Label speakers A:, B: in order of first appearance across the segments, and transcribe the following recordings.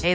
A: Hey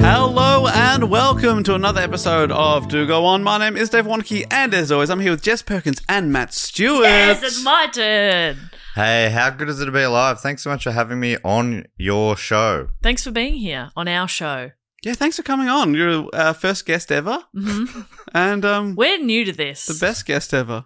B: Hello and welcome to another episode of Do Go On. My name is Dave Wonke, and as always, I'm here with Jess Perkins and Matt Stewart.
C: Yes, it's my turn.
D: Hey, how good is it to be alive? Thanks so much for having me on your show.
C: Thanks for being here on our show.
B: yeah, thanks for coming on. You're our first guest ever,
D: Mm-hmm.
B: and um,
C: We're new to this.
B: the best guest ever.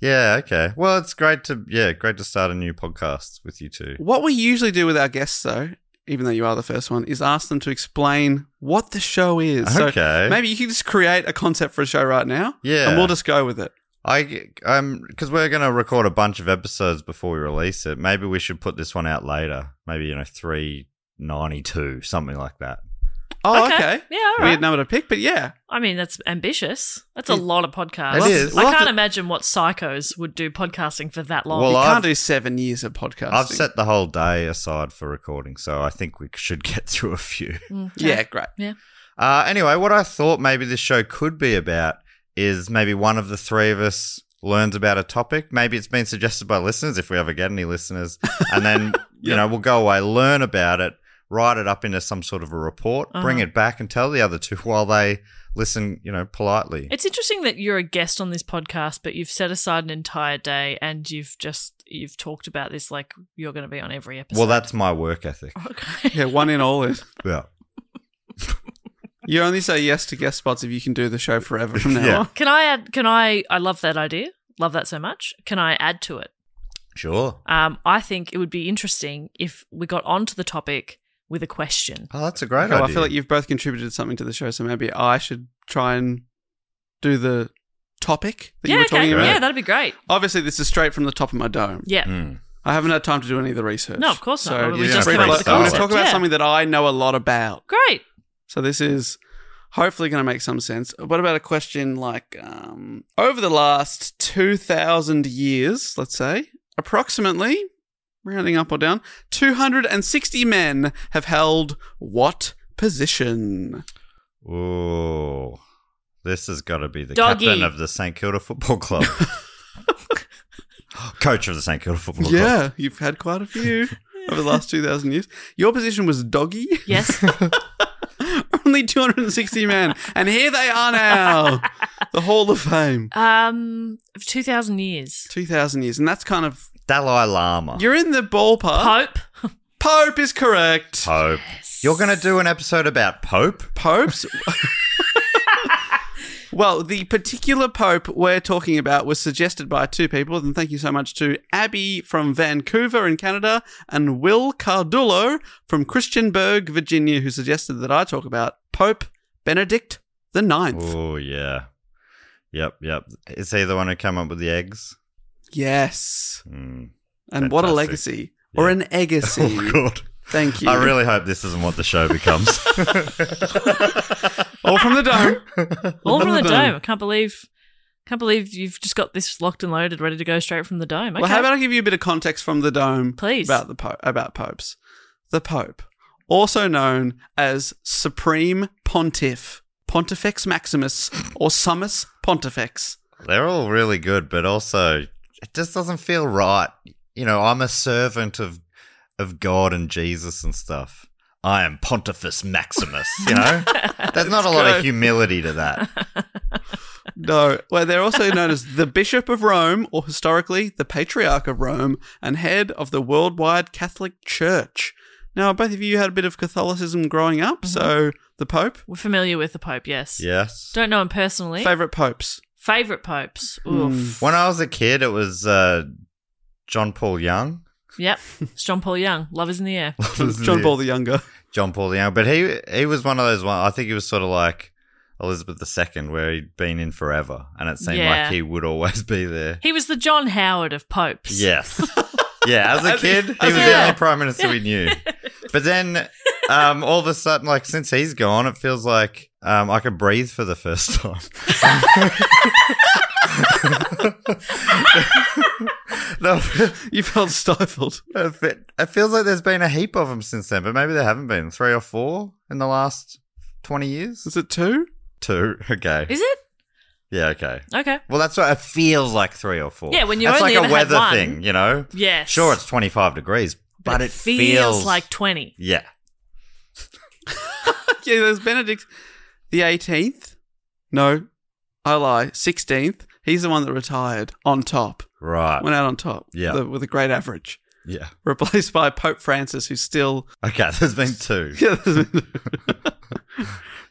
D: Yeah, okay. Well, it's great to yeah, great to start a new podcast with you two.
B: What we usually do with our guests, though, even though you are the first one, is ask them to explain what the show is.
D: Okay.
B: So maybe you can just create a concept for a show right now.
D: Yeah.
B: And we'll just go with it.
D: I um because we're gonna record a bunch of episodes before we release it. Maybe we should put this one out later. Maybe you know three ninety two something like that.
B: Oh, okay.
C: Okay. Yeah, all right.
B: Weird number to pick, but yeah.
C: I mean, that's ambitious. That's a lot of podcasts.
D: It is.
C: I
B: Well,
C: can't
B: the-
C: imagine what psychos would do podcasting for that long.
D: Well,
B: you
D: I've-
B: can't do seven years of podcasting.
D: I've set the whole day aside for recording, so I think we should get through a few.
B: Yeah, great.
C: yeah.
D: Uh, anyway, what I thought maybe this show could be about is maybe one of the three of us learns about a topic. Maybe it's been suggested by listeners, if we ever get any listeners, and then you know we'll go away, learn about it, write it up into some sort of a report,
B: Uh-huh.
D: bring it back, and tell the other two while they listen, you know, politely.
C: It's interesting that you're a guest on this podcast, but you've set aside an entire day and you've just you've talked about this like you're going to be on every episode.
D: well, that's my work ethic.
C: okay.
B: Yeah, one in all in.
D: Yeah.
B: You only say yes to guest spots if you can do the show forever from now
D: Yeah.
B: on.
C: Can I add? Can I? I love that idea. Love that so much. Can I add to it?
D: Sure.
C: Um, I think it would be interesting if we got onto the topic with a question.
D: Oh, that's a great
B: Well,
D: idea.
B: I feel like you've both contributed something to the show, so maybe I should try and do the topic that
C: yeah,
B: you were
C: okay.
B: talking about. Mm.
C: Yeah, that'd be great.
B: Obviously, this is straight from the top of my dome.
C: Yeah.
D: Hmm.
B: I haven't had time to do any of the research.
C: No, of course not.
B: So
C: Well,
D: we
B: it's
D: just
B: pretty
D: came up
B: much-
D: with the
B: I'm going to
D: concept.
B: talk about
C: Yeah.
B: something that I know a lot about.
C: Great.
B: So this is hopefully going to make some sense. What about a question like um, over the last 2,000 years, let's say, approximately, rounding up or down, 260 men have held what position?
D: Ooh, this has got to be the
C: Doggy.
D: captain of the St Kilda Football Club, coach of the St Kilda Football Club.
B: Yeah, you've had quite a few over the last 2,000 years. Your position was doggy,
C: Yes.
B: only 260 men. And here they are now, the Hall of Fame.
C: um, two thousand years.
B: 2,000 years. And that's kind of,
D: Dalai Lama.
B: you're in the ballpark.
C: Pope.
B: Pope is correct.
D: Pope. You're going to do an episode about Pope?
B: Popes? Well, the particular Pope we're talking about was suggested by two people, and thank you so much to Abby from Vancouver in Canada and Will Cardullo from Christianburg, Virginia, who suggested that I talk about Pope Benedict the Ninth.
D: Oh yeah. Yep, yep. Is he the one who came up with the eggs?
B: Yes.
D: Mm.
B: And what a
D: Fantastic.
B: legacy. Or
D: Yeah.
B: an legacy.
D: Oh god.
B: Thank you.
D: I really hope this isn't what the show becomes.
B: All from the dome.
C: All from the
B: Another
C: dome.
B: dome.
C: I can't believe, can't believe you've just got this locked and loaded, ready to go straight from the dome. Okay.
B: Well, how about I give you a bit of context from the dome,
C: Please.
B: about the po- about popes. The Pope, also known as Supreme Pontiff, Pontifex Maximus, or Summus Pontifex.
D: They're all really good, but also it just doesn't feel right. You know, I'm a servant of of God and Jesus and stuff. I am Pontifex Maximus, you know? There's not a lot
B: good.
D: of humility to that.
B: No, well, they're also known as the Bishop of Rome, or historically the Patriarch of Rome, and head of the worldwide Catholic Church. Now, both of you had a bit of Catholicism growing up,
C: Mm-hmm.
B: so the Pope,
C: We're familiar with the Pope, yes.
D: Yes.
C: Don't know him personally.
B: favorite popes.
C: Favorite popes.
B: Hmm.
C: Oof.
D: When I was a kid, it was uh, John Paul Young.
C: Yep. It's John Paul Young. Love is in the air.
B: John Paul the Younger.
D: John Paul Young, but he he was one of those one. I think he was sort of like Elizabeth II, where he'd been in forever, and it seemed
C: Yeah.
D: like he would always be there.
C: He was the John Howard of popes.
D: Yes, yeah. As a kid, he was the
C: yeah.
D: only prime minister we knew. But then, um, all of a sudden, like since he's gone, it feels like um, I could breathe for the first time. No,
B: You felt stifled.
D: It fe- it feels like there's been a heap of them since then, but maybe there haven't been three or four in the last twenty years.
B: Is it two?
D: Two. Okay.
C: Is it?
D: yeah. Okay.
C: Okay.
D: Well, that's what it feels like three or four.
C: Yeah, when you
D: that's
C: only
D: like a
C: ever had
D: weather
C: one.
D: thing, you know.
C: Yes.
D: Sure, it's twenty five degrees, but, it, feels,
C: like 20.
D: yeah.
B: yeah, there's Benedict the 18th. No, I lie. 16th. He's the one that retired on top.
D: Right.
B: Went out on top.
D: Uh, Yeah.
B: the- with a great average.
D: yeah.
B: Replaced by Pope Francis, who's still.
D: Okay. There's been two.
B: Yeah, because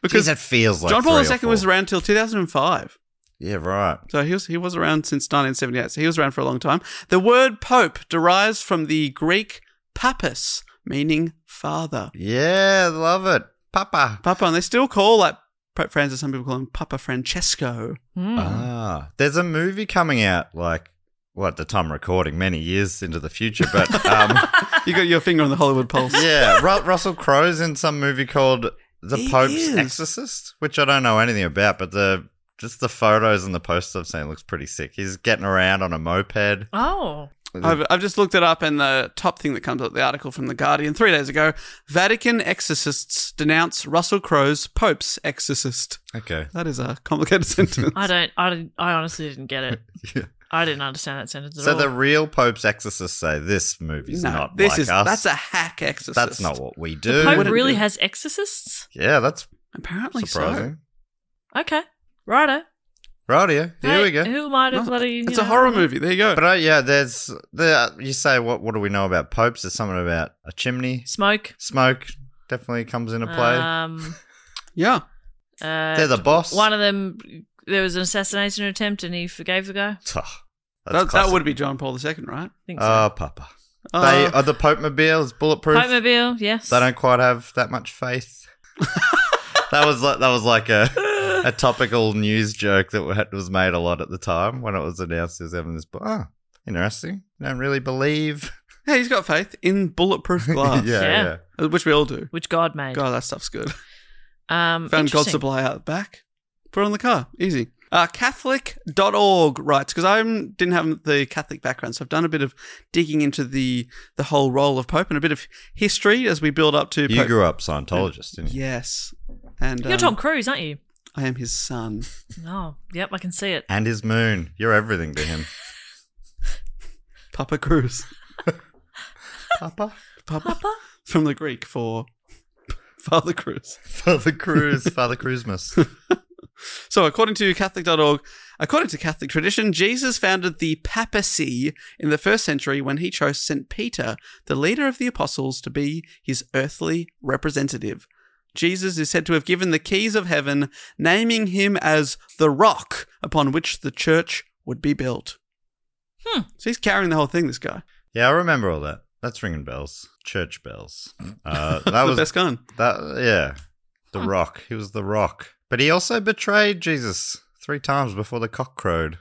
D: Because it feels like
B: John Paul
D: three or
B: II
D: four.
B: was around till 2005.
D: Yeah. Right.
B: So he was, he was around since 1978. So he was around for a long time. The word Pope derives from the Greek papas, meaning father.
D: Yeah. Love it, Papa.
B: Papa, and they still call like Pope Francis, some people call him Papa Francesco.
C: Mm.
B: Uh-huh.
D: Ah, there's a movie coming out like. Well, at the time of recording, many years into the future, but um,
B: You got your finger on the Hollywood pulse.
D: yeah, Ru- Russell Crowe's in some movie called The
B: He
D: Pope's
B: is.
D: Exorcist, which I don't know anything about, but the just the photos and the posts I've seen looks pretty sick. He's getting around on a moped.
C: Oh.
B: I've, I've just looked it up, and the top thing that comes up, the article from The Guardian three days ago Vatican exorcists denounce Russell Crowe's Pope's exorcist.
D: Okay.
B: That is a complicated sentence.
C: I don't, I don't, I honestly didn't get it.
D: Yeah.
C: I didn't understand that sentence at
D: So
C: all.
D: the real Pope's exorcists say this movie's
B: no,
D: not
B: this
D: like
B: is
D: us.
B: that's a hack exorcist.
D: That's not what we do.
C: the Pope
B: wouldn't
C: really
B: do-
C: has exorcists?
D: yeah, that's
B: Apparently
D: surprising.
C: Okay. Righto.
D: Rightio, here
C: Hey,
D: we go.
C: Who might
B: so.
C: have bloody. you
B: it's a
C: know-
B: horror movie. There you go.
D: But uh, yeah, there's the you say what what do we know about popes? There's something about a chimney,
C: Smoke.
D: smoke definitely comes into play.
B: Uh,
C: Um,
B: yeah,
C: uh,
D: They're the boss.
C: One of them, there was an assassination attempt and he forgave the guy. I
D: Tuh, that's
B: that, that
D: classic.
B: would be John Paul II, right?
C: think so.
D: Oh, Papa. they
B: Uh,
D: are the Pope Mobile is bulletproof.
C: Popemobile, yes.
D: They don't quite have that much faith. that was like that was like a a topical news joke that wa- was made a lot at the time when it was announced he was having this. But oh, interesting. Don't really believe.
B: hey, he's got faith in bulletproof glass,
D: yeah,
C: Yeah.
D: yeah.
B: which we all do.
C: Which God made.
B: God, that stuff's good. Found
C: Um,
B: God
C: interesting.
B: Supply out the back. Put it on the car. Easy. Uh, Catholic.org writes, because I didn't have the Catholic background, so I've done a bit of digging into the the whole role of Pope and a bit of history as we build up to
D: You
B: Pope.
D: grew up Scientologist, didn't you?
B: Yes. And
C: You're
B: um,
C: Tom Cruise, aren't you?
B: I am his son.
C: Oh, yep, I can see it.
D: And his moon. You're everything to him.
B: Papa Cruz.
D: Papa?
B: Papa? From the Greek for Father Cruz.
D: Father Cruz. Father Cruzmas.
B: So, according to Catholic.org, according to Catholic tradition, Jesus founded the papacy in the first century when he chose St. Peter, the leader of the apostles, to be his earthly representative. Jesus is said to have given the keys of heaven, naming him as the rock upon which the church would be built.
C: Hmm.
B: So he's carrying the whole thing, this guy.
D: Yeah, I remember all that. That's ringing bells, church bells. Uh, that
B: the
D: was
B: best gun.
D: that. Yeah, the Rock. He was the Rock, but he also betrayed Jesus three times before the cock crowed.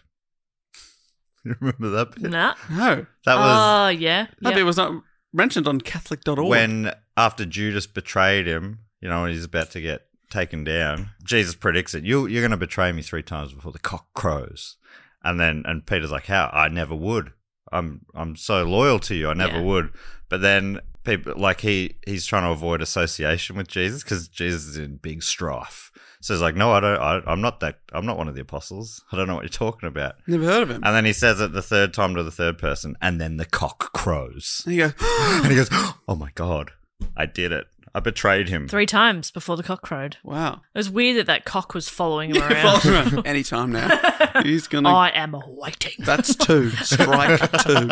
D: You remember that bit?
C: Nah.
B: No.
D: That was
C: Oh, yeah.
B: That
C: yeah.
B: bit was not mentioned on Catholic.org.
D: when after Judas betrayed him. You know, when he's about to get taken down, Jesus predicts it. You you're going to betray me three times before the cock crows, and then and Peter's like, "How? I never would. I'm I'm so loyal to you. I never
C: Yeah.
D: would." But then people like he he's trying to avoid association with Jesus because Jesus is in big strife. So he's like, "No, I don't. I, I'm not that. I'm not one of the apostles. I don't know what you're talking about."
B: Never heard of him.
D: And then he says it the third time to the third person, and then the cock crows.
B: And you go,
D: And he goes, Oh my God, I did it. I betrayed him.
C: Three times before the cock crowed.
B: wow.
C: It was weird that that cock was following him
B: Follow
C: around.
B: him around Anytime now. He's going to.
C: I am waiting.
B: That's two. Strike two.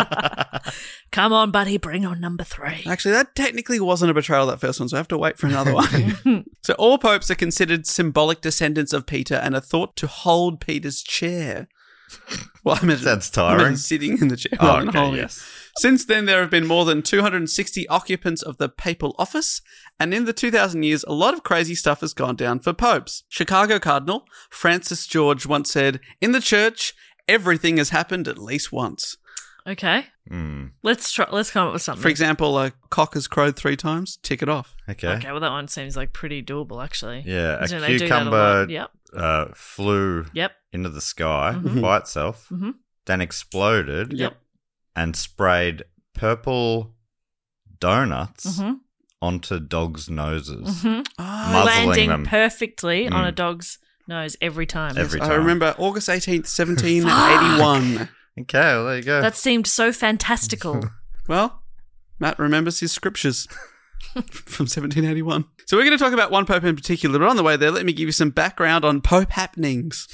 C: Come on, buddy, bring on number three.
B: Actually, that technically wasn't a betrayal, that first one, so I have to wait for another one. so, all popes are considered symbolic descendants of Peter and are thought to hold Peter's chair. Well, I mean,
D: Sounds
B: I mean,
D: tiring.
B: sitting in the chair.
D: Oh,
B: rather than
D: okay,
B: holding it.
D: yes.
B: Since then, there have been more than 260 occupants of the papal office, and in the 2000 years, a lot of crazy stuff has gone down for popes. Chicago Cardinal Francis George once said, "In the church, everything has happened at least once."
C: Okay.
D: Mm,
C: Let's try. Let's come up with something.
B: For example, a cock has crowed three times. Tick it off.
D: okay.
C: Okay, well, that one seems like pretty doable, actually.
D: Yeah, a
C: Isn't it? They do that a
D: cucumber
C: lot. Yep.
D: uh, flew
C: Yep.
D: into the sky by itself,
C: Mhm.
D: then exploded
C: Yep.
D: and sprayed purple donuts
C: Mhm.
D: onto dogs' noses.
C: hmm
B: Ah,
D: Muzzling
C: Landing
D: them.
C: perfectly on
D: Mm.
C: a dog's nose every time.
D: Every-
B: I
D: time.
B: remember August 18th, 1781.
D: Okay, well, there you go.
C: That seemed so fantastical.
B: Well, Matt remembers his scriptures from 1781. So we're going to talk about one pope in particular, but on the way there, let me give you some background on pope happenings.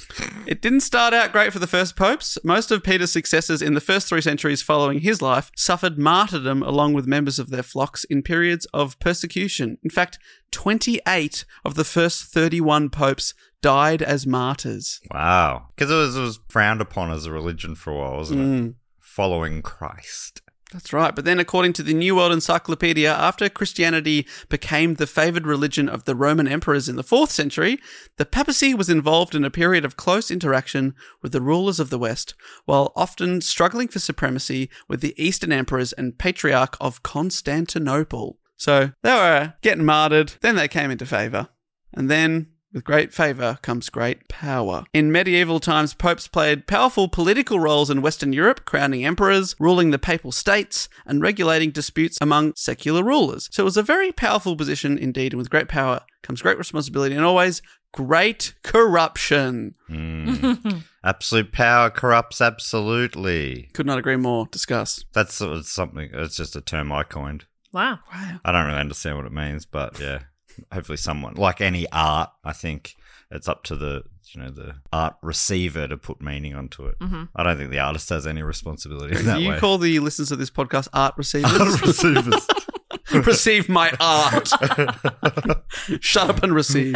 B: It didn't start out great for the first popes. Most of Peter's successors in the first three centuries following his life suffered martyrdom along with members of their flocks in periods of persecution. In fact, 28 of the first 31 popes died as martyrs.
D: wow. Because it was, it was frowned upon as a religion for a while, wasn't it?
B: Mm.
D: Following Christ.
B: That's right. But then, according to the New World Encyclopedia, after Christianity became the favored religion of the Roman emperors in the 4th century, the papacy was involved in a period of close interaction with the rulers of the West, while often struggling for supremacy with the Eastern emperors and patriarch of Constantinople. So they were getting martyred, then they came into favor. And then, with great favour comes great power. In medieval times, popes played powerful political roles in Western Europe, crowning emperors, ruling the papal states, and regulating disputes among secular rulers. So it was a very powerful position indeed, and with great power comes great responsibility and always great corruption.
D: Absolute power corrupts absolutely.
B: Could not agree more. Discuss.
D: That's sort of something, it's just a term I coined.
C: wow.
B: Wow.
D: I don't really understand what it means, but yeah, hopefully someone like any art, I think it's up to the you know the art receiver to put meaning onto it. I don't think the artist has any responsibility in that
B: Do you
D: way.
B: call the listeners of this podcast art
D: Art
B: receivers?
D: receivers.
B: receive my art. Shut up and receive.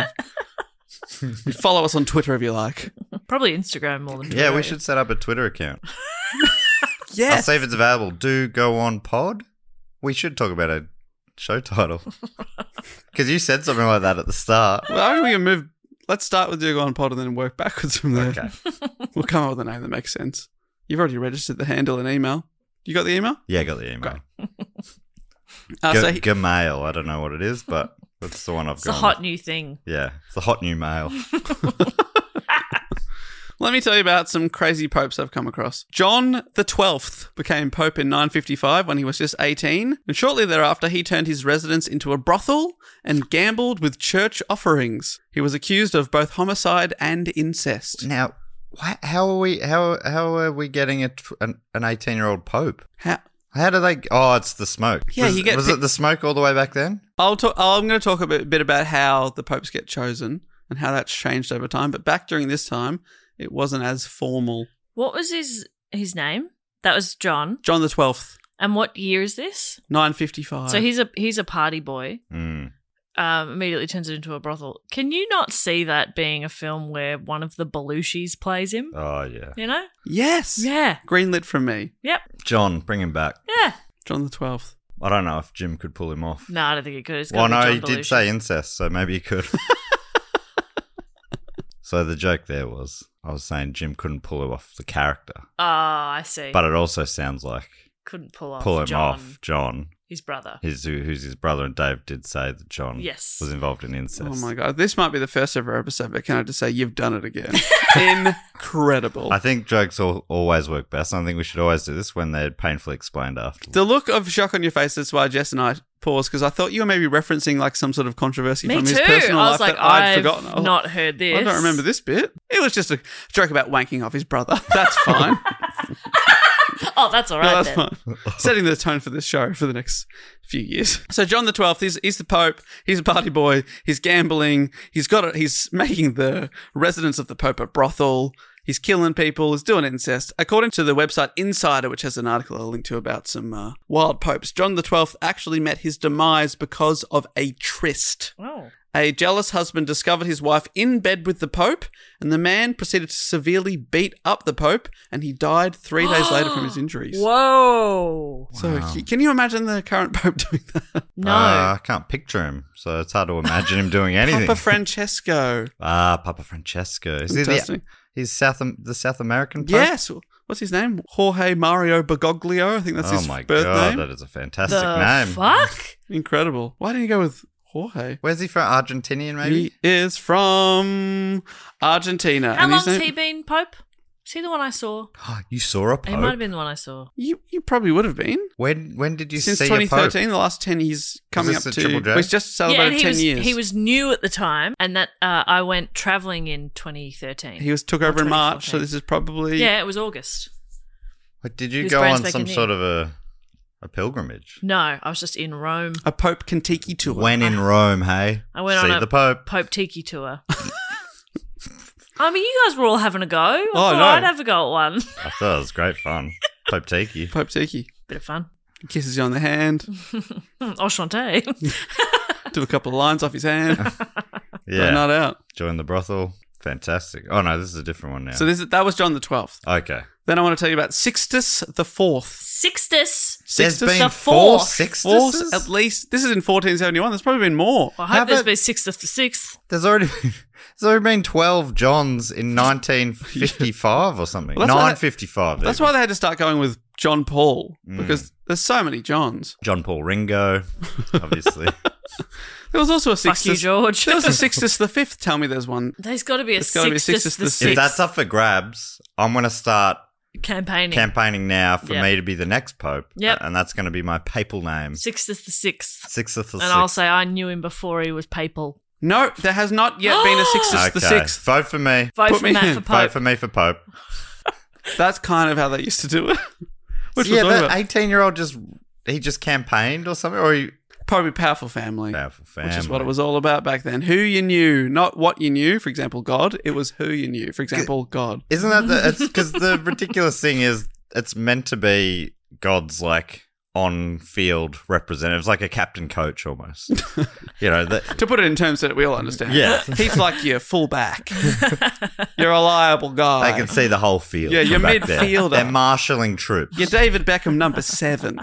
B: Follow us on Twitter if you like.
C: Probably Instagram more than
D: yeah,
C: Twitter.
D: we should set up a Twitter account. I'll
B: Yes.
D: see if it's available. Do go on pod. We should talk about a show title because you said something like that at the start.
B: Well, I reckon we can move. Let's start with Dugon Pod and then work backwards from there.
D: Okay.
B: We'll come up with a name that makes sense. You've already registered the handle and email. You got the email?
D: Yeah, I got the email.
B: Uh,
D: G-
B: so he-
D: Gmail. I don't know what it is, but that's the one I've
C: It's a
D: got.
C: hot new thing.
D: Yeah, it's the hot new mail.
B: let me tell you about some crazy popes I've come across. John the Twelfth became pope in 955 when he was just 18, and shortly thereafter he turned his residence into a brothel and gambled with church offerings. He was accused of both homicide and incest.
D: Now, why, how are we? How how are we getting a, tw- an an eighteen year old pope?
B: How-
D: How do they? Oh, it's the smoke.
B: Yeah,
D: was,
B: you get
D: was
B: pic-
D: it the smoke all the way back then?
B: I'll talk. I'm going to talk a bit, bit about how the popes get chosen and how that's changed over time. But back during this time, it wasn't as formal.
C: What was his his name? That was John.
B: John the Twelfth,
C: And what year is this?
B: nine fifty-five.
C: So he's a he's a party boy.
D: Mm.
C: um, immediately turns it into a brothel. Can you not see that being a film where one of the Belushis plays him?
D: Oh yeah,
C: You know?
B: Yes.
C: Yeah.
B: Greenlit from me,
C: Yep.
D: John, bring him back.
C: Yeah.
B: John the Twelfth.
D: I don't know if Jim could pull him off.
C: No, I don't think he could. It's
D: well,
C: gotta
D: no,
C: be John
D: he did
C: Belushi.
D: say incest, so maybe he could. so the joke there was I was saying Jim couldn't pull off the character,
C: Oh, I see.
D: but it also sounds like
C: couldn't pull off
D: pull him
C: John,
D: off John,
C: his brother.
D: his who, who's his brother, and Dave did say that John
C: Yes.
D: was involved in incest.
B: Oh my god, this might be the first ever episode. But can I just say you've done it again? Incredible.
D: I think jokes al always work best. and I think we should always do this when they're painfully explained after.
B: the look of shock on your face is why Jess and I paused because I thought you were maybe referencing like some sort of controversy
C: Me
B: from
C: too.
B: his personal
C: I was
B: life
C: like,
B: that I'd
C: I've
B: forgotten. I was
C: not heard this.
B: I don't remember this bit. It was just a joke about wanking off his brother. That's fine.
C: Oh, that's all right.
B: No, that's
C: then.
B: fine. Setting the tone for this show for the next few years. So John the Twelfth, he's he's the Pope. He's a party boy. He's gambling. He's got it. He's making the residents of the Pope a brothel. He's killing people. He's doing incest. According to the website Insider, which has an article I'll link to about some uh, wild popes, John the Twelfth actually met his demise because of a tryst.
C: Oh.
B: A jealous husband discovered his wife in bed with the Pope, and the man proceeded to severely beat up the Pope, and he died three days later from his injuries.
C: Whoa.
B: So c- can you imagine the current Pope doing that?
C: No.
D: Uh, I can't picture him, so it's hard to imagine him doing anything.
B: Papa Francesco.
D: ah, Papa Francesco. Is he the,
B: Fantastic.
D: he's South Am- the South American Pope?
B: yes. What's his name? Jorge Mario Bergoglio. I think that's
D: oh
B: his
D: my
B: birth
D: god,
B: name.
D: that is a fantastic
C: the
D: name.
C: fuck?
B: Incredible. Why didn't you go with Jorge?
D: Where's he from? Argentinian, maybe.
B: He is from Argentina.
C: How
B: and his
C: long's
B: name-
C: he been Pope? Is he the one I saw?
D: you saw a pope.
C: He might have been the one I saw.
B: You, you probably would have been.
D: When when did you
B: Since
D: see a pope?
B: 2013, the last 10 years coming
D: this
B: up
D: the
B: to.
D: Triple J?
B: well, he's just
C: and
B: celebrated
C: he
B: 10
C: was,
B: years.
C: He was new at the time, and that uh, I went traveling in 2013.
B: He was took
C: Or
B: over in March, so
C: 2014.
B: this is probably.
C: yeah, it was August.
D: What, Did
C: He
D: you
C: was
D: go
C: brand
D: on
C: spanking
D: some
C: new.
D: sort of a a pilgrimage?
C: No, I was just in Rome.
B: A Pope Kentucky tour.
D: When in Rome, hey.
C: I went
D: see
C: on a
D: the pope.
C: Pope Tiki tour. I mean, you guys were all having a go. I thought
B: no.
C: I'd have a go at one.
D: I thought it was great fun. pope Tiki.
B: Pope Tiki
C: Bit of fun.
B: kisses you on the hand,
C: Hmm, Enchanté.
B: do a couple of lines off his hand,
D: Yeah.
B: not out.
D: Join the brothel. Fantastic. Oh no, this is a different one now.
B: So this, that was John the Twelfth.
D: okay.
B: Then I want to tell you about Sixtus the Fourth.
C: Sixtus.
D: There's
B: Sixtus
D: been
C: The
D: four
C: fourth.
B: Fourth,
D: sixtuses.
B: at least. This is in 1471. There's probably been more.
C: Well, I
D: How
C: hope there's
D: about-
C: been Sixtus the Sixth.
D: There's already been, there's already been twelve Johns in 1955 or something.
B: Well, that's why that-
D: 955.
B: That's
D: even.
B: why they had to start going with John Paul
D: Hmm.
B: because there's so many Johns.
D: John Paul Ringo, obviously.
B: There was also a
C: Fuck you,
B: Sixtus.
C: George.
B: There was a Sixtus the Fifth. Tell me, there's one.
C: There's got to be a
B: There's gotta be a
C: Sixtus,
B: Sixtus
C: the
B: the
D: if
C: Sixth
D: that's up for grabs, I'm going to start
C: campaigning.
D: campaigning now for
C: Yep.
D: me to be the next pope. uh,
C: Yep.
D: And that's going to be my papal name.
C: Sixtus the Sixth.
D: Sixth or
C: And I'll say I knew him before he was papal.
B: No, there has not yet been a Sixtus the Sixth.
D: Vote for me.
C: Vote
B: Put
C: for
B: me
C: Matt
B: in.
C: for
D: Vote
C: Pope.
D: for me for pope.
B: That's kind of how they used to do it. Which
D: yeah,
B: was
D: that 18 year old just he just campaigned or something, or he
B: probably powerful family.
D: powerful family.
B: Which is what it was all about back then. Who you knew, not what you knew. For example, God. It was who you knew. For example, God.
D: Isn't that the? It's because the ridiculous thing is it's meant to be God's like on field representatives, like a captain coach almost. you know that.
B: To put it in terms that we all understand.
D: Yeah.
B: He's like your fullback. You're a reliable guy.
D: They can see the whole field.
B: Yeah,
D: from
B: you're
D: back there.
B: midfielder.
D: They're marshalling troops.
B: You're David Beckham number seven.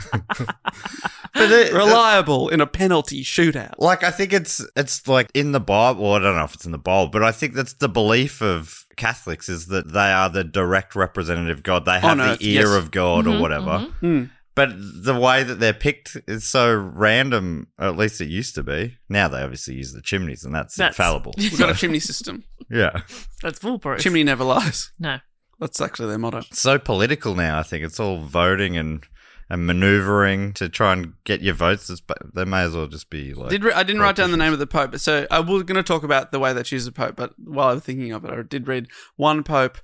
D: But it-
B: Reliable in a penalty shootout.
D: like I think it's it's like in the Bible. Well, I don't know if it's in the Bible, but I think that's the belief of Catholics is that they are the direct representative of God. They have
B: On earth,
D: the ear
B: yes.
D: of God or whatever.
B: Mm.
D: But the way that they're picked is so random. Or at least it used to be. Now they obviously use the chimneys, and that's,
C: That's-
D: infallible.
B: We've got a chimney system.
D: yeah,
C: That's foolproof.
B: Chimney never lies.
C: No.
B: That's actually their motto.
D: it's so political now. I think it's all voting and and maneuvering to try and get your votes. It's, but they may as well just be like.
B: Did re- I didn't write down the name of the pope, but so I was going to talk about the way they choose the pope. But while I was thinking of it, I did read one pope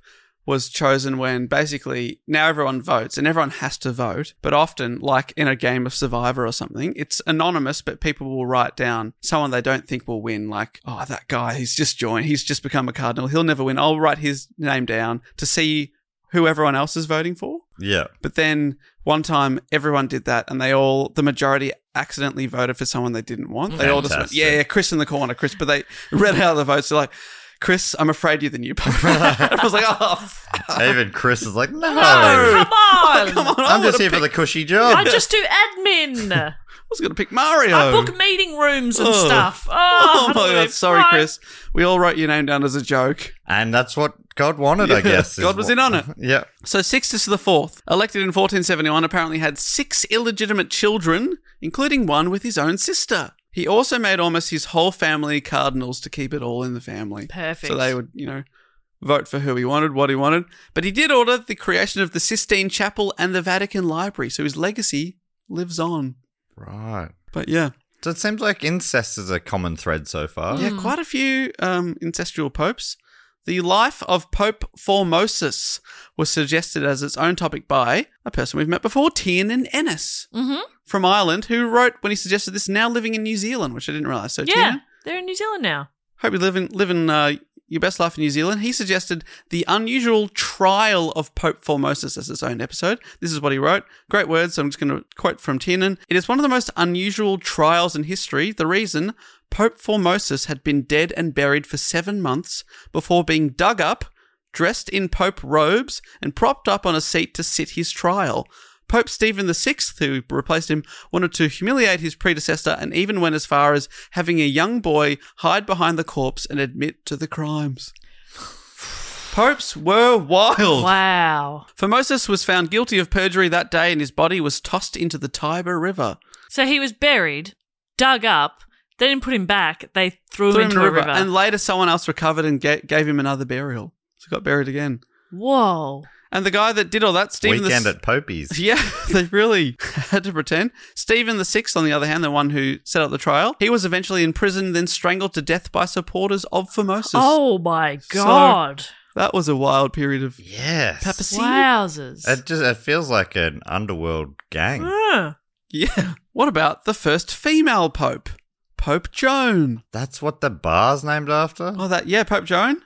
B: was chosen when basically now everyone votes and everyone has to vote, but often like in a game of Survivor or something, it's anonymous, but people will write down someone they don't think will win. Like, oh, that guy, he's just joined, he's just become a cardinal, he'll never win. I'll write his name down to see who everyone else is voting for.
D: Yeah,
B: But then One time, everyone did that, and they all, the majority, accidentally voted for someone they didn't want. They all just went,
D: Fantastic.
B: yeah, yeah, Chris in the corner, Chris. But they read out the votes. They're like, Chris, I'm afraid you're the new Pope. I was like, oh, fuck.
D: Even Chris is like, no,
C: Come on.
B: Oh. Come on,
D: I'm just
B: gonna
D: here for the
B: pick-
D: cushy
C: I
D: job.
C: just do admin.
B: I was going to pick Mario.
C: I book meeting rooms and
B: Oh.
C: stuff. Oh,
B: Oh,
C: how
B: my
C: do I
B: God. Sorry,
C: find-
B: Chris. We all wrote your name down as a joke.
D: And that's what God wanted, I
B: Yeah,
D: guess. is
B: God was
D: what-
B: in on it.
D: Yeah.
B: So Sixtus the Fourth, elected in 1471, apparently had six illegitimate children, including one with his own sister. He also made almost his whole family cardinals to keep it all in the family.
C: Perfect.
B: So they would, you know, vote for who he wanted, what he wanted. But he did order the creation of the Sistine Chapel and the Vatican Library, so his legacy lives on.
D: Right.
B: But yeah,
D: So it seems like incest is a common thread so far.
B: yeah, quite a few um, incestual popes. The life of Pope Formosus was suggested as its own topic by a person we've met before, Tiernan Ennis from Ireland, who wrote when he suggested this, now living in New Zealand, which I didn't realize. So,
C: Yeah,
B: Tiernan,
C: they're in New Zealand now.
B: hope you're living, living uh, your best life in New Zealand. He suggested the unusual trial of Pope Formosus as its own episode. This is what he wrote. Great words. I'm just going to quote from Tiernan. It is one of the most unusual trials in history. The reason Pope Formosus had been dead and buried for seven months before being dug up, dressed in Pope robes, and propped up on a seat to sit his trial. Pope Stephen VI, who replaced him, wanted to humiliate his predecessor and even went as far as having a young boy hide behind the corpse and admit to the crimes. Popes were wild.
C: Wow.
B: Formosus was found guilty of perjury that day and his body was tossed into the Tiber River.
C: So he was buried, dug up. They didn't put him back. They threw, him into a river.
B: And later, someone else recovered and ga- gave him another burial. So he got buried again.
C: Whoa.
B: And the guy that did all that, Stephen
D: Weekend
B: the,
D: at Popey's.
B: Yeah, they really had to pretend. Stephen the Sixth, on the other hand, the one who set up the trial, he was eventually imprisoned, then strangled to death by supporters of Formosus.
C: oh my
B: so-
C: god.
B: that was a wild period of
D: Yes.
B: papacy.
C: Wowzers.
D: It just it feels like an underworld gang.
C: Huh.
B: Yeah. What about the first female pope, Pope Joan?
D: That's what the bar's named after?
B: Oh, that yeah, Pope Joan.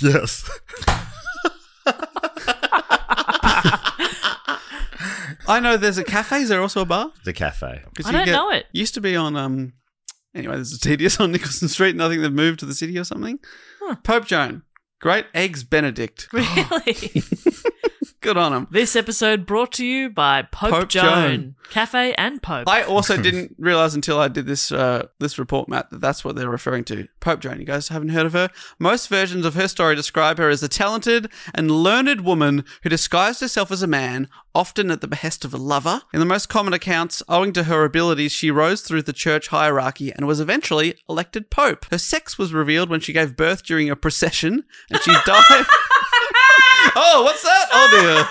D: yes.
B: I know there's a cafe. Is there also a bar?
D: The cafe.
B: 'Cause
C: I
B: you
C: don't know it.
B: Used to be on um. Anyway, this is tedious on Nicholson Street, and I think they've moved to the city or something. Pope Joan, great eggs Benedict.
C: Really?
B: Oh. Good on him.
C: this episode brought to you by Pope,
B: Pope
C: Joan,
B: Joan.
C: Cafe and Pope.
B: I also didn't realize until I did this uh, this report, Matt, that that's what they're referring to. Pope Joan. You guys haven't heard of her. Most versions of her story describe her as a talented and learned woman who disguised herself as a man, often at the behest of a lover. In the most common accounts, owing to her abilities, she rose through the church hierarchy and was eventually elected pope. Her sex was revealed when she gave birth during a procession, and she died. oh, what's that? Oh dear.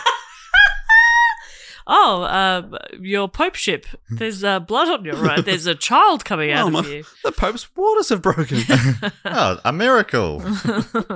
C: oh, uh, your popeship. There's uh, blood on your right. There's a child coming out
B: Hmm. Oh,
C: of you.
B: my, the Pope's waters have broken.
D: Oh, a miracle.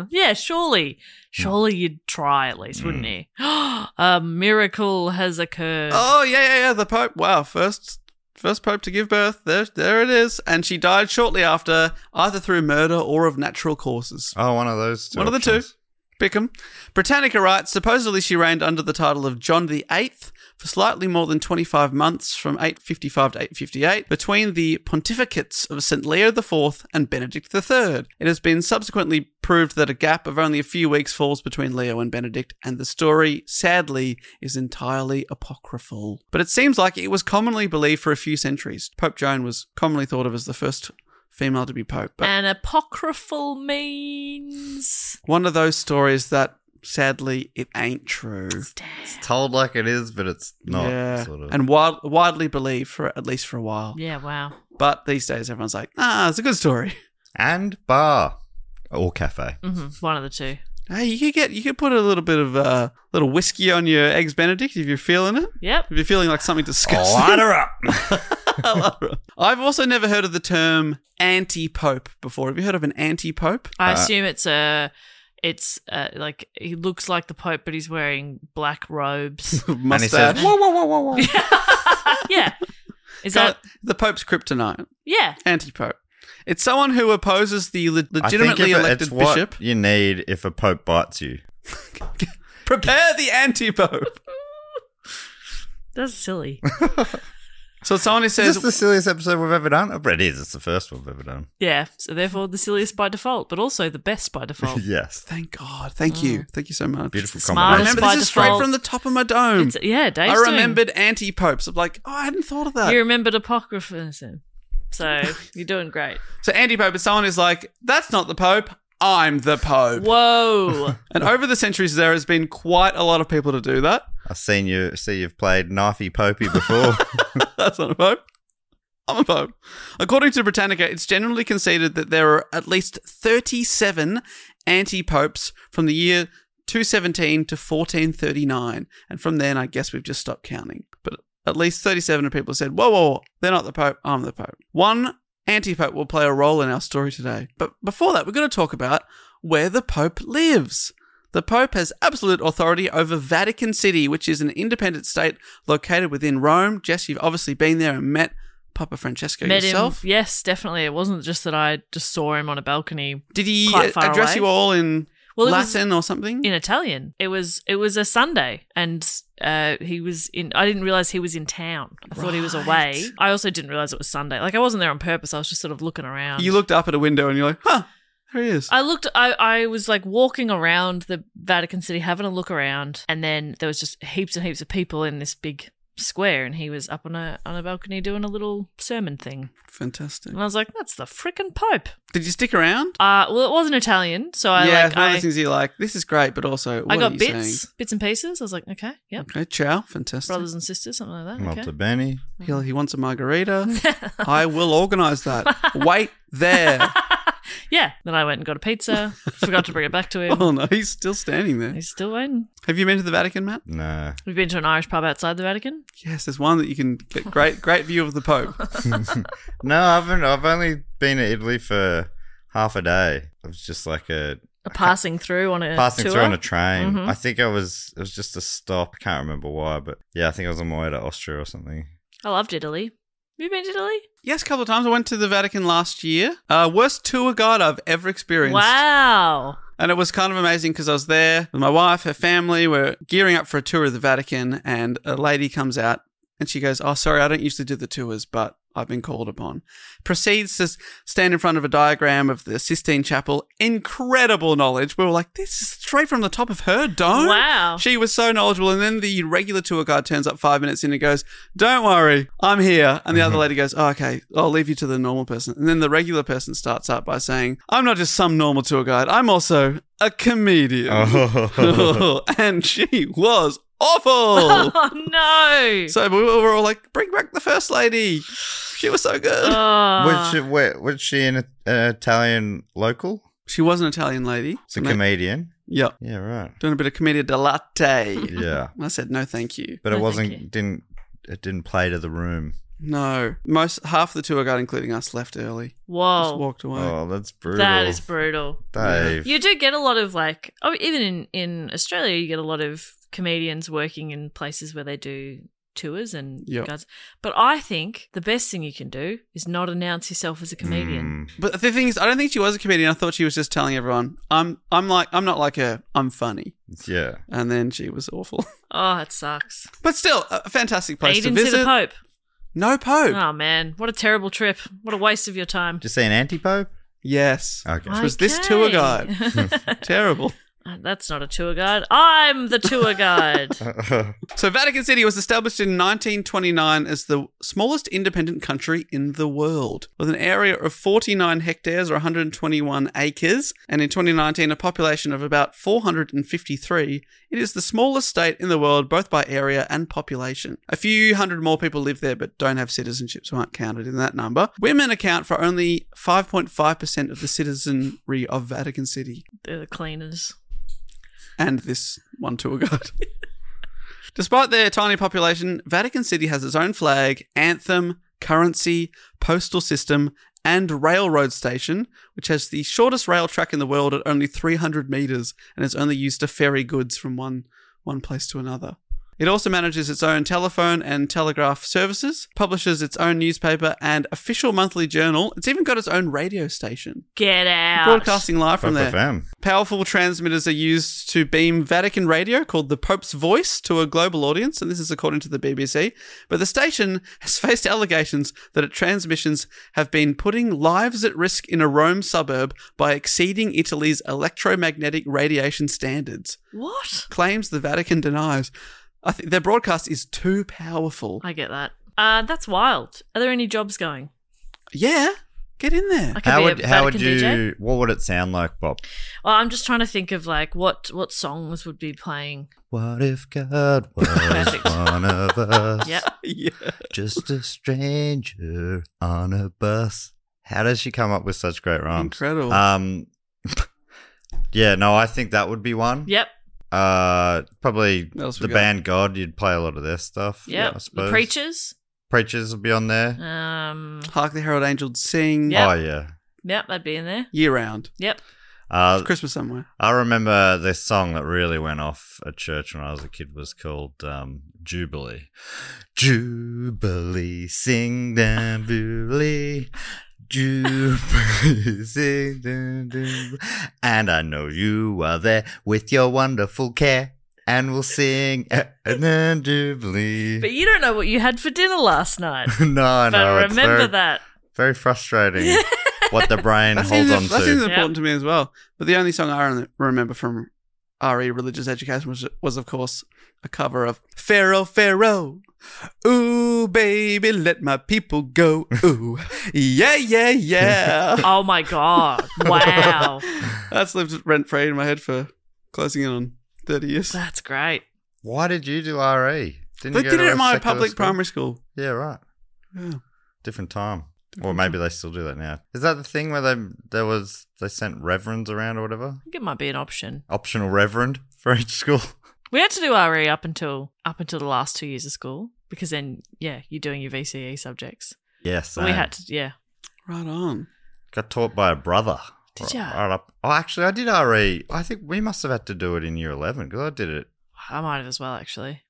C: Yeah,
B: Hmm.
C: surely. Surely you'd try at least, wouldn't you? a miracle has occurred.
B: Oh yeah, yeah, yeah. The Pope. Wow, first first Pope to give birth. There, there it is. And she died shortly after, either through murder or of natural causes.
D: Oh, one of those two.
B: One of the two.
D: options.
B: Pick 'em. Britannica writes, supposedly she reigned under the title of John the Eighth for slightly more than 25 months from 855 to 858 between the pontificates of St. Leo IV and Benedict III. It has been subsequently proved that a gap of only a few weeks falls between Leo and Benedict, and the story, sadly, is entirely apocryphal. But it seems like it was commonly believed for a few centuries. Pope Joan was commonly thought of as the first female to be pope. But
C: An apocryphal means.
B: one of those stories that sadly it ain't true.
D: It's told like it is, but it's not.
B: yeah.
D: Sort of.
B: And wild, widely believed for at least for a while.
C: Yeah, wow.
B: But these days everyone's like, ah, it's a good story.
D: And bar. Or cafe.
C: hmm One of the two.
B: Hey, you could get you could put a little bit of uh, little whiskey on your eggs Benedict if you're feeling it.
C: Yep.
B: If you're feeling like something disgusting.
D: Oh, Light her up.
B: I've also never heard of the term anti pope before. Have you heard of an anti pope?
C: I assume it's a. It's uh, like he looks like the Pope, but he's wearing black robes.
D: and he says,
B: Mustache.
D: whoa, whoa, whoa, whoa, whoa.
C: yeah. Is that.
B: the Pope's kryptonite.
C: Yeah.
B: Anti pope. It's someone who opposes the le-
D: I think if
B: legitimately
D: it-
B: elected
D: it's what
B: bishop.
D: you need if a pope bites you.
B: Prepare the anti pope.
C: That's silly.
B: So someone who
D: Is
B: says
D: this the silliest episode we've ever done? Oh, It is. It's the first one we've ever done.
C: yeah. So therefore, the silliest by default, but also the best by default.
D: yes.
B: Thank God. Thank you. Thank you so much.
D: Beautiful
C: Smart.
B: I
D: combination.
B: remember
C: By
B: this is straight
C: default.
B: from the top of my dome.
C: It's, yeah, Dave's
B: I
C: doing-
B: remembered anti popes. I'm like, oh, I hadn't thought of that.
C: You remembered apocryphalism. So you're doing great.
B: so anti pope is someone who's like, that's not the pope. I'm the pope.
C: Whoa.
B: And over the centuries, there has been quite a lot of people to do that.
D: I've seen you see you've played Knifey Popey before.
B: That's not a pope. I'm a pope. According to Britannica, it's generally conceded that there are at least 37 anti popes from the year 217 to 1439. And from then, I guess we've just stopped counting. But at least 37 of people said, whoa, whoa, whoa, they're not the pope, I'm the pope. One anti pope will play a role in our story today. But before that, we're going to talk about where the pope lives. The Pope has absolute authority over Vatican City, which is an independent state located within Rome. Jess, you've obviously been there and met Papa Francesco
C: Met him.
B: yourself.
C: Yes, definitely. It wasn't just that I just saw him on a balcony
B: Did he
C: Quite far
B: address
C: away.
B: you all in
C: Well, it was-
B: Latin or something?
C: in Italian. It was it was a Sunday, and uh, he was in. I didn't realize he was in town. I thought he was away. I also didn't realize it was Sunday. Like I wasn't there on purpose. I was just sort of looking around.
B: you looked up at a window and you're like, huh, there he is.
C: um, I looked. I, I was like walking around the Vatican City, having a look around, and then there was just heaps and heaps of people in this big square, and he was up on a on a balcony doing a little sermon thing,
B: Fantastic.
C: and I was like, "That's the frickin' Pope."
B: Did you stick around?
C: Uh well, it wasn't Italian, so I
B: yeah,
C: like
B: one of the
C: I,
B: things you're like, this is great, but also, what
C: I
B: are
C: got
B: you
C: bits,
B: saying?
C: bits and pieces. I was like, "Okay, yep."
B: Okay, ciao, fantastic.
C: Brothers and sisters, something like that.
D: Come
C: okay.
D: up to Benny.
B: He'll, he wants a margarita. I will organise that. Wait there.
C: Yeah. Then I went and got a pizza. forgot to bring it back to him.
B: Oh no, he's still standing there.
C: He's still waiting.
B: Have you been to the Vatican, Matt?
D: No.
C: We've been to an Irish pub outside the Vatican.
B: Yes, there's one that you can get great, great view of the Pope.
D: No, I haven't I've only been to Italy for half a day. It was just like a
C: A passing through on a
D: passing
C: tour.
D: through on a Mm-hmm. train. I think I was it was just a stop. I can't remember why, but yeah, I think I was on my way to Austria or something.
C: I loved Italy. Have you been to Italy?
B: Yes, a couple of times. I went to the Vatican last year. Uh, worst tour guide I've ever experienced.
C: Wow.
B: And it was kind of amazing because I was there with my wife, her family. We're gearing up for a tour of the Vatican, and a lady comes out and she goes, Oh, sorry, I don't usually do the tours, but I've been called upon. Proceeds to s- stand in front of a diagram of the Sistine Chapel. Incredible knowledge. We were like, This is straight from the top of her dome.
C: Wow.
B: She was so knowledgeable. And then the regular tour guide turns up five minutes in and goes, Don't worry, I'm here. And the other
D: Mm-hmm.
B: lady goes, oh, Okay, I'll leave you to the normal person. And then the regular person starts up by saying, I'm not just some normal tour guide, I'm also a comedian.
D: Oh.
B: and she was awful.
C: Oh no.
B: so we were all like, Bring back the first lady. She was so good.
D: was, she, wait, was she an, an Italian local?
B: she was an Italian lady.
D: It's a
B: Ma-
D: comedian.
B: Yeah.
D: Yeah, right.
B: Doing a bit of commedia dell'arte.
D: Yeah.
B: I said, No, thank you.
D: But it
C: No, thank you.
D: wasn't didn't it didn't play to the room.
B: No. Most half the tour guide, including us, left early. Just
C: Whoa.
B: walked away.
D: Oh, that's brutal.
C: That is brutal.
D: Dave.
C: You do get a lot of like, oh, even in in Australia, you get a lot of comedians working in places where they do tours and
B: Yep.
C: guys. But I think the best thing you can do is not announce yourself as a comedian.
B: But the thing is, I don't think she was a comedian. I thought she was just telling everyone, "I'm, I'm like, I'm not like her. I'm funny."
D: Mm, Yeah.
B: And then she was awful.
C: Oh, it sucks.
B: but still, a fantastic
C: And
B: place
C: you
B: to
C: didn't
B: visit.
C: see the Pope.
B: No Pope.
C: Oh man, what a terrible trip! What a waste of your time.
D: Just say an anti pope?
B: Yes,
D: Okay.
B: It was this tour
C: Okay.
B: guide. Terrible.
C: Uh, That's not a tour guide. I'm the tour guide.
B: So Vatican City was established in 1929 as the smallest independent country in the world, with an area of 49 hectares or 121 acres, and in 2019 a population of about 453. It is the smallest state in the world both by area and population. A few hundred more people live there but don't have citizenship, so aren't counted in that number. Women account for only 5.5% of the citizenry of Vatican City
C: They're the cleaners.
B: and this one tour guide. Despite their tiny population, Vatican City has its own flag, anthem, currency, postal system, and railroad station, which has the shortest rail track in the world at only 300 meters and is only used to ferry goods from one, one place to another. It also manages its own telephone and telegraph services, publishes its own newspaper and official monthly journal. It's even got its own radio station,
C: Get out.
B: broadcasting live from
D: Pop
B: there.
D: FM.
B: Powerful transmitters are used to beam Vatican radio called the Pope's Voice to a global audience, and this is according to the BBC. But the station has faced allegations that its transmissions have been putting lives at risk in a Rome suburb by exceeding Italy's electromagnetic radiation standards.
C: What?
B: Claims the Vatican denies. I think their broadcast is too powerful.
C: I get that. Uh, that's wild. Are there any jobs going?
B: Yeah, get in there.
C: I could
D: How
C: be
D: would
C: a
D: how would
C: Vatican
D: you?
C: DJ.
D: What would it sound like, Bob?
C: Well, I'm just trying to think of like what what songs would be playing.
D: What if God was
C: Perfect.
D: one of us?
C: Yep.
B: Yeah.
D: Just a stranger on a bus. How does she come up with such great rhymes?
B: Incredible.
D: Um, yeah, no, I think that would be one.
C: Yep.
D: Uh, probably
B: What else we
D: the
B: got?
D: band God. You'd play a lot of their stuff.
C: Yep.
D: I
C: the
D: suppose.
C: preachers.
D: preachers would be on there.
C: Um.
B: Hark the Herald Angels Sing.
C: Yeah.
D: Oh yeah.
C: Yep. That'd be in there.
B: Year round.
C: Yep.
D: Uh,
B: Christmas somewhere.
D: I remember this song that really went off at church when I was a kid was called um, Jubilee. Jubilee, sing down Jubilee. Jubilee, sing down Jubilee. And I know you are there with your wonderful care. And we'll sing eh, eh, eh, Jubilee.
C: But you don't know what you had for dinner last night.
D: no, I
C: but
D: know. it's
C: remember
D: very,
C: that.
D: Very frustrating what the brain
B: That
D: holds
B: seems-
D: on
B: That seems
D: to.
B: important to me as well. But the only song I rem- remember from RE Religious Education was, was of course, a cover of Pharaoh, Pharaoh. Ooh, baby, let my people go. Ooh, yeah, yeah, yeah.
C: Oh my god! Wow,
B: That's lived rent free in my head for closing in on 30 years.
C: that's great.
D: Why did you do RE? Didn't
B: They
D: you go
B: did
D: to
B: it
D: a
B: at my
D: secular
B: public
D: school?
B: primary school.
D: Yeah, right.
B: Yeah.
D: different time. or maybe they still do that now. Is that the thing where they there was they sent reverends around or whatever?
C: I think it might be an option.
D: Optional reverend for each school.
C: We had to do RE up until up until the last two years of school because then yeah, you're doing your VCE subjects.
D: Yes,
C: So we had to yeah.
B: Right on.
D: got taught by a brother.
C: Did ya?
D: Right up. Oh, actually, I did RE. I think we must have had to do it in year eleven because I did it.
C: I might have as well actually.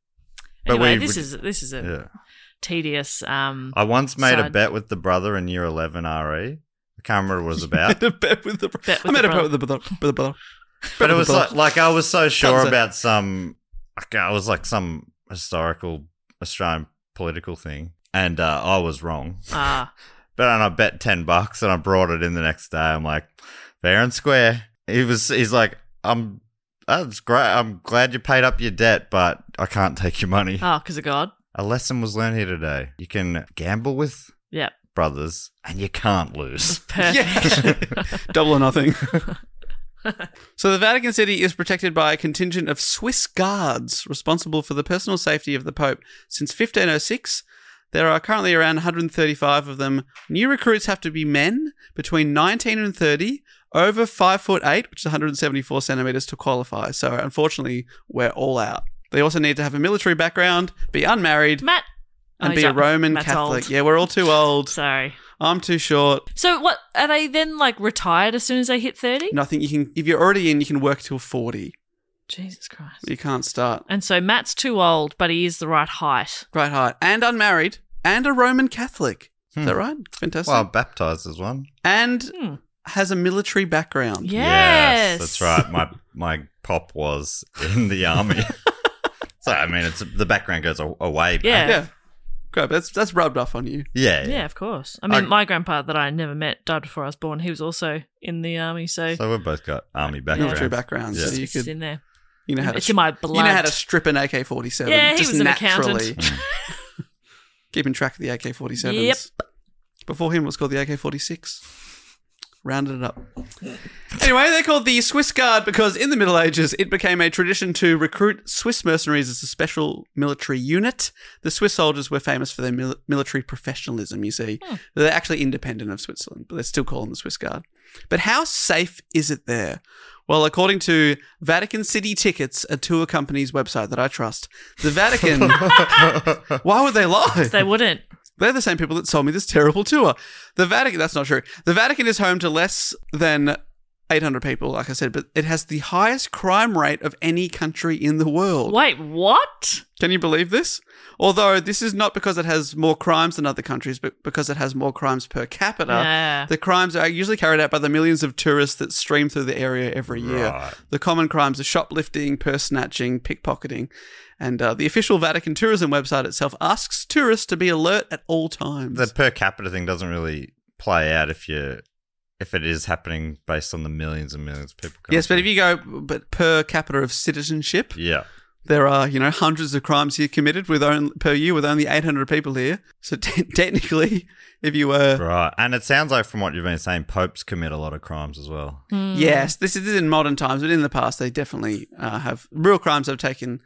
D: But
C: Anyway,
D: we
C: this
D: would-
C: is this is a
D: Yeah.
C: tedious. Um,
D: I once made a
C: Sad.
D: bet with the brother in year eleven RE. I can't remember what it was about.
B: Made a bet with the bro-
C: Bet with
B: I made
C: the
B: a bet
C: bro-
B: with the brother. with the brother.
D: but it was
B: Brother.
D: like, like I was so sure
B: Sunset.
D: about some, like I was like some historical Australian political thing, and uh, I was wrong.
C: ah,
D: But and I bet ten bucks, and I brought it in the next day. I'm like, fair and square. He was. He's like, I'm. That's great. I'm glad you paid up your debt, but I can't take your money.
C: oh, because of God.
D: A lesson was learned here today. You can gamble with
C: Yep.
D: brothers, and you can't lose.
C: Perfect.
B: Yeah. Double or nothing. so the Vatican City is protected by a contingent of Swiss guards responsible for the personal safety of the Pope since 1506. There are currently around 135 of them. New recruits have to be men between 19 and 30, over 5 foot 8, which is 174 centimeters to qualify. So unfortunately, we're all out. They also need to have a military background, be unmarried,
C: Matt.
B: and
C: Oh,
B: be
C: he's
B: a
C: up.
B: Roman
C: Matt's
B: Catholic.
C: old.
B: Yeah, we're all too old.
C: Sorry.
B: I'm too short.
C: So what are they then like retired as soon as they hit thirty?
B: Nothing you can if you're already in, you can work till forty.
C: Jesus Christ.
B: You can't start.
C: And so Matt's too old, but he is the right height.
B: Great height. And unmarried. And a Roman Catholic. Is
D: Hmm.
B: that right? Fantastic.
D: well, I'm baptized as one.
B: and
C: Hmm.
B: has a military background.
C: Yes.
D: that's right. My my pop was in the army. so I mean, it's the background goes a- away. but-
C: Yeah.
B: Yeah. Great. That's that's rubbed off on you.
D: yeah,
C: Yeah, of course. I mean,
D: I-
C: my grandpa that I never met died before I was born. He was also in the army, so,
D: So we've both got army backgrounds.
B: Military background.
D: Yeah.
B: So you
C: it's
B: could
C: in there.
B: you know how to
C: It's in my blood.
B: You know how to strip an AK forty seven.
C: Yeah, he
B: just
C: was an
B: naturally.
C: accountant.
D: Hmm.
B: Keeping track of the AK forty sevens.
C: Yep.
B: Before him it was called the AK forty six. Rounded it up. Anyway, they're called the Swiss Guard because in the Middle Ages it became a tradition to recruit Swiss mercenaries as a special military unit. The Swiss soldiers were famous for their mil- military professionalism, you see. They're actually independent of Switzerland, but they still call them the Swiss Guard. But how safe is it there? Well, according to Vatican City Tickets, a tour company's website that I trust, the Vatican. why would they lie?
C: They wouldn't.
B: They're the same people that sold me this terrible tour. The Vatican, that's not true. The Vatican is home to less than 800 people, like I said, but it has the highest crime rate of any country in the world.
C: Wait, what?
B: Can you believe this? Although this is not because it has more crimes than other countries, but because it has more crimes per capita.
C: Yeah.
B: The crimes are usually carried out by the millions of tourists that stream through the area every year.
D: Right.
B: The common crimes are shoplifting, purse snatching, pickpocketing. And uh, the official Vatican tourism website itself asks tourists to be alert at all times.
D: The per capita thing doesn't really play out if you if it is happening based on the millions and millions of people. coming
B: yes, but if
D: through.
B: you go but per capita of citizenship,
D: yeah,
B: there are you know hundreds of crimes here committed with only, per year with only 800 people here. So te- technically, if you were
D: right, and it sounds like from what you've been saying, popes commit a lot of crimes as well.
C: Mm-hmm.
B: Yes, this is, this is in modern times, but in the past, they definitely uh, have real crimes have taken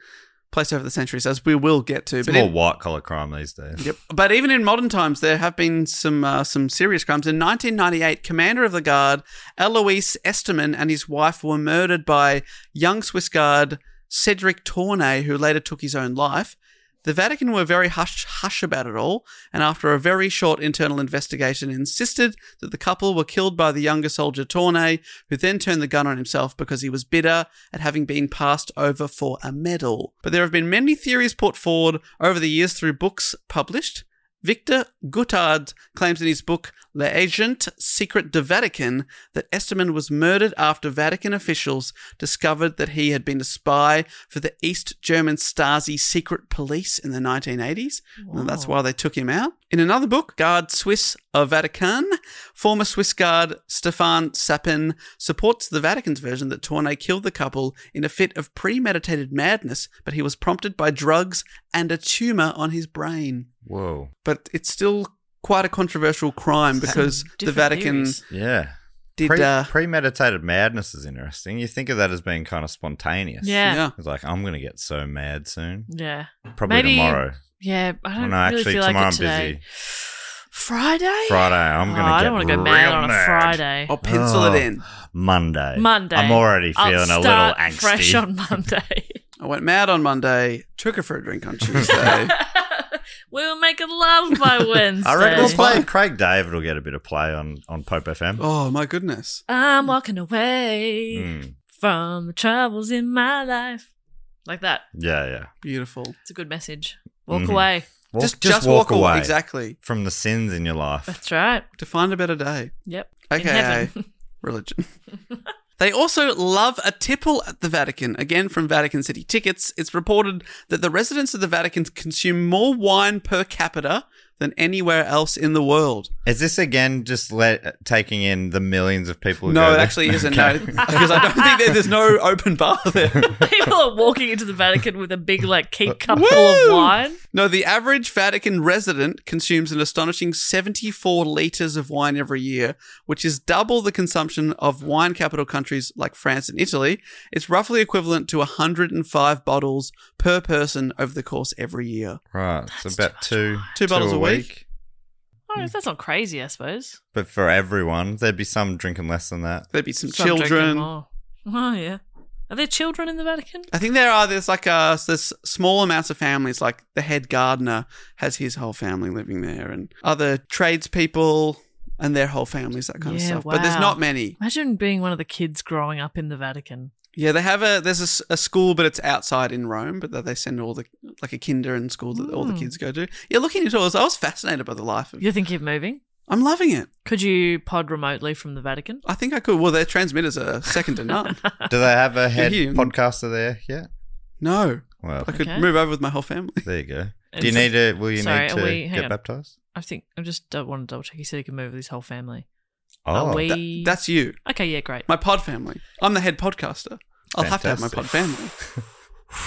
B: place over the centuries, as we will get to.
D: It's
B: but
D: more
B: in-
D: white collar crime these days.
B: Yep. But even in modern times, there have been some uh, some serious crimes. In 1998, Commander of the Guard Eloise Esterman and his wife were murdered by young Swiss Guard Cedric Tournay, who later took his own life. The Vatican were very hush hush about it all, and after a very short internal investigation, insisted that the couple were killed by the younger soldier Tournay, who then turned the gun on himself because he was bitter at having been passed over for a medal. But there have been many theories put forward over the years through books published. Victor Guttard claims in his book L'Agent Secret de Vatican that Esterman was murdered after Vatican officials discovered that he had been a spy for the East German Stasi secret police in the 1980s. And that's why they took him out. In another book, Guard Swiss of Vatican, former Swiss guard Stefan Sapin supports the Vatican's version that Tournay killed the couple in a fit of premeditated madness, but he was prompted by drugs and a tumor on his brain
D: Whoa,
B: but it's still quite a controversial crime because the
C: different
B: Vatican
C: theories.
D: yeah.
B: did.
D: Pre-
B: uh,
D: premeditated madness is interesting. You think of that as being kind of spontaneous.
C: Yeah.
B: yeah.
D: It's like I'm gonna get so mad soon.
C: Yeah.
D: Probably
C: Maybe-
D: tomorrow.
C: Yeah. I don't
D: Oh, no,
C: really
D: actually,
C: feel like
D: tomorrow
C: it
D: I'm
C: today.
D: busy.
C: Friday.
D: Friday, I'm
C: Oh,
D: gonna
C: I
D: get
C: don't wanna go
D: real
C: mad on a
D: mad.
C: Friday.
B: I'll pencil
D: Oh.
B: it in.
D: Monday.
C: Monday.
D: I'm already
C: I'll
D: feeling a little
C: start
D: angsty.
C: Fresh on Monday.
B: I went mad on Monday. Took her for a drink on Tuesday.
C: we were making love by Wednesday.
D: I reckon we'll
B: Wednesday.
D: play. Craig David will get a bit of play on, on Pope FM.
B: oh my goodness!
C: I'm walking away
D: Mm.
C: from the troubles in my life. Like that.
D: Yeah, yeah.
B: Beautiful.
C: It's a good message. Walk
D: Mhm.
C: away.
D: Walk-
B: just, just walk, away. Exactly.
D: From the sins in your life.
C: That's right.
B: To find a better day.
C: Yep. In
B: Okay.
C: heaven.
B: religion. they also love a tipple at the Vatican, again from Vatican City tickets. It's reported that the residents of the Vatican consume more wine per capita than anywhere else in the world.
D: Is this again just let, taking in the millions of people? who
B: no,
D: go
B: it
D: there?
B: actually isn't.
D: Okay.
B: No, because I don't think there, there's no open bar there.
C: People are walking into the Vatican with a big, like, keep cup full of wine.
B: No, the average Vatican resident consumes an astonishing 74 litres of wine every year, which is double the consumption of wine capital countries like France and Italy. It's roughly equivalent to 105 bottles per person over the course every year.
D: Right. So about two,
B: Two bottles a week.
C: Oh, that's not crazy, I suppose.
D: But for everyone, there'd be some drinking less than that.
B: There'd be some,
C: Some drinking
B: children.
C: more. Oh, yeah. Are there children in the Vatican?
B: I think there are, there's like a, there's small amounts of families, like the head gardener has his whole family living there and other tradespeople and their whole families, that kind of
C: Yeah,
B: stuff. But there's
C: wow.
B: not many.
C: Imagine being one of the kids growing up in the Vatican.
B: Yeah, they have a there's a s- a, school, but it's outside in Rome. But that they send all the like a kinder and school that all the kids
C: Hmm.
B: go to. Yeah, looking into all this, I was fascinated by the life of.
C: You think you're moving?
B: I'm loving it.
C: Could you pod remotely from the Vatican?
B: I think I could. Well, their transmitters are second to none.
D: Do they have a head
B: you-
D: podcaster there yet?
B: no,
D: Well,
B: I could
C: Okay.
B: move over with my whole family.
D: there you go.
C: And
D: Do you
C: so-
D: need to? Will you
C: Sorry,
D: need
C: are
D: to
C: we- hang
D: get
C: on.
D: baptized?
C: I think I just don't want to double check. He said he could move with his whole family.
D: Oh,
C: Are we-
B: That-
C: E-
B: that's you,
C: Okay, yeah, great.
B: my pod family. I'm the head podcaster. I'll have to have my pod
D: Fantastic.
B: family.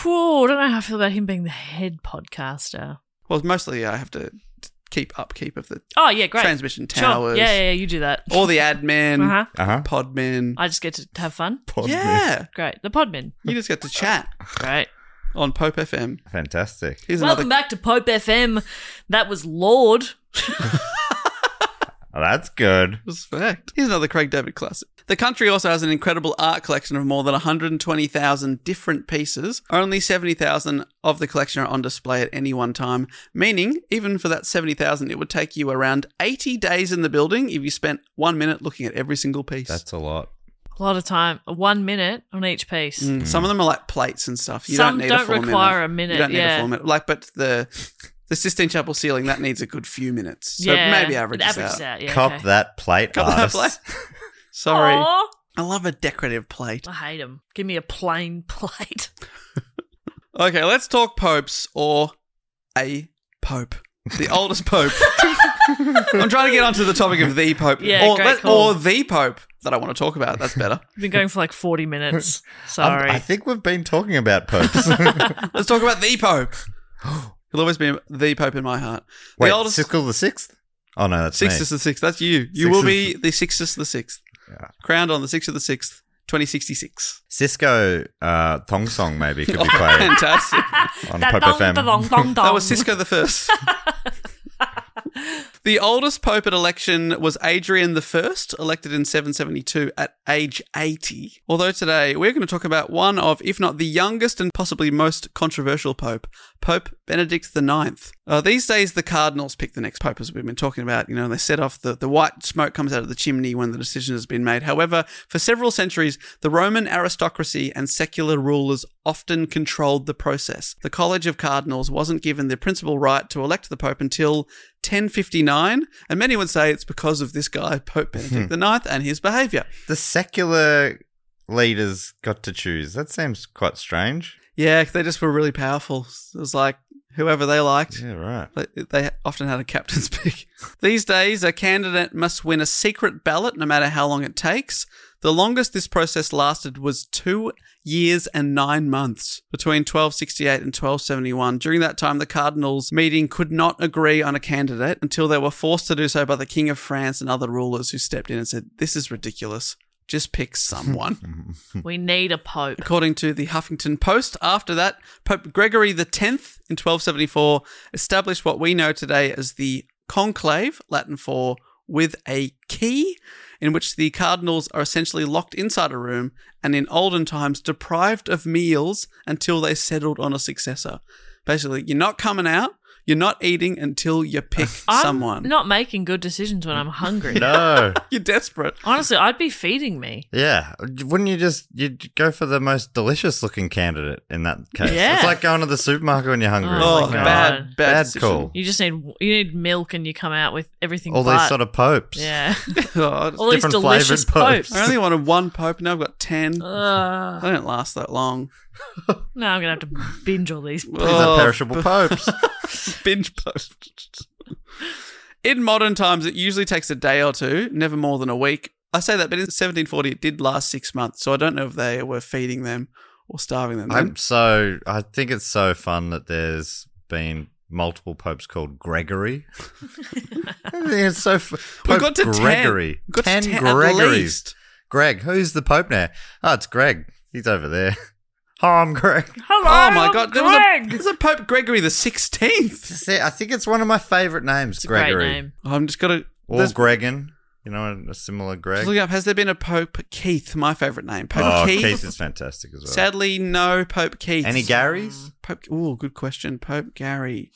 C: Whew, I don't know how I feel about him being the head podcaster.
B: Well, mostly I have to t- keep upkeep of the
C: Oh yeah, great.
B: transmission
C: Sure.
B: towers,
C: Yeah, yeah, yeah, you do that.
B: all the admin,
C: Uh-huh.
D: uh-huh.
B: podmen.
C: I just get to have fun.
D: Pod-
B: yeah,
C: Great. The podmin.
B: you just get to chat
C: Great.
B: on Pope FM.
D: Fantastic.
B: Here's
C: Welcome
B: another
C: back to Pope FM. That was Lord.
D: Oh, that's good.
B: Respect. Here's another Craig David classic. The country also has an incredible art collection of more than 120,000 different pieces. Only 70,000 of the collection are on display at any one time, meaning, even for that 70,000, it would take you around 80 days in the building if you spent one minute looking at every single piece.
D: That's a lot.
C: A lot of time. One minute on each piece.
B: Mm. Some of them are like plates and stuff. You
C: Some
B: don't need a
C: don't
B: full
C: require a minute,
B: You don't need
C: yeah.
B: a full minute. Like, but the the Sistine Chapel ceiling that needs a good few minutes. So
C: yeah.
B: maybe
C: It
B: averages,
C: averages
B: out.
C: out. Yeah,
D: Cop
C: okay.
D: that plate,
B: Couple of
D: artist.
B: plate. Sorry,
C: Aw,
B: I love a decorative plate.
C: I hate them. Give me a plain plate.
B: Okay, let's talk popes or a pope. The oldest pope. I'm trying to get onto the topic of the pope.
C: Yeah,
B: or,
C: great
B: let-
C: call.
B: or the pope that I want to talk about. That's better.
C: I've been going for like 40 minutes.
D: I'm-
C: Sorry.
D: I think we've been talking about popes.
B: let's talk about the pope. He'll always be the pope in my heart. The
D: Wait,
B: oldest
D: Sixth the Sixth? Oh no, that's me.
B: Sixtus the sixth. That's you. You
D: Sixtus
B: will be the Sixtus the sixth. Crowned on the sixth of the sixth, twenty sixty six.
D: Cisco uh, Thong Song maybe could
C: Oh,
D: be played
B: Fantastic.
D: on
C: Da
D: Pop
C: dong,
D: FM.
C: da dong, dong,
B: That
C: dong.
B: was Cisco the first. the oldest pope at election was Adrian the first, elected in 772 at age 80. Although today we're going to talk about one of, if not the youngest and possibly most controversial pope, Pope Benedict the Ninth. Uh, these days, the cardinals pick the next pope, as we've been talking about. You know, they set off the the white smoke comes out of the chimney when the decision has been made. However, for several centuries, the Roman aristocracy and secular rulers often controlled the process. The College of Cardinals wasn't given the principal right to elect the Pope until 1059, and many would say it's because of this guy, Pope Benedict IX, and his behavior.
D: The secular leaders got to choose. That seems quite strange.
B: Yeah, they just were really powerful. It was like whoever they liked.
D: Yeah, right.
B: They- They often had a captain's pick. These days, a candidate must win a secret ballot no matter how long it takes. The longest this process lasted was two years and nine months between 1268 and 1271. During that time, the cardinals' meeting could not agree on a candidate until they were forced to do so by the King of France and other rulers who stepped in and said, This is ridiculous. Just pick someone.
C: we need a pope.
B: According to the Huffington Post, after that, Pope Gregory X in 1274 established what we know today as the conclave, Latin for with a key, in which the cardinals are essentially locked inside a room and in olden times deprived of meals until they settled on a successor. Basically, you're not coming out, you're not eating until you pick
C: I'm
B: someone.
C: not making good decisions when I'm hungry.
D: No.
B: You're desperate.
C: Honestly, I'd be feeding me.
D: Yeah. Wouldn't you just you'd go for the most delicious looking candidate in that case?
C: Yeah.
D: It's like going to the supermarket when you're hungry.
C: Oh,
D: Like,
C: my
B: bad,
C: God.
B: bad,
D: Bad
B: decision.
D: call.
C: You just need you need milk and you come out with everything
D: All
C: but-
D: these sort of popes.
C: Yeah.
B: Oh, I just-
C: All these
D: Different
C: delicious
D: flavoured
C: popes.
B: I only wanted one pope, now I've got 10.
C: Ugh.
B: They don't last that long.
C: no, I'm going to have to binge all these.
D: These
B: Oh.
D: are perishable popes.
B: binge post. In modern times, it usually takes a day or two, never more than a week. I say that, but in 1740, it did last six months, so I don't know if they were feeding them or starving them.
D: I'm so I think it's so fun that there's been multiple popes called Gregory. I think it's so f-
B: we
D: Pope
B: got to
D: Gregory.
B: 10. We Got to 10, at least.
D: Greg, who's the pope now? Oh, it's Greg. He's over there. Oh, I'm Greg.
C: Hello,
B: Oh my god, there was, a,
C: Greg.
B: there's a Pope Gregory the 16th.
D: See, I think it's one of my favorite names,
C: It's a great
D: Gregory.
C: name.
B: I'm just gonna
D: Or
B: there's-
D: Gregan. You know, a similar Greg.
B: just look up. Has there been a Pope Keith? My favorite name, Pope
D: oh,
B: Keith.
D: Keith. is fantastic as well.
B: Sadly, no Pope Keith.
D: Any Garys?
B: Pope. Oh, good question. Pope Gary.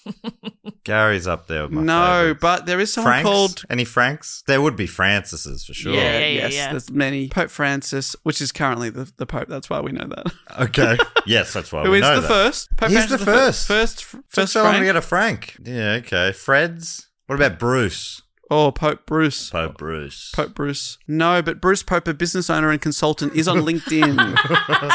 D: Gary's up there with my
B: No,
D: favorites.
B: but there is someone
D: Franks?
B: called
D: Any Franks? There would be Francis's for sure.
C: Yeah, yeah, yeah,
B: yes,
C: yeah.
B: there's many. Pope Francis, which is currently the, the Pope, that's why we know that.
D: Okay. yes, that's why
B: Who
D: we
B: is
D: know
B: the
D: that.
B: first? Pope
D: He's
B: Francis
D: the
B: fir-
D: first.
B: First, fr-
D: Took
B: first
D: so long to
B: Frank.
D: get a Frank. Yeah, okay. Fred's. What about Bruce?
B: Oh, Pope Bruce.
D: Pope Bruce.
B: Pope Bruce. No, but Bruce Pope, a business owner and consultant, is on LinkedIn.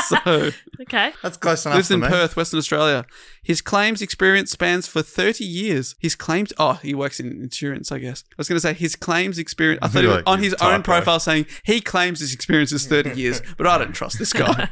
B: so
C: Okay.
D: That's close enough
B: lives
D: to
B: in
D: me.
B: Perth, Western Australia. His claims experience spans for 30 years. His claims, oh, he works in insurance, I guess. I was going to say his claims experience, I thought he was
D: Like
B: on
D: your
B: his
D: typo.
B: own profile saying he claims his experience is 30 years, but I don't trust this guy.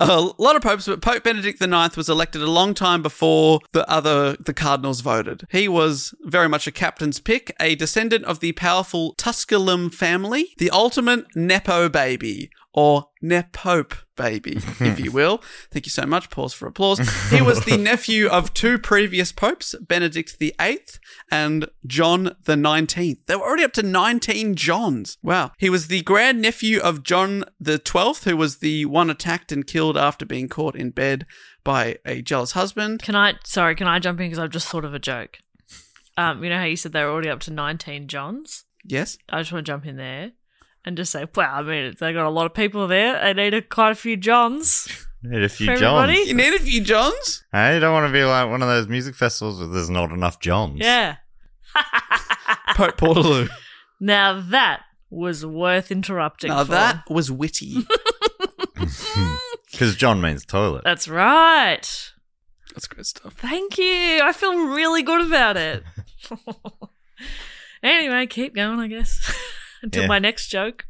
B: a lot of popes, but Pope Benedict IX was elected a long time before the other the cardinals voted. He was very much a captain's pick, a descendant of the powerful Tusculum family, the ultimate nepo baby or nepope baby, if you will. Thank you so much. Pause for applause. He was the nephew of two previous popes, Benedict VIII and John the Nineteenth. They were already up to nineteen Johns. Wow. He was the grand nephew of John the Twelfth, who was the one attacked and killed after being caught in bed by a jealous husband.
C: Can I? Sorry, can I jump in because I've just thought of a joke. Um, you know how you said they were already up to nineteen Johns.
B: Yes.
C: I just want to jump in there and just say, "Well, I mean, they got a lot of people there. They need a, quite a few Johns."
D: Need a few
C: For
D: Johns.
C: everybody?
B: You need a few Johns?
D: I don't want to be like one of those music festivals where there's not enough Johns.
C: Yeah.
B: Pope Portaloo.
C: Now that was worth interrupting.
B: Now
C: for.
B: that was witty.
D: Because John means toilet.
C: That's right.
B: That's great stuff.
C: Thank you. I feel really good about it. anyway, keep going, I guess. Until
D: Yeah.
C: my next joke.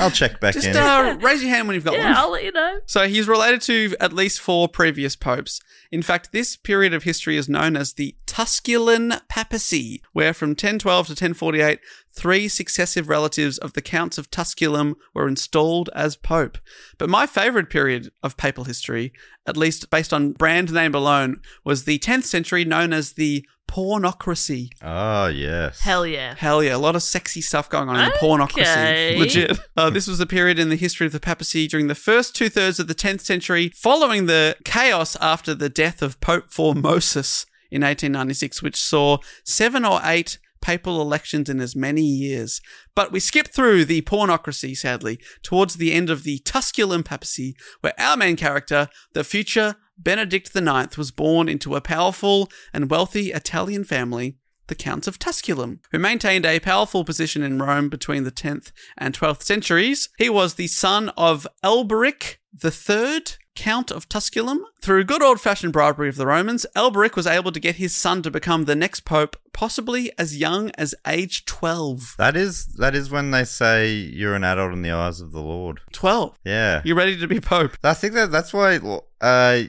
D: I'll check back
B: Just
D: in.
B: uh, raise your hand when you've got
C: yeah,
B: one.
C: I'll let you know.
B: So he's related to at least four previous popes. In fact, this period of history is known as the Tusculan Papacy, where from 1012 to 1048, three successive relatives of the Counts of Tusculum were installed as pope. But my favourite period of papal history, at least based on brand name alone, was the 10th century known as the Pornocracy.
D: oh, yes.
C: Hell yeah.
B: Hell yeah, a lot of sexy stuff going on in the
C: Okay.
B: pornocracy. Legit. Uh, this was the period in the history of the papacy during the first two thirds of the 10th century, following the chaos after the death of Pope Formosus in 1896, which saw seven or eight papal elections in as many years. But we skipped through the pornocracy, sadly, towards the end of the Tusculum papacy, where our main character, the future Benedict IX, was born into a powerful and wealthy Italian family the Counts of Tusculum, who maintained a powerful position in Rome between the 10th and 12th centuries. He was the son of Alberic III, Count of Tusculum. Through good old fashioned bribery of the Romans, Alberic was able to get his son to become the next pope, possibly as young as age 12.
D: That is that is when they say you're an adult in the eyes of the Lord.
B: 12.
D: Yeah.
B: You ready to be pope?
D: I think that that's why uh,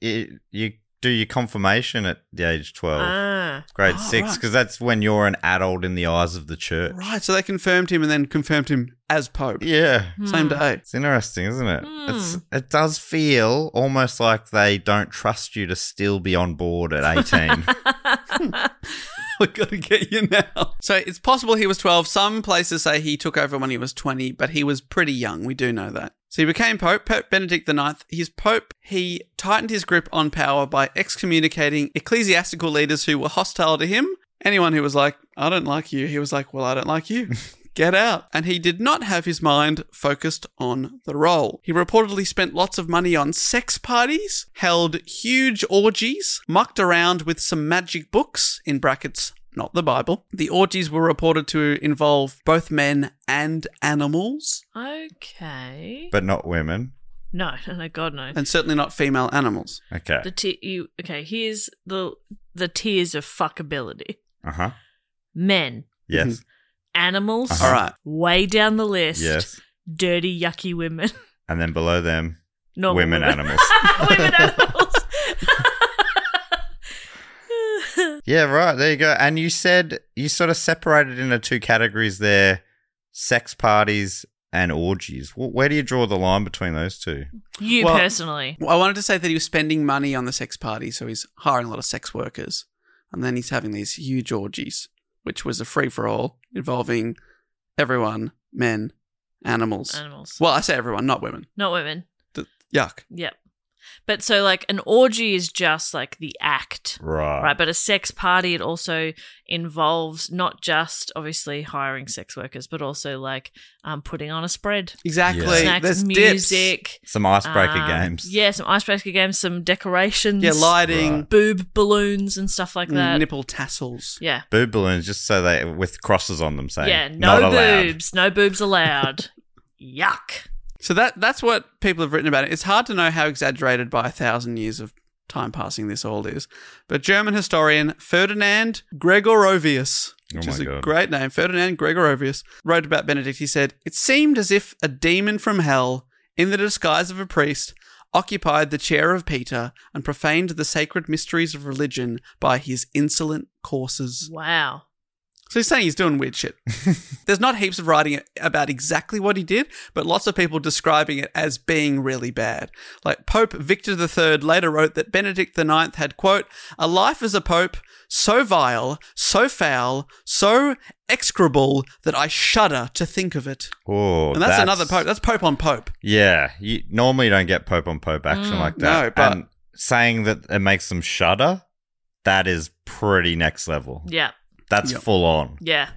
D: you, you do your confirmation at the age 12,
C: Ah.
D: grade
B: Oh,
D: 6,
B: right.
D: because that's when you're an adult in the eyes of the church.
B: Right, so they confirmed him and then confirmed him as pope.
D: Yeah.
B: Same day.
D: It's interesting, isn't it?
C: Hmm.
D: It's it does feel almost like they don't trust you to still be on board at 18.
B: we got to get you now. So it's possible he was 12. Some places say he took over when he was 20, but he was pretty young. We do know that. So he became Pope, Pope Benedict IX. He's Pope. He tightened his grip on power by excommunicating ecclesiastical leaders who were hostile to him. Anyone who was like, I don't like you, he was like, Well, I don't like you. Get out. And he did not have his mind focused on the role. He reportedly spent lots of money on sex parties, held huge orgies, mucked around with some magic books, in brackets, not the Bible. The orgies were reported to involve both men and animals,
C: Okay.
D: but not women.
C: No, no, no, God, no.
B: and certainly not female animals.
D: Okay.
C: The t- you okay? Here's the the tiers of fuckability:
D: Uh huh.
C: men,
D: Yes.
C: animals,
D: Uh-huh.
B: All right.
C: way down the list.
D: Yes.
C: Dirty, yucky women.
D: And then below them,
C: Normal
D: women, animals.
C: women animals.
D: yeah, right. There you go. And you said you sort of separated into two categories there sex parties and orgies. Wh- Where do you draw the line between those two?
C: You
B: Well-
C: personally.
B: Well, I wanted to say that he was spending money on the sex party, so he's hiring a lot of sex workers, and then he's having these huge orgies, which was a free for all involving everyone, men, animals.
C: Animals.
B: Well, I say everyone, not women.
C: Not women.
B: Th- Yuck.
C: Yep. But so, like, an orgy is just like the act,
D: Right.
C: right? But a sex party, it also involves not just obviously hiring sex workers, but also like um, putting on a spread,
B: Exactly.
D: Hey,
C: snacks,
B: There's dips.
C: music,
D: Some icebreaker
C: um,
D: games.
C: Yeah, some icebreaker games, some decorations.
B: Yeah, Mm, lighting,
C: boob balloons and stuff like that.
B: nipple tassels.
C: Yeah.
D: Boob balloons, just so they with crosses on them saying,
C: Yeah, no
D: not allowed.
C: boobs. No boobs allowed. Yuck.
B: So that that's what people have written about it. It's hard to know how exaggerated by a thousand years of time passing this all is. But German historian Ferdinand Gregorovius, which
D: Oh my
B: is a
D: God.
B: great name, Ferdinand Gregorovius, wrote about Benedict. He said, It seemed as if a demon from hell, in the disguise of a priest, occupied the chair of Peter and profaned the sacred mysteries of religion by his insolent courses.
C: Wow.
B: So he's saying he's doing weird shit. There's not heaps of writing about exactly what he did, but lots of people describing it as being really bad. Like Pope Victor III later wrote that Benedict IX had, quote, a life as a pope so vile, so foul, so execrable that I shudder to think of it.
D: Oh,
B: And that's, another pope. That's pope on pope.
D: Yeah, you normally you don't get Pope on Pope action
C: Mm.
D: like that.
B: No, but-
D: and saying that it makes them shudder, that is pretty next level.
C: Yeah.
D: That's
B: Yep.
D: full on.
C: Yeah.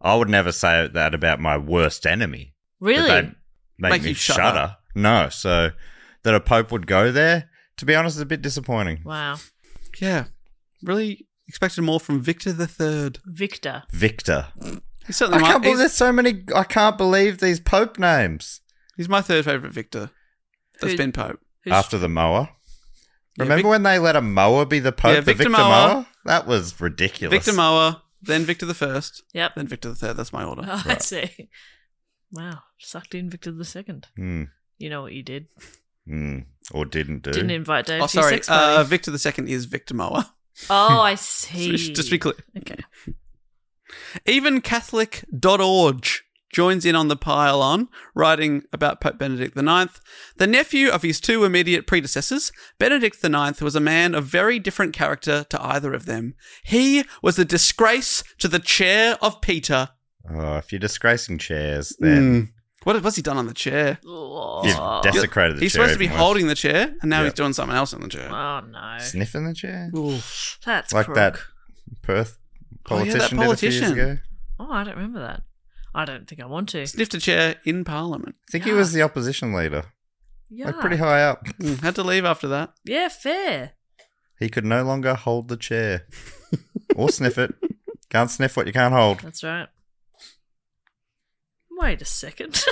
D: I would never say that about my worst enemy. that
C: Really?
D: they'd Make,
B: Make
D: me
B: you shudder.
D: shudder. No, so that a pope would go there. To be honest, is a bit disappointing.
C: Wow.
B: Yeah. Really expected more from Victor the Third.
C: Victor.
D: Victor.
B: He's
D: I
B: certainly
D: can't
B: my,
D: believe
B: he's,
D: there's so many. I can't believe these pope names
B: he's my third favorite Victor. That's
C: Who-
B: been Pope.
C: Who's-
D: after the mower.
B: Yeah,
D: Remember
B: Vic-
D: when they let a mower be the pope?
B: Yeah,
D: the
B: Victor
D: Victor
B: Mower.
D: mower? That was ridiculous.
B: Victor Moa, then Victor the First,
C: Yep. Ah,
B: then Victor the Third. That's my order.
C: I see. Wow. Sucked in Victor the Second.
D: Hmm.
C: You know what you did.
D: Mm, or didn't do.
C: Didn't invite Dave
B: oh,
C: to your
B: sorry.
C: sex
B: Uh,
C: party.
B: Victor the Second is Victor Moa.
C: oh, I
B: So
C: see.
B: we should just be clear.
C: Okay.
B: Even Catholic.org joins in on the pile on, writing about Pope Benedict IX. The nephew of his two immediate predecessors, Benedict IX was a man of very different character to either of them. He was a disgrace to the chair of Peter. Hmm.
D: oh, if you're disgracing chairs, then
B: What was he done on the chair?
C: Oh,
D: you've desecrated the
B: he's
D: chair.
B: supposed to be
D: even worse.
B: holding the chair, and now
D: Yeah.
B: he's doing something else on the chair.
C: Oh no.
B: Hmm.
D: sniffing the chair,
C: That's
D: like
C: crook.
D: that Perth
B: Oh, yeah, that
D: politician, did a few
B: politician.
D: years ago.
C: Oh, I don't remember that. I don't think I want to.
B: Sniffed a chair in Parliament.
D: I think he was the opposition leader,
C: Yeah.
D: like pretty high up.
B: Mm, Had to leave after that.
C: Yeah, fair.
D: He could no longer hold the chair or sniff it. Can't sniff what you can't hold.
C: That's right. Wait a second.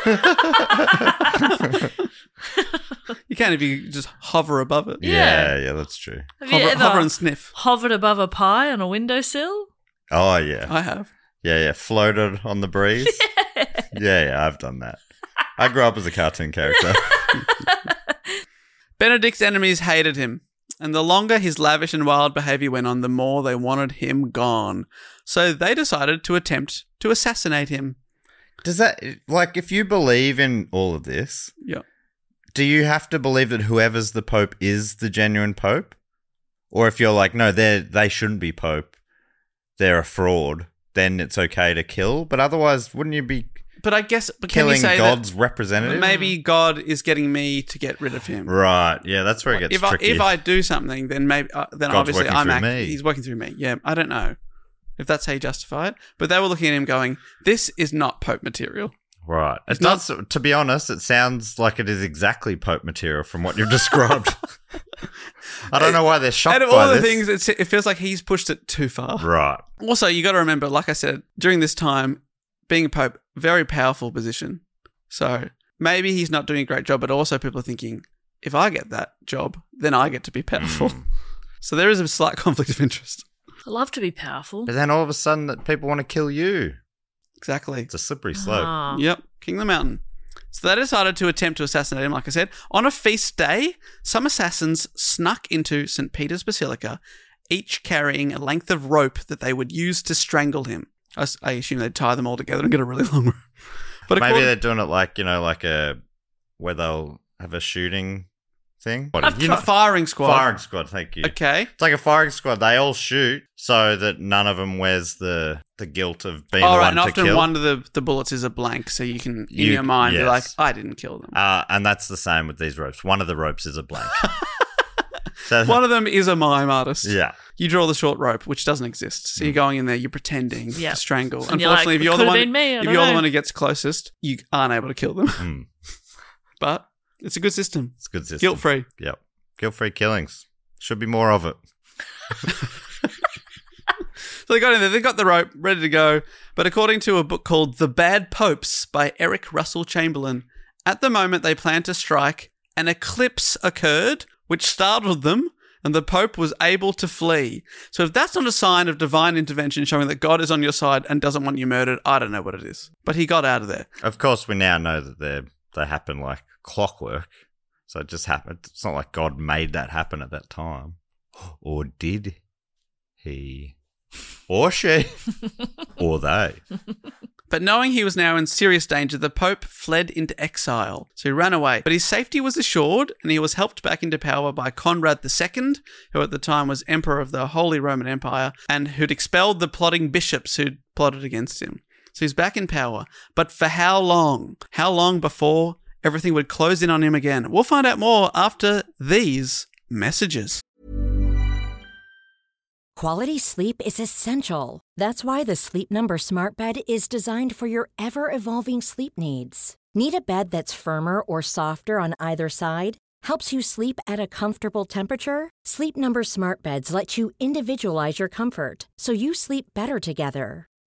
B: You can if you just hover above it.
C: Yeah.
D: Yeah, yeah, that's true.
C: Have you
B: Hover,
C: ever
B: hover and sniff.
C: hovered above a pie on a windowsill?
D: Oh yeah,
B: I have.
D: yeah, yeah. Floated on the breeze. yeah, yeah. I've done that. I grew up as a cartoon character.
B: Benedict's enemies hated him, and the longer his lavish and wild behavior went on, the more they wanted him gone. So they decided to attempt to assassinate him.
D: Does that like if you believe in all of this?
B: Yeah.
D: do you have to believe that whoever's the pope is the genuine pope or if you're like no they they shouldn't be pope they're a fraud then it's okay to kill but otherwise wouldn't you be
B: But I guess but can you
D: killing
B: say
D: god's
B: that
D: representative
B: maybe God is getting me to get rid of him?
D: right yeah that's where it gets
B: If I,
D: tricky
B: if I do something, then maybe uh, then
D: God's
B: obviously
D: working
B: I'm
D: through
B: act-
D: me.
B: he's working through me. Yeah, I don't know if that's how you justify it, but they were looking at him going, "This is not Pope material."
D: right
B: It's
D: it's not to be honest it sounds like it is exactly pope material from what you've described i don't know why they're shocked
B: Out of
D: by
B: all the
D: this.
B: things, it's, it feels like he's pushed it too far.
D: right
B: Also, you got to remember, like I said, during this time, being a pope, very powerful position. So maybe he's not doing a great job, but also people are thinking, if I get that job, then I get to be powerful.
D: Hmm.
B: So there is a slight conflict of interest.
C: I love to be powerful.
D: but then all of a sudden that people want to kill you
B: Exactly.
D: it's a slippery slope
C: Ah.
B: Yep, King of the Mountain. So they decided to attempt to assassinate him, like I said. On a feast day, some assassins snuck into St. Peter's Basilica, each carrying a length of rope that they would use to strangle him. I, s- I assume they'd tie them all together and get a really long rope. But
D: Maybe
B: according-
D: they're doing it like you know, like a where they'll have a shooting thing. What
B: a firing squad.
D: Firing squad. Thank you.
B: Okay.
D: It's like a firing squad. They all shoot so that none of them wears the the guilt of being
B: All
D: the
B: right.
D: one
B: And
D: to
B: often
D: kill.
B: one of the, the bullets is a blank, so you can in
D: You-
B: your mind be
D: yes.
B: like, I didn't kill them.
D: Uh, and that's the same with these ropes. One of the ropes is a blank. so
B: One of them is a mime artist.
D: yeah,
B: You draw the short rope, which doesn't exist. So you're going in there, you're pretending
C: Mm. Yeah.
B: to strangle.
C: And you're
B: Unfortunately,
C: like,
B: if you're
C: "It
B: the
C: could've
B: one,
C: been me, I
B: if
C: don't
B: you're the
C: know."
B: one who gets closest, you aren't able to kill them.
D: Mm.
B: but it's a good system,
D: it's a good system.
B: guilt free.
D: Yep, guilt free killings. Should be more of it.
B: So they got in there, they got the rope, ready to go. But according to a book called The Bad Popes by Eric Russell Chamberlain, at the moment they planned to strike, an eclipse occurred, which startled them, and the Pope was able to flee. So if that's not a sign of divine intervention showing that God is on your side and doesn't want you murdered, I don't know what it is. But he got out of there.
D: Of course, we now know that they they happen like clockwork. So it just happened. It's not like God made that happen at that time, or did he, or she, or they?
B: But knowing he was now in serious danger, the Pope fled into exile. So he ran away. But his safety was assured, and he was helped back into power by Conrad II, who at the time was Emperor of the Holy Roman Empire, and who'd expelled the plotting bishops who'd plotted against him. So he's back in power. But for how long? How long before everything would close in on him again? We'll find out more after these messages.
E: Quality sleep is essential. That's why the Sleep Number Smart Bed is designed for your ever evolving sleep needs. Need a bed that's firmer or softer on either side? Helps you sleep at a comfortable temperature? Sleep Number Smart Beds let you individualize your comfort so you sleep better together.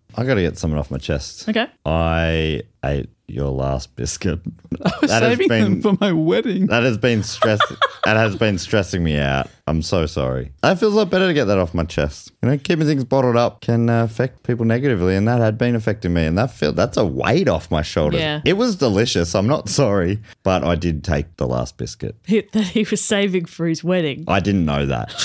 D: I got to get something off my chest.
F: Okay.
D: I ate your last biscuit.
F: I was saving them for my wedding.
D: that has been stress. that has been stressing me out. I'm so sorry. That feels a lot better to get that off my chest. You know, keeping things bottled up can uh, affect people negatively, and that had been affecting me. And that feel that's a weight off my shoulders.
G: Yeah.
D: It was delicious. I'm not sorry, but I did take the last biscuit.
G: that he was saving for his wedding.
D: I didn't know that.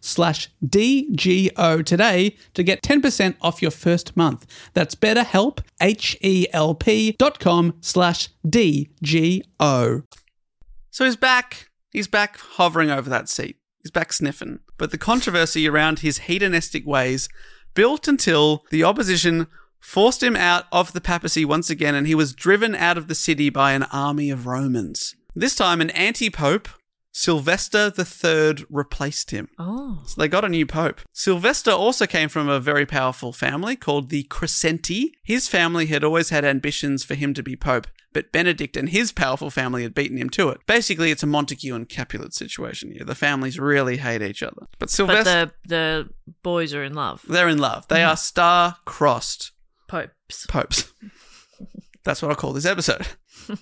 F: slash DGO today to get 10% off your first month. That's betterhelp, H-E-L-P dot com slash DGO.
B: So he's back. He's back hovering over that seat. He's back sniffing. But the controversy around his hedonistic ways built until the opposition forced him out of the papacy once again and he was driven out of the city by an army of Romans. This time, an anti pope, Sylvester III, replaced him.
C: Oh.
B: So they got a new pope. Sylvester also came from a very powerful family called the Crescenti. His family had always had ambitions for him to be pope, but Benedict and his powerful family had beaten him to it. Basically, it's a Montague and Capulet situation here. The families really hate each other. But
C: But
B: Sylvester,
C: the the boys are in love.
B: they're in love. They are star-crossed
C: Popes.
B: popes. That's what I'll call this episode.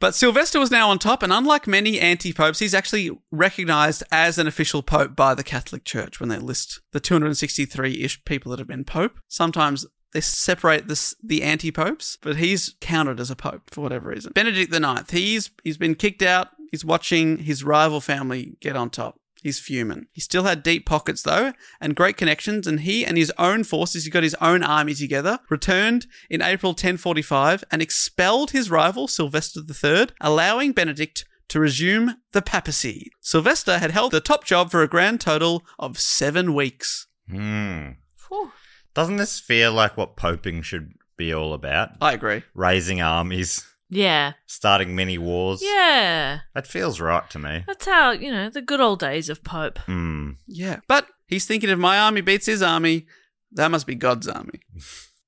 B: but Sylvester was now on top, and unlike many anti popes, he's actually recognized as an official pope by the Catholic Church when they list the 263 ish people that have been pope. Sometimes they separate this, the anti popes, but he's counted as a pope for whatever reason. Benedict IX, he's, he's been kicked out, he's watching his rival family get on top. He's fuming. He still had deep pockets though, and great connections, and he and his own forces, he got his own army together, returned in April 1045 and expelled his rival Sylvester III, allowing Benedict to resume the papacy. Sylvester had held the top job for a grand total of seven weeks.
D: Hmm.
C: Whew.
D: Doesn't this feel like what poping should be all about?
B: I agree.
D: Raising armies,
C: Yeah.
D: starting mini wars.
C: Yeah.
D: That feels right to me.
C: That's how, you know, the good old days of Pope.
D: Hmm.
B: Yeah. But he's thinking if my army beats his army, that must be God's army.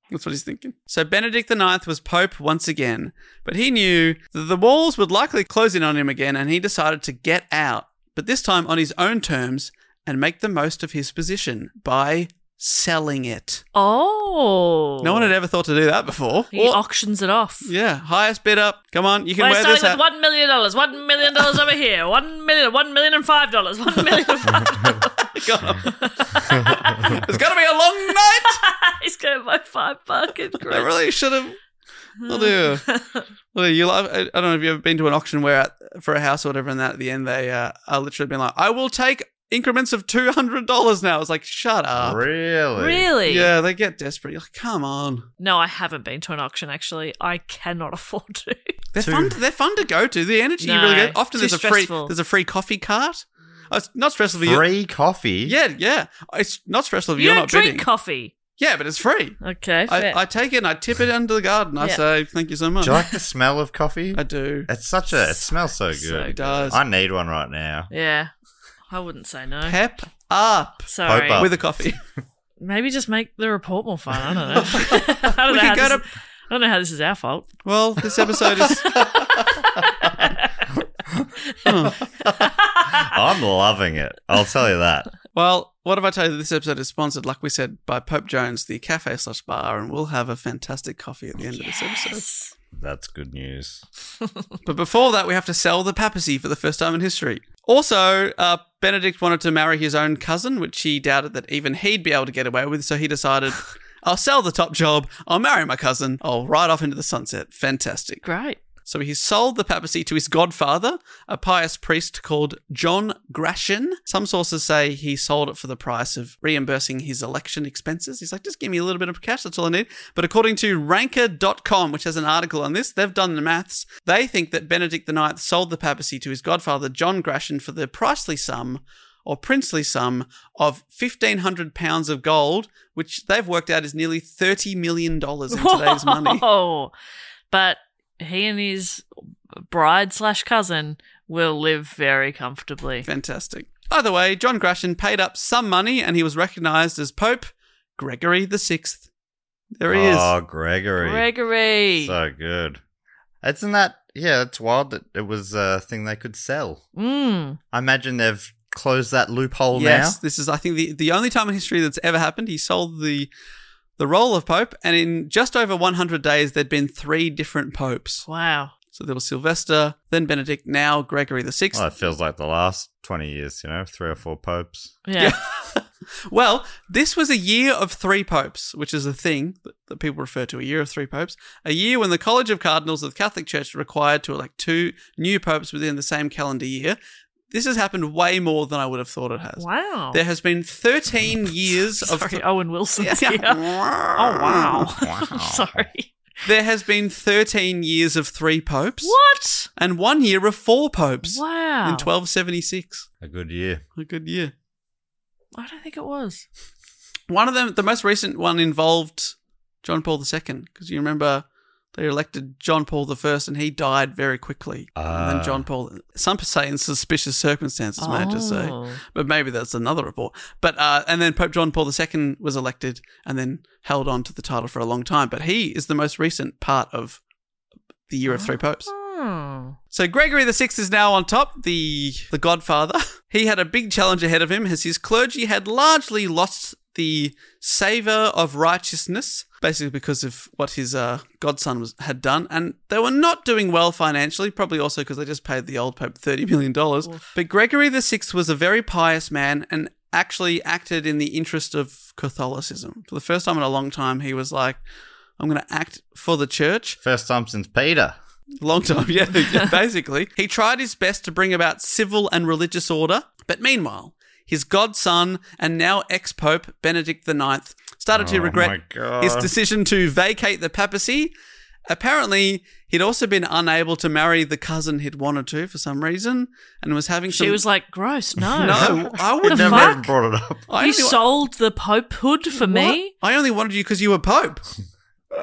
B: That's what he's thinking. So Benedict IX was Pope once again, but he knew that the walls would likely close in on him again and he decided to get out, but this time on his own terms and make the most of his position by selling it.
C: Oh.
B: No one had ever thought to do that before.
C: He
B: Or-
C: auctions it off.
B: yeah, highest bid up. Come on, you can
C: We're
B: wear
C: starting
B: this
C: with
B: hat.
C: one million dollars, one million dollars over here, one million, one million and five dollars, one million and five dollars.
B: It's going to be a long night.
C: He's going by five bucket
B: I
C: grits.
B: really should have. I'll do.
C: Hmm.
B: Well, you love, I I don't know if you've ever been to an auction where at, for a house or whatever, and that at the end they uh, are literally being like, "I will take increments of two hundred dollars now." It's like, shut up.
D: really?
C: Uh, Really?
B: Yeah, they get desperate. You're like, come on.
C: No, I haven't been to an auction actually. I cannot afford to.
B: They're fun. They're fun to go to. The energy you
C: No,
B: really get. Often
C: too
B: there's a free
C: stressful.
B: there's a free coffee cart. Oh, it's not stressful for you.
D: Free coffee?
B: Yeah, yeah. It's not stressful if
C: you
B: you're
C: don't
B: not
C: drink
B: bidding.
C: coffee.
B: yeah, but it's free.
C: Okay. Fair.
B: I, I take it and I tip it under the garden. I
C: Yeah.
B: say, thank you so
D: Do
B: much.
D: you like the smell of coffee?
B: I do.
D: It's such a. It smells so good.
B: It does.
D: I need one right now.
C: yeah. I wouldn't say no.
B: Pep up
C: Sorry.
D: Pope up.
B: with a coffee.
C: Maybe just make the report more fun. I don't know. I, don't
B: We could
C: know how
B: go
C: this,
B: to-
C: I don't know how this is our fault.
B: Well, this episode is.
D: I'm loving it. I'll tell you that.
B: Well, what if I tell you that this episode is sponsored, like we said, by Pope Jones, the cafe slash bar, and we'll have a fantastic coffee at the end of this episode.
D: That's good news.
B: But before that, we have to sell the papacy for the first time in history. Also, uh, Benedict wanted to marry his own cousin, which he doubted that even he'd be able to get away with. So he decided, I'll sell the top job, I'll marry my cousin, I'll ride off into the sunset. Fantastic.
C: Great.
B: So he sold the papacy to his godfather, a pious priest called John Gratian. Some sources say he sold it for the price of reimbursing his election expenses. He's like, just give me a little bit of cash, that's all I need. But according to ranker.com, which has an article on this, they've done the maths. They think that Benedict IX sold the papacy to his godfather, John Gratian, for the pricely sum or princely sum of 1500 pounds of gold which they've worked out is nearly 30 million dollars in today's money
C: Whoa. But he and his bride slash cousin will live very comfortably.
B: Fantastic. Either way, John Gratian paid up some money and he was recognized as Pope Gregory the Sixth. There he
D: oh,
B: is.
D: Gregory.
C: Gregory.
D: So good. Isn't that, yeah, it's wild that it was a thing they could sell.
C: Mm.
D: I imagine they've closed that loophole
B: yes,
D: now.
B: this is I think the, the only time in history that's ever happened. He sold the the role of Pope, and in just over one hundred days there'd been three different popes.
C: Wow.
B: So there was Sylvester, then Benedict, now Gregory the Sixth.
D: Well, it feels like the last 20 years, you know, three or four popes.
C: Yeah.
B: Well, this was a year of three popes, which is a thing that, that people refer to a year of three popes. A year when the College of Cardinals of the Catholic Church required to elect two new popes within the same calendar year. This has happened way more than I would have thought it has.
C: Wow.
B: There has been 13 years of.
C: Sorry, Owen Wilson's
B: Yeah.
C: here. Oh wow. I'm sorry.
B: There has been 13 years of three popes.
C: What?
B: And one year of four popes.
C: Wow.
B: In 1276.
D: A good year.
B: A good year.
C: I don't think it was.
B: One of them, the most recent one, involved John Paul II, because you remember they elected John Paul I, and he died very quickly. and
D: Ah.
B: then John Paul, some say in suspicious circumstances, may I just say,
C: Oh.
B: but maybe that's another report. But uh, and then Pope John Paul II was elected, and then held on to the title for a long time. But he is the most recent part of the year of three popes.
C: Hmm.
B: So Gregory the Sixth is now on top, the the Godfather. He had a big challenge ahead of him as his clergy had largely lost the savour of righteousness, basically because of what his uh, godson was, had done, and they were not doing well financially, probably also because they just paid the old pope thirty million dollars. But Gregory the Sixth was a very pious man and actually acted in the interest of Catholicism for the first time in a long time. He was like. I'm going to act for the church
D: First time since Peter.
B: Long time, yeah, yeah, basically. He tried his best to bring about civil and religious order, but meanwhile, his godson and now ex Pope Benedict IX started to
D: Oh
B: regret
D: my God.
B: his decision to vacate the papacy. Apparently, he'd also been unable to marry the cousin he'd wanted to for some reason and was having some.
C: She was like, gross, no.
B: No, I
D: We
B: would
D: never
C: fuck?
D: even brought it up.
B: I
C: You
B: only wa-
C: sold the popehood for me?
B: I only wanted you because you were Pope.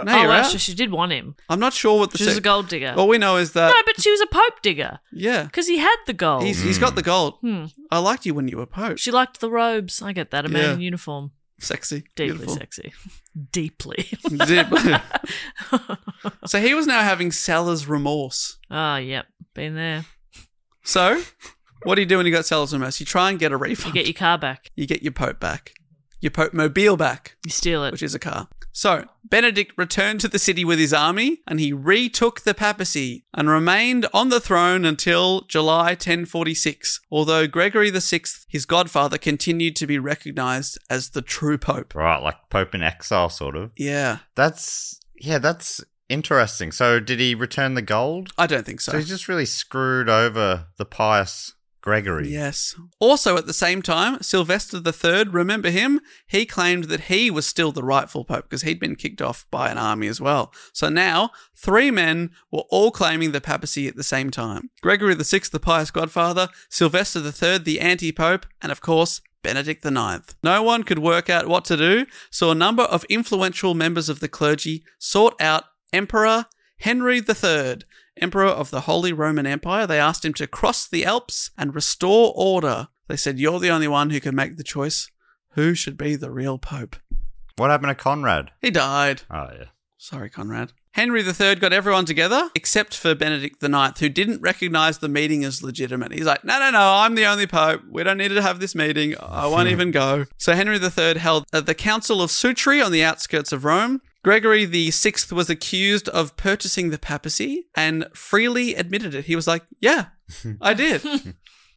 B: No,
C: oh,
B: you're
C: well,
B: out.
C: she, she did want him.
B: I'm not sure what the.
C: She was
B: sec-
C: a gold digger.
B: All we know is that.
C: no, but she was a pope digger
B: yeah.
C: because he had the gold.
B: uh, He's, he's got the gold.
C: Hmm.
B: I liked you when you were Pope.
C: She liked the robes. I get that. A man
B: Yeah.
C: in uniform.
B: Sexy.
C: Deeply
B: beautiful.
C: sexy. Deeply.
B: Zip. so he was now having seller's remorse.
C: Ah, yep. Been there.
B: So, what do you do when you got seller's remorse? You try and get a
C: You
B: refund.
C: get your car back.
B: You get your Pope back, your Pope Mobile back,
C: You steal it.
B: which is a car. So, Benedict returned to the city with his army and he retook the papacy and remained on the throne until July 1046. Although Gregory VI, his godfather, continued to be recognized as the true Pope.
D: Right, like Pope in exile, sort of.
B: Yeah,
D: That's, yeah, that's interesting. So did he return the gold?
B: I don't think
D: So he's just really screwed over the pious Gregory.
B: Yes. Also, at the same time, Sylvester III, remember him? He claimed that he was still the rightful pope because he'd been kicked off by an army as well. So now, three men were all claiming the papacy at the same time Gregory VI, the pious godfather, Sylvester III, the anti pope, and of course, Benedict IX. No one could work out what to do, so a number of influential members of the clergy sought out Emperor Henry III, Emperor of the Holy Roman Empire. They asked him to cross the Alps and restore order. They said, You're the only one who can make the choice. Who should be the real Pope?
D: What happened to Conrad?
B: He died.
D: Oh, yeah.
B: Sorry, Conrad. Henry III got everyone together except for Benedict IX, who didn't recognize the meeting as legitimate. He's like, no, no, no, I'm the only Pope. We don't need to have this meeting. I won't even go. So Henry III held uh, the Council of Sutri on the outskirts of Rome. Gregory VI was accused of purchasing the papacy and freely admitted it. He was like, yeah, I did.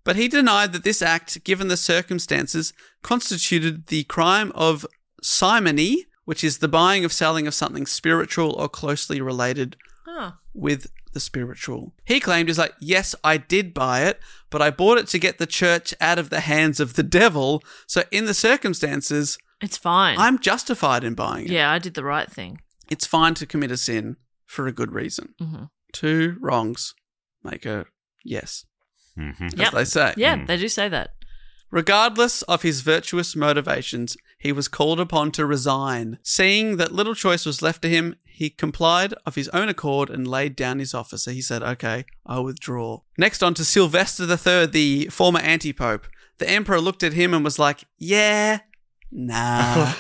B: But he denied that this act, given the circumstances, constituted the crime of simony, which is the buying of selling of something spiritual or closely related
C: Ah,
B: with the spiritual. He claimed he's like, yes, I did buy it, but I bought it to get the church out of the hands of the devil. So in the circumstances,
C: it's fine.
B: I'm justified in buying it.
C: yeah, I did the right thing.
B: It's fine to commit a sin for a good reason.
C: Mhm.
B: Two wrongs make a yes,
D: Mm-hmm.
B: as
C: Yep.
B: they say. Mm.
C: Yeah, they do say that.
B: Regardless of his virtuous motivations, he was called upon to resign. Seeing that little choice was left to him, he complied of his own accord and laid down his office. So He said, Okay, I withdraw. Next on to Sylvester III, the former anti pope. The emperor looked at him and was like, Yeah, nah.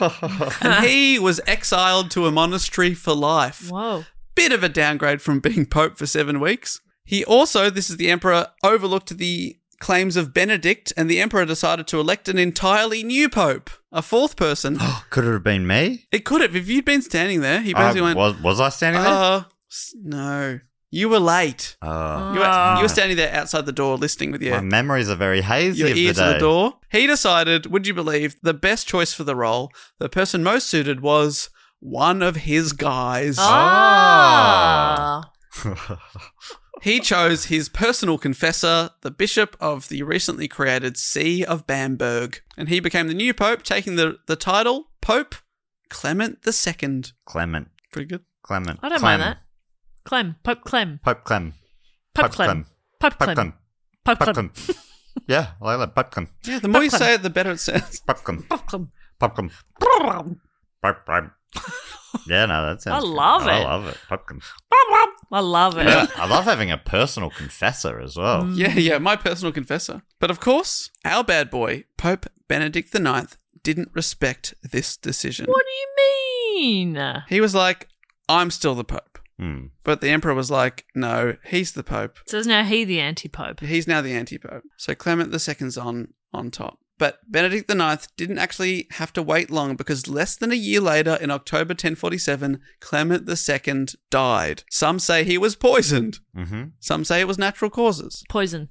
B: and he was exiled to a monastery for life
C: Whoa.
B: bit of a downgrade from being pope for seven weeks. He also, this is the emperor, overlooked the claims of Benedict, and the emperor decided to elect an entirely new pope, a fourth person.
D: Could it have been me?
B: it could have, if you'd been standing there, he basically
D: I-
B: went,
D: was, was I standing there?
B: "Uh, s- no, you were late.
D: Uh,
B: You were, you were standing there outside the door, listening with your
D: My memories are very hazy
B: your
D: of
B: ear
D: the
B: to
D: day.
B: the door. He decided, would you believe, the best choice for the role, the person most suited was one of his guys.
D: Oh.
C: Ah.
B: He chose his personal confessor, the bishop of the recently created See of Bamberg, and he became the new pope, taking the, the title Pope Clement II.
D: Clement.
B: Pretty good.
D: Clement.
C: I don't
D: Clem.
C: mind that. Clem. Pope Clem.
D: Pope Clem.
C: Pope Clem.
D: Pope
C: Pope Clem.
D: Clem.
C: Pope
D: Pope
C: Clem.
D: Clem. yeah, I like that. Pope Clem.
B: Yeah, the more you
C: Clem.
B: say it, the better it sounds.
D: Pope Clem.
C: Pope Clem.
D: Pope Clem. Pope Clem. Yeah, no, that sounds. good.
C: love
D: I
C: it.
D: love it. Pope Clem.
C: I love it.
D: Yeah, I love having a personal confessor as well.
B: Yeah, yeah, my personal confessor. But of course, our bad boy, Pope Benedict IX, didn't respect this decision.
C: What do you mean?
B: He was like, I'm still the Pope.
D: Hmm.
B: But the Emperor was like, no, he's the Pope.
C: So is now he the anti pope.
B: He's now the anti pope. So Clement II's on on top. But Benedict IX didn't actually have to wait long because less than a year later, in October 1047, Clement II died. Some say he was poisoned.
D: Mm-hmm.
B: Some say it was natural causes.
C: Poison.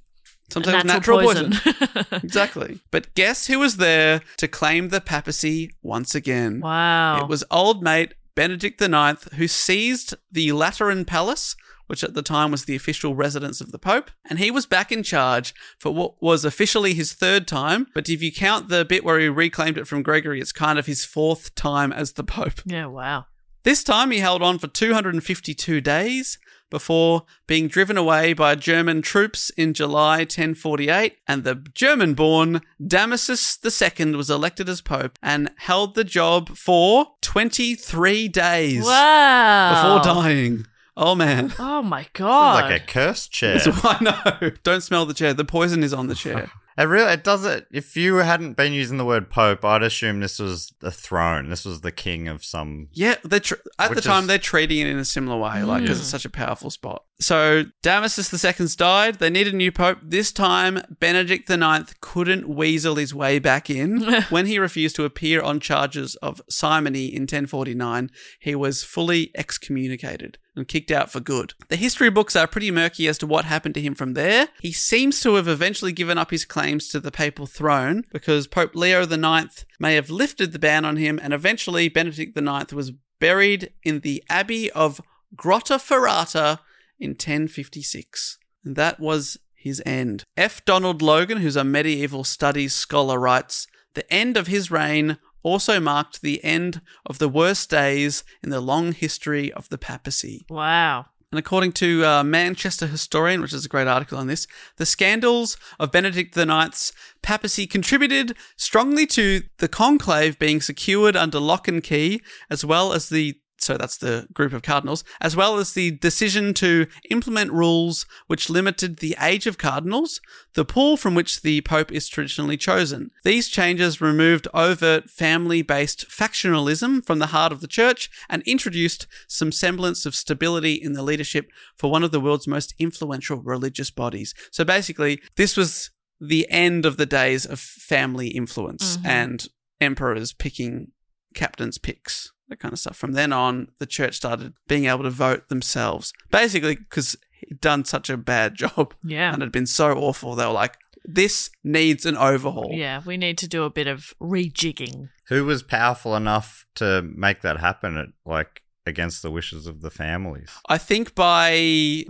B: Some say it was natural poison. exactly. But guess who was there to claim the papacy once again?
C: wow.
B: It was old mate Benedict IX who seized the Lateran Palace, which at the time was the official residence of the Pope, and he was back in charge for what was officially his third time. But if you count the bit where he reclaimed it from Gregory, it's kind of his fourth time as the Pope.
C: Yeah, wow.
B: This time he held on for 252 days before being driven away by German troops in July 1048, and the German born Damasus II was elected as Pope and held the job for 23 days
C: Wow.
B: before dying. Oh man.
C: Oh my
D: It's
C: god.
D: like a cursed chair.
B: That's why I know. Don't smell the chair. The poison is on the chair.
D: It really it does it. If you hadn't been using the word pope, I'd assume this was the throne. This was the king of some.
B: Yeah, they tr- at
D: Which
B: the time
D: is-
B: they're treating it in a similar way, like because it's such a powerful spot. So Damasus II's died. They need a new pope. This time Benedict IX couldn't weasel his way back in when he refused to appear on charges of simony in 1049. He was fully excommunicated and kicked out for good. The history books are pretty murky as to what happened to him from there. He seems to have eventually given up his claims to the papal throne because Pope Leo IX may have lifted the ban on him, and eventually Benedict IX was buried in the Abbey of Grotta Ferrata in 1056. And that was his end. F. Donald Logan, who's a medieval studies scholar, writes The end of his reign also marked the end of the worst days in the long history of the papacy.
C: wow.
B: And according to uh, Manchester Historian, which is a great article on this, the scandals of Benedict IX's papacy contributed strongly to the conclave being secured under lock and key, as well as the so that's the group of cardinals, as well as the decision to implement rules which limited the age of cardinals, the pool from which the pope is traditionally chosen. These changes removed overt family based factionalism from the heart of the church and introduced some semblance of stability in the leadership for one of the world's most influential religious bodies. So basically, this was the end of the days of family influence and emperors picking captain's picks, that kind of stuff. From then on, the church started being able to vote themselves, basically because he'd done such a bad job
C: Yeah.
B: and had been so awful. They were like, This needs an overhaul.
C: Yeah, we need to do a bit of rejigging.
D: Who was powerful enough to make that happen? At, like against the wishes of the families.
B: I think by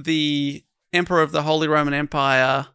B: the Emperor of the Holy Roman Empire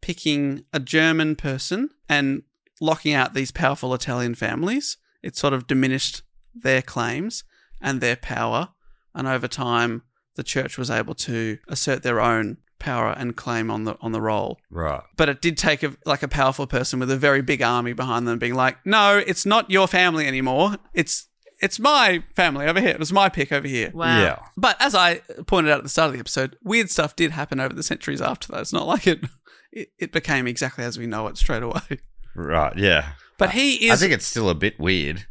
B: picking a German person and locking out these powerful Italian families, it sort of diminished their claims and their power. And over time, the church was able to assert their own power and claim on the on the role.
D: Right.
B: But it did take a, like a powerful person with a very big army behind them being like, "No, it's not your family anymore. It's it's my family over here. It was my pick over here."
C: Wow.
D: Yeah.
B: But as I pointed out at the start of the episode, weird stuff did happen over the centuries after that. It's not like it it, it became exactly as we know it straight away.
D: Right. Yeah.
B: But he is
D: I think it's still a bit weird.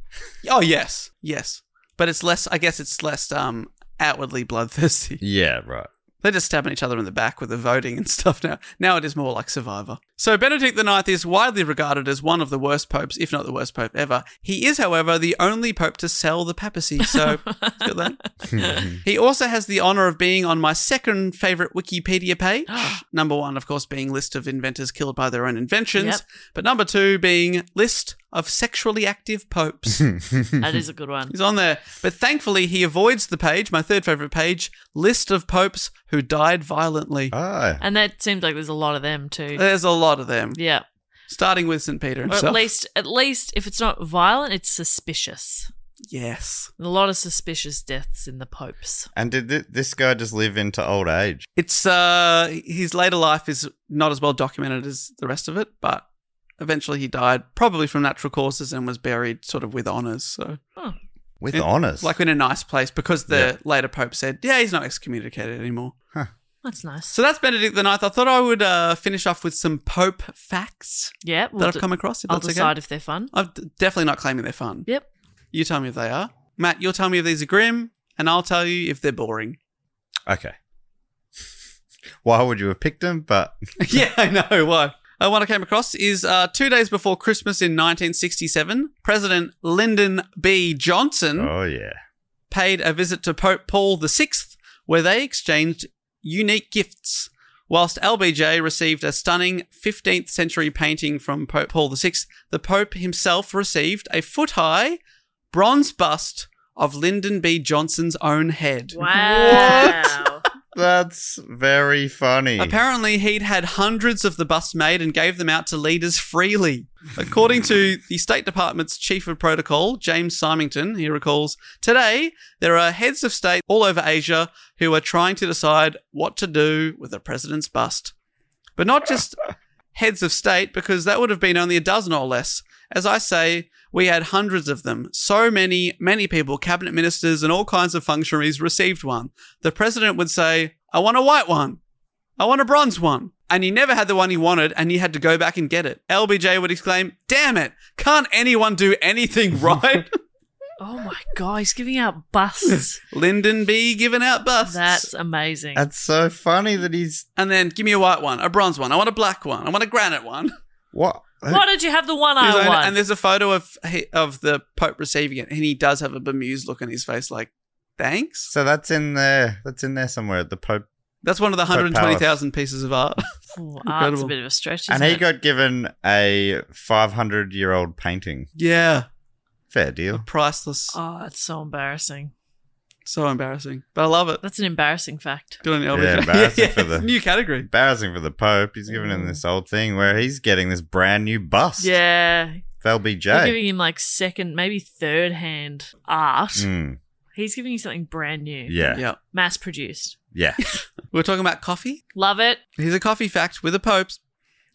B: Oh yes. Yes. But it's less I guess it's less um outwardly bloodthirsty.
D: Yeah. Right.
B: They're just stabbing each other in the back with the voting and stuff now. Now it is more like Survivor. So Benedict IX is widely regarded as one of the worst popes, if not the worst pope ever. He is, however, the only pope to sell the papacy. So got that. he also has the honor of being on my second favorite Wikipedia page. number one, of course, being list of inventors killed by their own inventions.
C: Yep.
B: But number two being list of sexually active popes.
C: That is a good one.
B: He's on there. But thankfully, he avoids the page, my third favorite page, list of popes who died violently.
D: Oh.
C: And that seems like there's a lot of them too.
B: There's a lot of them,
C: Yeah.
B: starting with St. Peter
C: Or at
B: himself.
C: least at least if it's not violent, it's suspicious.
B: yes.
C: A lot of suspicious deaths in the popes.
D: And did thi- this guy just live into old age?
B: It's uh his later life is not as well documented as the rest of it, but eventually he died probably from natural causes and was buried sort of with honors. So
D: With
B: It-
D: honors.
B: like in a nice place because the
D: Yeah.
B: later pope said, "Yeah, he's not excommunicated anymore."
C: That's nice.
B: So that's Benedict the Ninth. I thought I would uh, finish off with some pope facts
C: yeah,
B: that
C: we'll
B: I've
C: d-
B: come across. If
C: I'll
B: that's okay. Oh.
C: decide if they're fun.
B: I'm d- definitely not claiming they're fun.
C: Yep.
B: You tell me if they are. Matt, you'll tell me if these are grim, and I'll tell you if they're boring.
D: okay. Why would you have picked him? But
B: yeah, I know. Why? Uh, one I came across is uh, two days before Christmas in 1967, President Lyndon B. Johnson
D: oh yeah.
B: paid a visit to Pope Paul VI, where they exchanged unique gifts, whilst LBJ received a stunning 15th century painting from Pope Paul VI. The Pope himself received a foot high bronze bust of Lyndon B. Johnson's own head.
C: Wow.
D: That's very funny.
B: Apparently, he'd had hundreds of the busts made and gave them out to leaders freely. According to the State Department's Chief of Protocol, James Symington, he recalls Today, there are heads of state all over Asia who are trying to decide what to do with the president's bust. But not just heads of state, because that would have been only a dozen or less. As I say, we had hundreds of them. So many, many people, cabinet ministers and all kinds of functionaries received one. The president would say, I want a white one. I want a bronze one. And he never had the one he wanted, and he had to go back and get it. LBJ would exclaim, Damn it, can't anyone do anything right?
C: oh my god, he's giving out busts.
B: Lyndon B giving out busts.
C: That's amazing.
D: That's so funny that he's
B: and then give me a white one, a bronze one. I want a black one. I want a granite one.
D: what?
C: Why did you have the one I
B: His own-
C: want?
B: and there's a photo of he- of the Pope receiving it, and he does have a bemused look on his face, like, Thanks.
D: So that's in there. That's in there somewhere. The Pope,
B: That's one of the
D: Pope
B: 120,000 pieces of art.
C: Ooh, ah, it's a
B: Incredible.
C: bit of a stretch.
D: and
C: isn't
D: he
C: it?
D: got given a 500 year old painting.
B: yeah,
D: Fair deal.
B: priceless.
C: Oh, it's so embarrassing.
B: So embarrassing, but I love it.
C: That's an embarrassing fact.
B: Good on you, LBJ.
D: Yeah, embarrassing for the-
B: new category.
D: Embarrassing for the Pope. He's giving him this old thing where he's getting this brand new bust.
C: Yeah.
D: They'll be
C: You're
D: Jay.
C: giving him like second, maybe third hand art.
D: Mm,
C: He's giving you something brand new.
D: yeah.
B: Yeah.
C: Mass produced.
D: Yeah.
B: We're talking about coffee.
C: Love it.
B: Here's a coffee fact with the popes.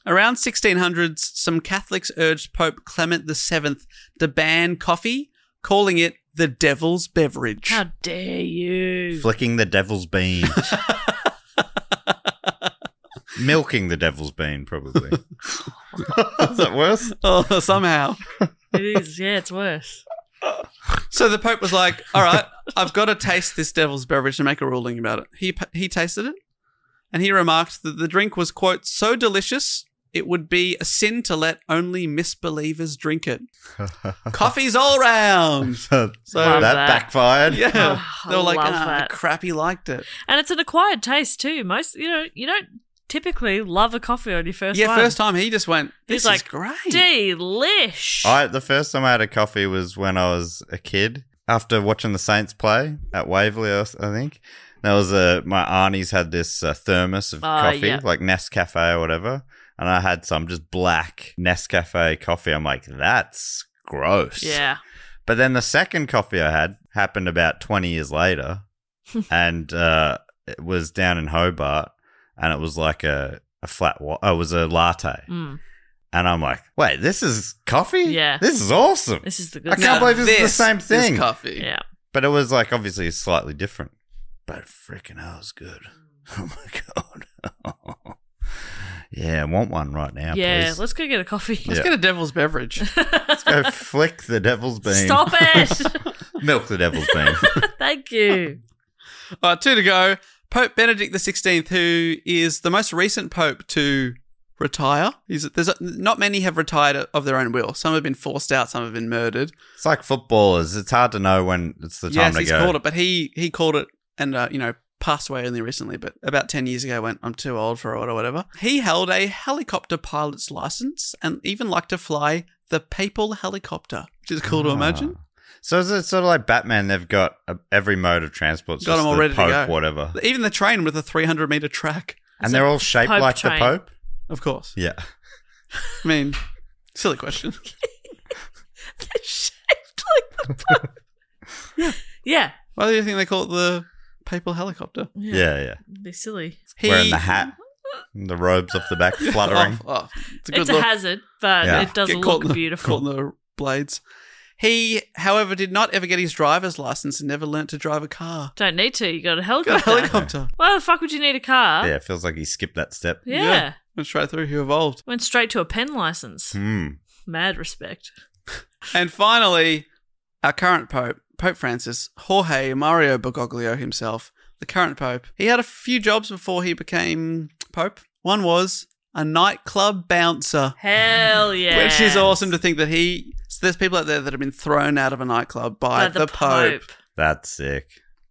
B: Around 1600s, some Catholics urged Pope Clement VII to ban coffee, calling it the devil's beverage.
C: How dare you?
D: Flicking the devil's bean. Milking the devil's bean, probably. Is that worse?
B: oh, somehow.
C: it is. Yeah, it's worse.
B: So the Pope was like, "All right, I've got to taste this devil's beverage and make a ruling about it." He he tasted it, and he remarked that the drink was quote so delicious it would be a sin to let only misbelievers drink it. Coffee's all round.
D: so
B: So-
D: that,
C: that.
D: backfired.
B: Yeah,
C: Oh,
B: they were
C: I
B: like,
C: love
B: "Ah,
C: that."
B: "Crap, he liked it."
C: And it's an acquired taste too. Most, you know, you don't typically love a coffee on your first
B: yeah,
C: one.
B: first time he just went,
C: He's
B: this
C: like,
B: is great.
C: Delish.
D: I the first time I had a coffee was when I was a kid after watching the Saints play at Waverley, I s- I think. There was a my aunties had this uh, thermos of
C: Ah,
D: coffee,
C: yeah.
D: like Nescafe or whatever, and I had some just black Nescafe coffee. I'm like, that's gross.
C: yeah.
D: But then the second coffee I had happened about 20 years later, and uh, it was down in Hobart, and it was like a a flat. Wa- oh, it was a latte,
C: Mm.
D: and I'm like, wait, this is coffee.
C: Yeah.
D: this is awesome.
C: This is the good
D: I can't
B: Now,
C: stuff.
D: believe this is the same thing.
B: coffee.
C: Yeah.
D: But it was like obviously slightly different. But freaking hell, it's good. Oh my god. yeah, I want one right now.
C: Yeah.
D: please.
C: Let's go get a coffee.
B: Let's
D: Yeah.
B: get a devil's beverage.
D: Let's go flick the devil's bean.
C: Stop it.
D: Milk the devil's bean.
C: Thank you.
B: All right, two to go. Pope Benedict XVI, who is the most recent pope to retire. He's, there's not many have retired of their own will. Some have been forced out. Some have been murdered.
D: it's like footballers. It's hard to know when it's the time
B: yes,
D: to
B: he's
D: go.
B: called it, but he he called it and uh, you know passed away only recently, but about ten years ago went I'm too old for it or whatever. He held a helicopter pilot's license and even liked to fly the papal helicopter, which is cool to
D: Ah.
B: imagine.
D: So is it sort of like Batman? They've got uh, every mode of transport. It's
B: Got 'em
D: just
B: all
D: the
B: ready to
D: Pope,
B: go.
D: whatever.
B: Even the train with a 300 meter track,
D: And they're all shaped
C: Pope
D: like the
C: train.
D: Pope.
B: of course.
D: Yeah.
B: I mean, silly question.
C: Shaped like the Pope. yeah.
B: Why do you think they call it the papal helicopter?
D: Yeah, yeah.
C: It'd be silly.
B: He,
D: Wearing the hat, and the robes off the back fluttering.
B: Oh, oh, it's a good
C: It's a
B: look.
C: hazard, but
D: Yeah.
C: it doesn't
B: Get caught
C: look
B: in the-
C: beautiful.
B: Caught in the blades. He, however, did not ever get his driver's license and never learnt to drive a car.
C: Don't need to. You got a
B: Got a
C: helicopter.
B: helicopter.
C: Why the fuck would you need a car?
D: Yeah, it feels like he skipped that step.
C: Yeah.
B: Went straight through. He evolved.
C: Went straight to a pen license.
D: Hmm.
C: Mad respect.
B: And finally, our current Pope, Pope Francis, Jorge Mario Bergoglio himself, the current Pope. He had a few jobs before he became Pope. One was a nightclub bouncer.
C: Hell yeah.
B: Which is awesome to think that he. So there's people out there that have been thrown out of a nightclub by,
C: By
B: the, Pope.
D: That's sick.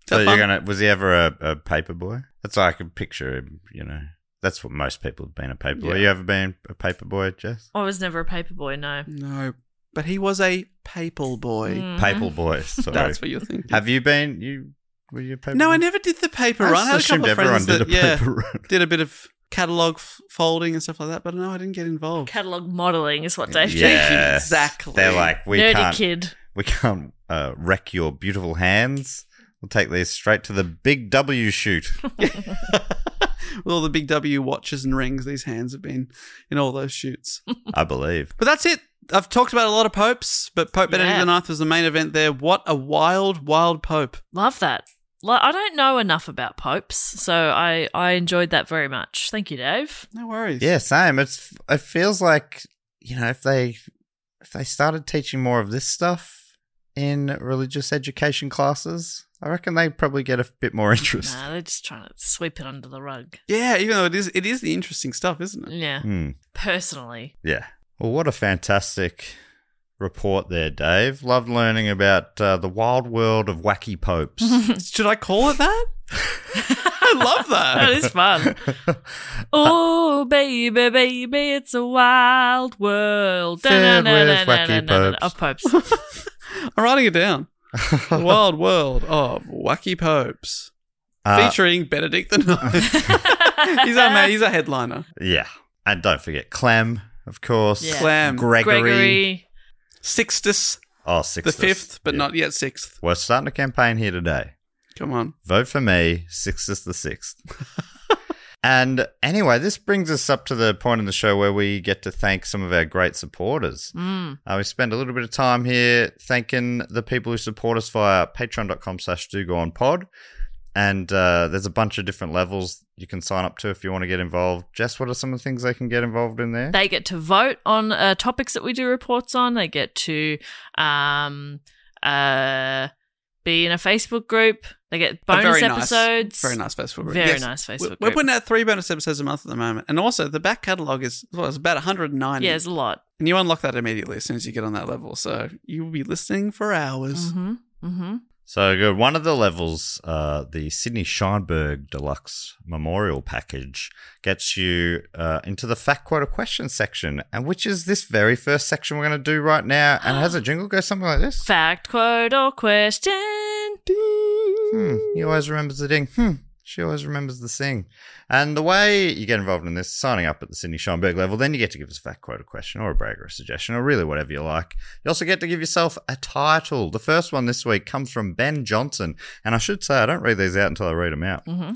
B: that
D: So
B: fun?
D: you're gonna was he ever a, a paper boy? That's how I can picture him, you know. That's what most people have been a paper boy.
B: Yeah.
D: You ever been a paper boy, Jess?
C: I was never a paper boy, no.
B: No, but he was a papal boy.
C: Mm.
D: Papal boy, sorry.
B: That's what you're thinking.
D: have you been you were you a paper
B: no,
D: boy?
B: I never did the paper
D: I
B: run. I had a
D: just assumed
B: couple of
D: everyone
B: friends
D: did
B: that
D: a
B: yeah,
D: paper run.
B: did a bit of catalog f- folding and stuff like that. But no, I didn't get involved.
C: Catalogue modelling is what Dave did.
D: Yeah,
B: Exactly.
D: They're like we
C: Nerdy
D: can't
C: kid.
D: we can't uh, wreck your beautiful hands. We'll take these straight to the big W shoot.
B: With all the big W watches and rings, these hands have been in all those shoots.
D: I believe.
B: but that's it. I've talked about a lot of popes, but Pope Benedict
C: Yeah.
B: IX was the main event there. What a wild, wild pope.
C: Love that. Like, I don't know enough about popes, so I, I enjoyed that very much. Thank you, Dave.
B: No worries.
D: Yeah, same. It's it feels like you know if they if they started teaching more of this stuff in religious education classes, I reckon they probably get a bit more interest.
C: Nah, they're just trying to sweep it under the rug.
B: Yeah, even though it is it is the interesting stuff, isn't it?
C: Yeah.
D: Hmm,
C: Personally.
D: yeah. Well, what a fantastic report there, Dave. Loved learning about uh, the wild world of wacky popes.
B: Should I call it that? I love that.
C: That is fun. oh, baby, baby, it's a wild world.
D: Filled with wacky
C: Da-na-na-na-na-na-na. Of popes.
B: I'm writing it down. the wild world of wacky popes.
D: Uh,
B: featuring Benedict the Ninth. he's our man, he's a headliner.
D: yeah, and don't forget Clem, of course.
C: Yeah.
B: Clam.
D: Gregory.
C: Gregory.
B: Sixtus,
D: Oh, six.
B: the fifth, but not yet sixth.
D: We're starting a campaign here today.
B: Come on.
D: Vote for me, Sixtus the Sixth. and anyway, this brings us up to the point in the show where we get to thank some of our great supporters. Uh, we spend a little bit of time here thanking the people who support us via patreon.com slash pod. And uh, there's a bunch of different levels you can sign up to if you want to get involved. Jess, what are some of the things they can get involved in there?
C: They get to vote on uh, topics that we do reports on. They get to um, uh, be in a Facebook group. They get
B: A
C: bonus
B: very Nice,
C: episodes.
B: very nice Facebook group.
C: Very nice Facebook
B: We're- We're
C: group.
B: putting out three bonus episodes a month at the moment. And also, the back catalogue is well, it's about 190.
C: Yeah, it's a lot.
B: And you unlock that immediately as soon as you get on that level. So you'll be listening for hours.
C: Mm-hmm. Mm-hmm.
D: So good. One of the levels, uh, the Sydney Scheinberg Deluxe Memorial Package, gets you uh, into the fact quote a question section, and which is this very first section we're going to do right now, and it has a jingle go something like this.
C: Fact, quote, or question.
D: Hmm, he always remembers the ding. Hmm, she always remembers the sing. And the way you get involved in this, signing up at the Sydney Schonberg level, then you get to give us a fact quote, a question, or a brag, or a suggestion, or really whatever you like. You also get to give yourself a title. The first one this week comes from Ben Johnson. And I should say, I don't read these out until I read them out. And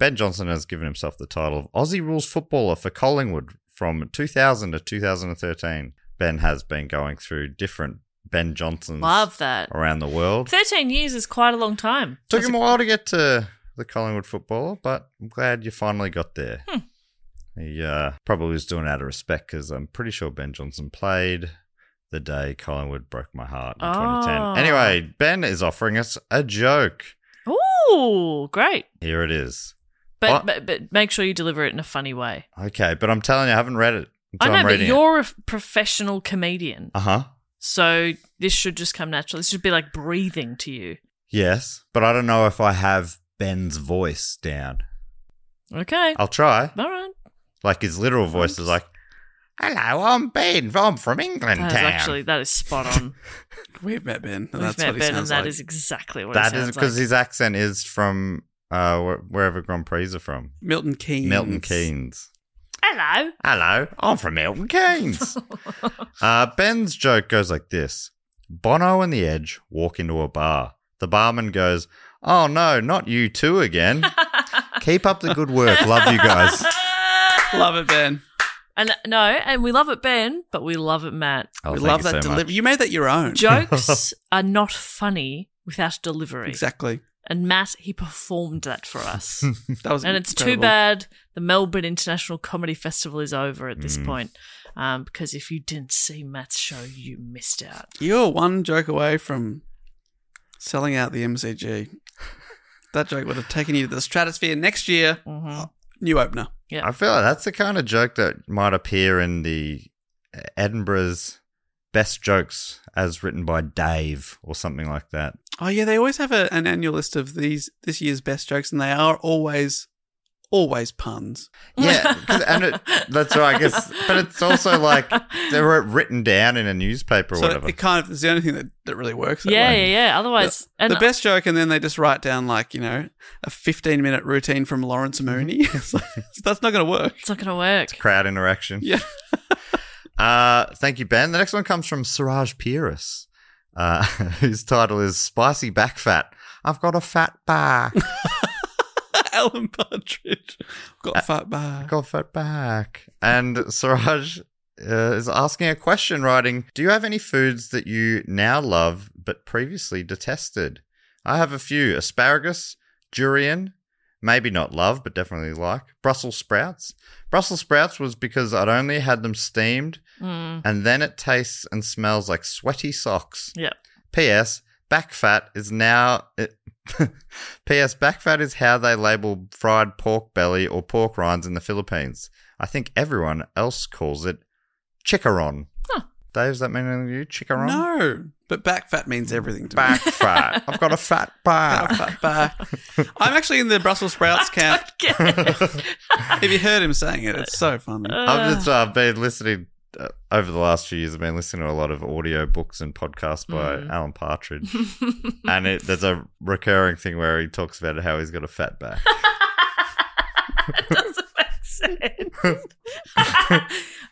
D: Ben Johnson has given himself the title of Aussie Rules Footballer for Collingwood from 2000 to 2013. Ben has been going through different Ben Johnsons
C: Love that.
D: around the world.
C: 13 years is quite a long time.
D: Took him a while to get to the Collingwood footballer, but I'm glad you finally got there.
C: Hmm.
D: He uh, probably was doing it out of respect because I'm pretty sure Ben Johnson played the day Collingwood broke my heart in
C: Oh.
D: 2010. Anyway, Ben is offering us a joke.
C: Ooh, great.
D: Here it is.
C: But,
D: Oh.
C: but but make sure you deliver it in a funny way.
D: Okay, but I'm telling you, I haven't read it until
C: I
D: am
C: know, but
D: reading
C: you're a f- professional comedian,
D: Uh huh.
C: so this should just come naturally. This should be like breathing to you.
D: Yes, but I don't know if I have Ben's voice down.
C: Okay.
D: I'll try.
C: All right.
D: Like his literal voice is like, "Hello, I'm Ben. I'm from England
C: That is
D: town."
C: actually that is spot on.
B: We've met Ben.
C: We've
B: And that's
C: met
B: what he
C: Ben, and
B: sounds
C: that
B: like.
C: is exactly what
D: That
C: it
D: is
C: sounds
D: because
C: like.
D: his accent is from uh, wh- wherever Grand Prix are from.
B: Milton Keynes.
D: Milton Keynes.
C: Hello.
D: Hello, I'm from Milton Keynes. uh, Ben's joke goes like this Bono and the Edge walk into a bar. The barman goes, Oh no, not you two again. Keep up the good work. Love you guys.
B: Love it, Ben.
C: And no, and we love it, Ben, but we love it, Matt.
D: Oh,
B: we
D: thank
B: love
D: you
B: that
D: so
B: delivery.
D: much.
B: You made that your own.
C: Jokes are not funny without delivery.
B: Exactly.
C: And Matt, he performed that for us.
B: That was
C: and it's too
B: incredible.
C: bad the Melbourne International Comedy Festival is over at
B: Mm.
C: this point. Um, because if you didn't see Matt's show, you missed out.
B: You're one joke away from selling out the MCG. That joke would have taken you to the stratosphere next year.
C: Mm-hmm.
B: New opener.
D: I feel like that's the kind of joke that might appear in the uh, Edinburgh's best jokes as written by Dave or something like that.
B: Oh yeah, they always have a, an annual list of these this year's best jokes, and they are always, always puns.
D: Yeah, 'cause- and it, that's right. I guess, but it's also like they were written down in a newspaper or
B: so
D: whatever.
B: it kind of is the only thing that, that really works. that
C: Yeah,
B: way.
C: yeah, yeah. Otherwise,
B: The, the best joke, and then they just write down like you know a fifteen minute routine from Lawrence
D: Mm-hmm.
B: Mooney. It's like, That's not going to work.
C: it's not going to work.
D: Crowd interaction.
B: Yeah.
D: Uh, thank you, Ben. The next one comes from Siraj Pieris, uh, whose title is "Spicy Back Fat." I've got a fat back.
B: Alan Partridge got fat
D: I've
B: back.
D: Uh, got a fat back. And Siraj uh, is asking a question, writing, "Do you have any foods that you now love but previously detested?" I have a few: asparagus, durian, maybe not love, but definitely like Brussels sprouts. Brussels sprouts was because I'd only had them steamed,
C: Mm.
D: and then it tastes and smells like sweaty socks.
C: Yeah.
D: P.S. Back fat is now. It, P.S. Back fat is how they label fried pork belly or pork rinds in the Philippines. I think everyone else calls it chickaron. Dave, does that mean anything to you? Chickaron?
B: No, but back fat means everything to me.
D: Back fat. I've got a fat back.
B: Fat back. I'm actually in the Brussels sprouts camp. If you heard him saying it, it's so funny.
D: I've just uh, been listening uh, over the last few years. I've been listening to a lot of audio books and podcasts by
B: Mm.
D: Alan Partridge, and it, there's a recurring thing where he talks about how he's got a fat back.
C: It doesn't make sense.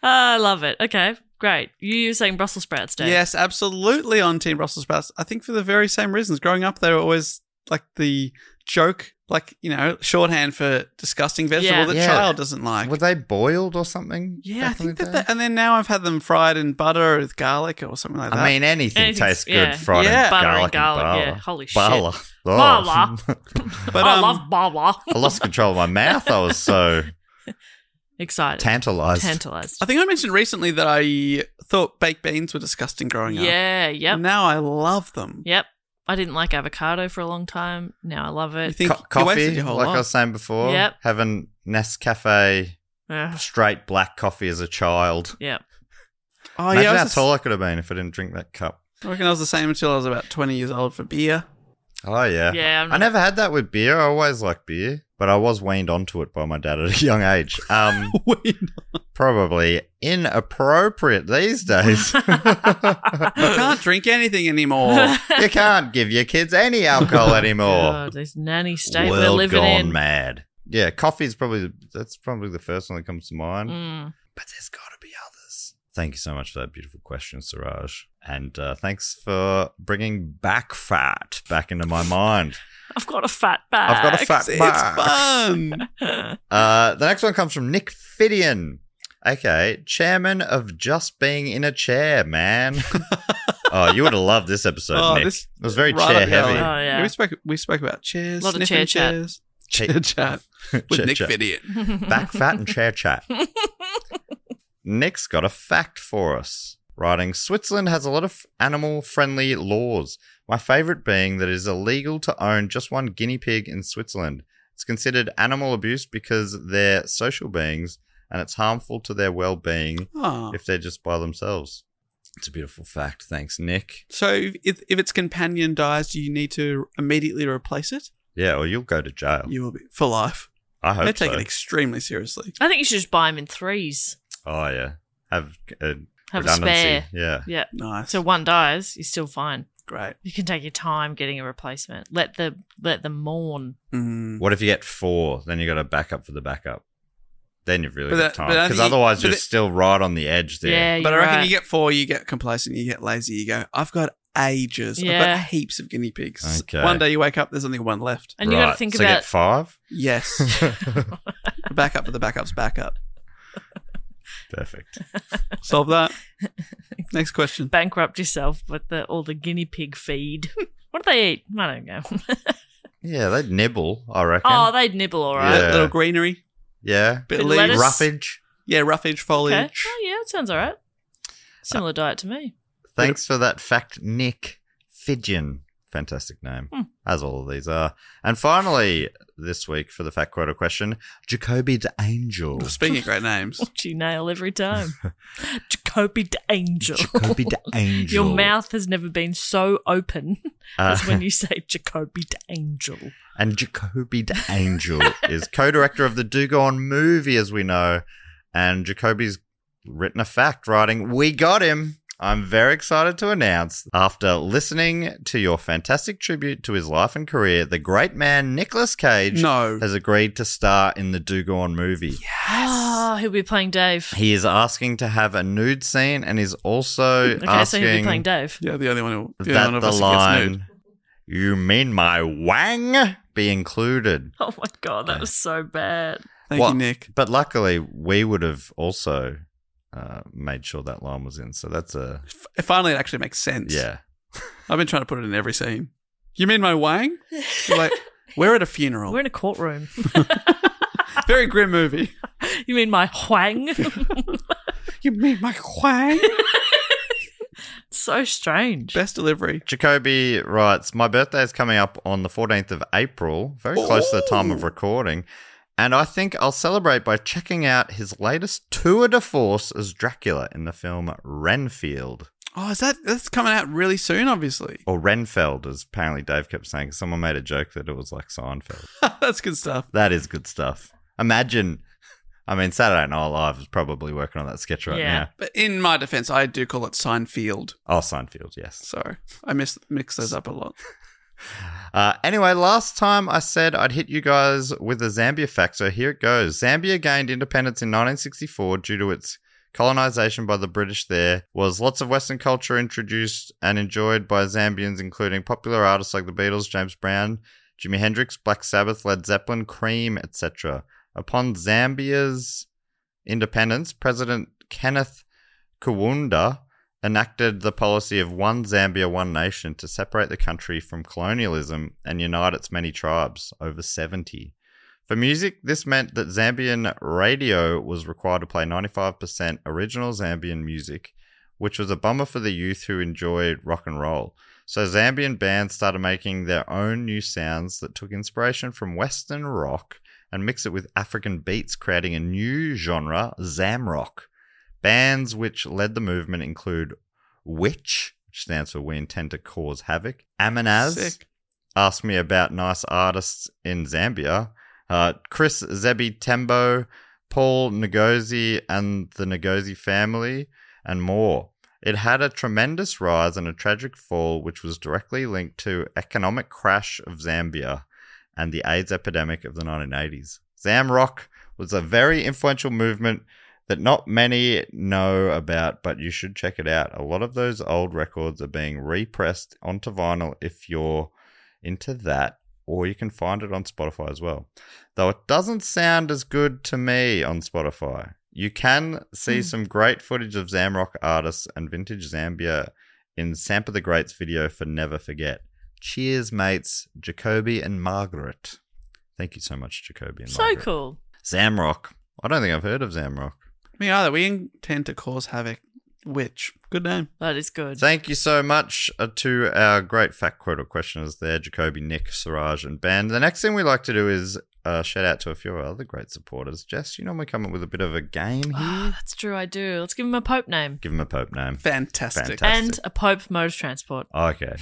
C: Ah, I love it. Okay, great. You were saying Brussels sprouts, Dave.
B: Yes, absolutely on Team Brussels sprouts. I think for the very same reasons. Growing up, they were always like the joke, like you know, shorthand for disgusting vegetable
C: Yeah.
B: that
D: Yeah.
B: child doesn't like.
D: Were they boiled or something?
B: yeah, I
D: back in
B: think
D: the
B: that.
D: day?
B: They, and then now I've had them fried in butter with garlic or something like uh, that.
D: I mean, anything
C: Anything's-
D: tastes good
C: yeah.
D: fried
B: Yeah.
D: in
C: Butter
D: garlic.
C: and garlic, yeah.
D: bala.
C: Holy shit.
D: Bala. Oh.
C: Bala.
B: but
C: Oh, I
B: um,
C: love Baba.
D: I lost control of my mouth. I was so
C: Excited.
D: tantalized.
C: Tantalized.
B: I think I mentioned recently that I thought baked beans were disgusting growing up.
C: Yeah, yep.
B: Now I love them.
C: Yep. I didn't like avocado for a long time. Now I love
B: You
C: it.
B: think
D: Co-
B: you wasted
D: coffee,
B: your whole
D: like I
B: life.
D: was saying before,
C: Yep.
D: having Nescafe
C: Ugh.
D: straight black coffee as a child.
C: Yep.
B: Oh
D: Imagine
B: yeah, I
D: how
B: was,
D: tall I could have been if I didn't drink that cup.
B: I reckon I was the same until I was about twenty years old for beer.
D: Oh yeah.
C: Yeah, I'm
D: I never had that with beer. I always liked beer, but I was weaned onto it by my dad at a young age. Um, probably inappropriate these days.
B: I can't drink anything anymore.
D: you can't give your kids any alcohol anymore.
C: Oh, God, this nanny state
D: World
C: we're living
D: Oh. gone
C: in.
D: mad. Yeah, coffee's probably the, that's probably the first one that comes to mind.
C: Mm.
D: But there's got to be others. Thank you so much for that beautiful question, Siraj, and uh, thanks for bringing back fat back into my mind.
C: I've got a fat back.
D: I've got a fat
B: It's
D: back.
B: fun.
D: Uh, the next one comes from Nick Fidian. Okay, chairman of just being in a chair, man. oh, you would have loved this episode,
B: Oh,
D: Nick.
B: this-
D: it was very
B: Right
D: chair
B: up the alley.
D: heavy.
C: Oh, yeah.
B: We spoke. We spoke about chairs.
C: Lot of
B: sniffing
C: chair chat.
B: chairs.
D: Cha-
B: Chair chat with
D: Chair
B: Nick
D: chat.
B: Fidian.
D: Back fat and chair chat. Nick's got a fact for us. Writing Switzerland has a lot of animal friendly laws. My favorite being that it is illegal to own just one guinea pig in Switzerland. It's considered animal abuse because they're social beings and it's harmful to their well being
B: Oh.
D: if they're just by themselves. It's a beautiful fact. Thanks, Nick.
B: So if, if its companion dies, do you need to immediately replace it?
D: Yeah, or you'll go to jail.
B: You will be for life.
D: I hope
B: They take
D: so.
B: it extremely seriously.
C: I think you should just buy them in threes.
D: oh yeah, have uh,
C: Have a
D: redundancy.
C: spare.
D: Yeah,
C: Yeah.
B: Nice.
C: So one dies, you're still fine.
B: Great.
C: You can take your time getting a replacement. Let the let them mourn.
B: Mm.
D: What if you get four? Then you got to back up for the backup. Then you've really
B: But
D: got
B: that-
D: time
B: but I
D: because
B: think-
D: otherwise
B: but
D: you're
B: it-
D: still right on the edge there.
C: Yeah,
B: But I
C: you're
B: reckon
C: right.
B: you get four, you get complacent, you get lazy, you go, I've got ages. I've
C: Yeah.
B: got heaps of guinea pigs.
D: Okay.
B: One day you wake up, there's only one left.
C: and you got to
D: Right,
C: think
D: so
C: about
D: get five.
B: Yes. backup for the backup's backup.
D: Perfect.
B: Solve that. Next question.
C: bankrupt yourself with the all the guinea pig feed. what do they eat? I don't know.
D: Yeah, they'd nibble. I reckon.
C: oh, they'd nibble, all right.
D: Yeah.
B: Little greenery,
D: yeah,
B: bit
C: Bit
B: of
C: of
B: leaves.
C: lettuce.
D: roughage.
B: Yeah, roughage,
C: Okay.
B: foliage.
C: Oh, yeah, that sounds all right. Similar
D: Uh,
C: diet to me.
D: Thanks for that fact, Nick Fidgen. Fantastic name,
C: Hmm.
D: as all of these are. And finally, this week for the fact quota question, Jacoby's angel.
B: Speaking of great names.
C: What you nail every time. Jacoby the angel.
D: Jacoby the angel.
C: Your mouth has never been so open
D: Uh,
C: as when you say Jacoby the angel.
D: And Jacoby the angel is co-director of the Dugon movie, as we know. And Jacoby's written a fact, writing, "We got him." I'm very excited to announce, after listening to your fantastic tribute to his life and career, the great man Nicolas Cage
B: No.
D: has agreed to star in the Dugon movie.
C: Oh, he'll be playing Dave.
D: He is asking to have a nude scene and is also
C: Okay, so
D: asking
C: he'll be playing Dave.
B: Yeah, the only one who the only
D: that
B: one of
D: the
B: us that gets nude.
D: line, "You mean my wang?" be included.
C: Oh my god, that was so bad.
B: Thank
D: Well,
B: you, Nick.
D: But luckily, we would have also uh, made sure that line was in. So that's a
B: F- finally, it actually makes sense.
D: yeah.
B: I've been trying to put it in every scene. You mean my wang? You're like, we're at a funeral.
C: We're in a courtroom.
B: Very grim movie.
C: you mean my Huang?
B: You mean my wang?
C: so strange.
B: Best delivery.
D: Jacoby writes, "My birthday is coming up on the 14th of April, very close to the time of recording, and I think I'll celebrate by checking out his latest tour de force as Dracula in the film Renfield
B: Oh, is that that's coming out really soon? Obviously,
D: or Renfeld, as apparently Dave kept saying. 'cause Someone made a joke that it was like Seinfeld.
B: that's good stuff.
D: That is good stuff. Imagine." I mean, Saturday Night Live is probably working on that sketch right
C: Yeah.
D: now.
B: But in my defense, I do call it Seinfeld.
D: Oh, Seinfeld, yes.
B: So I miss mix those up a lot.
D: Uh, anyway, last time I said I'd hit you guys with a Zambia fact, so here it goes. Zambia gained independence in 1964 due to its colonization by the British there was lots of Western culture introduced and enjoyed by Zambians, including popular artists like the Beatles, James Brown, Jimi Hendrix, Black Sabbath, Led Zeppelin, Cream, etc. Upon Zambia's independence, President Kenneth Kaunda enacted the policy of one Zambia, one nation to separate the country from colonialism and unite its many tribes, over 70. For music, this meant that Zambian radio was required to play 95% original Zambian music, which was a bummer for the youth who enjoyed rock and roll. So Zambian bands started making their own new sounds that took inspiration from Western rock and mixed it with African beats, creating a new genre, Zamrock. Bands which led the movement include Witch, which stands for We Intend to Cause Havoc, Amanaz,
B: Sick.
D: asked me about nice artists in Zambia. Uh, Chris Zebi Tembo, Paul Ngozi, and the Ngozi family, and more. It had a tremendous rise and a tragic fall, which was directly linked to economic crash of Zambia and the AIDS epidemic of the 1980s. Zamrock was a very influential movement that not many know about, but you should check it out. A lot of those old records are being repressed onto vinyl if you're into that, or you can find it on Spotify as well. Though it doesn't sound as good to me on Spotify. You can
C: Hmm.
D: see some great footage of Zamrock artists and vintage Zambia in Sampa the Great's video for Never Forget. Cheers, mates, Jacoby and Margaret. Thank you so much, Jacoby and
C: So
D: Margaret.
C: cool.
D: Zamrock. I don't think I've heard of Zamrock.
B: Me either. We intend to cause havoc. Which good name.
C: That is good.
D: Thank you so much uh, to our great fact quotal questioners there, Jacoby, Nick, Siraj, and Ben. The next thing we like to do is uh, shout out to a few of our other great supporters. Jess, you normally come up with a bit of a game here.
C: Ah, that's true. I do. Let's give him a Pope name
D: Give him a Pope name.
B: Fantastic.
D: Fantastic.
C: and a Pope mode of transport.
D: Okay.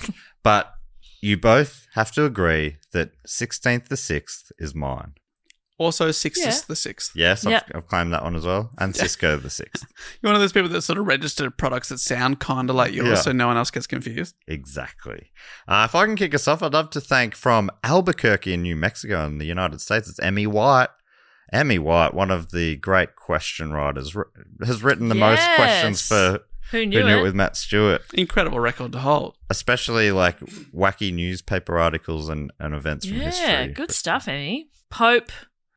D: but you both have to agree that 16th the 6th is mine.
B: Also, six
C: Yeah.
B: is the sixth.
D: Yes, I've,
C: Yep.
D: I've claimed that one as well. And Cisco the 6th.
B: You're one of those people that sort of registered products that sound kind of like yours,
D: Yeah.
B: so no one else gets confused.
D: Exactly. Uh, if I can kick us off, I'd love to thank from Albuquerque in New Mexico in the United States, it's Emmy White. Emmy White, one of the great question writers, wr- has written the most questions
C: Yes.
D: for
C: Who
D: Who
C: knew,
D: Knew
C: it?
D: It with Matt Stewart,
B: Incredible record to hold.
D: especially like wacky newspaper articles and, and events from history.
C: yeah, good stuff, Emmy. Pope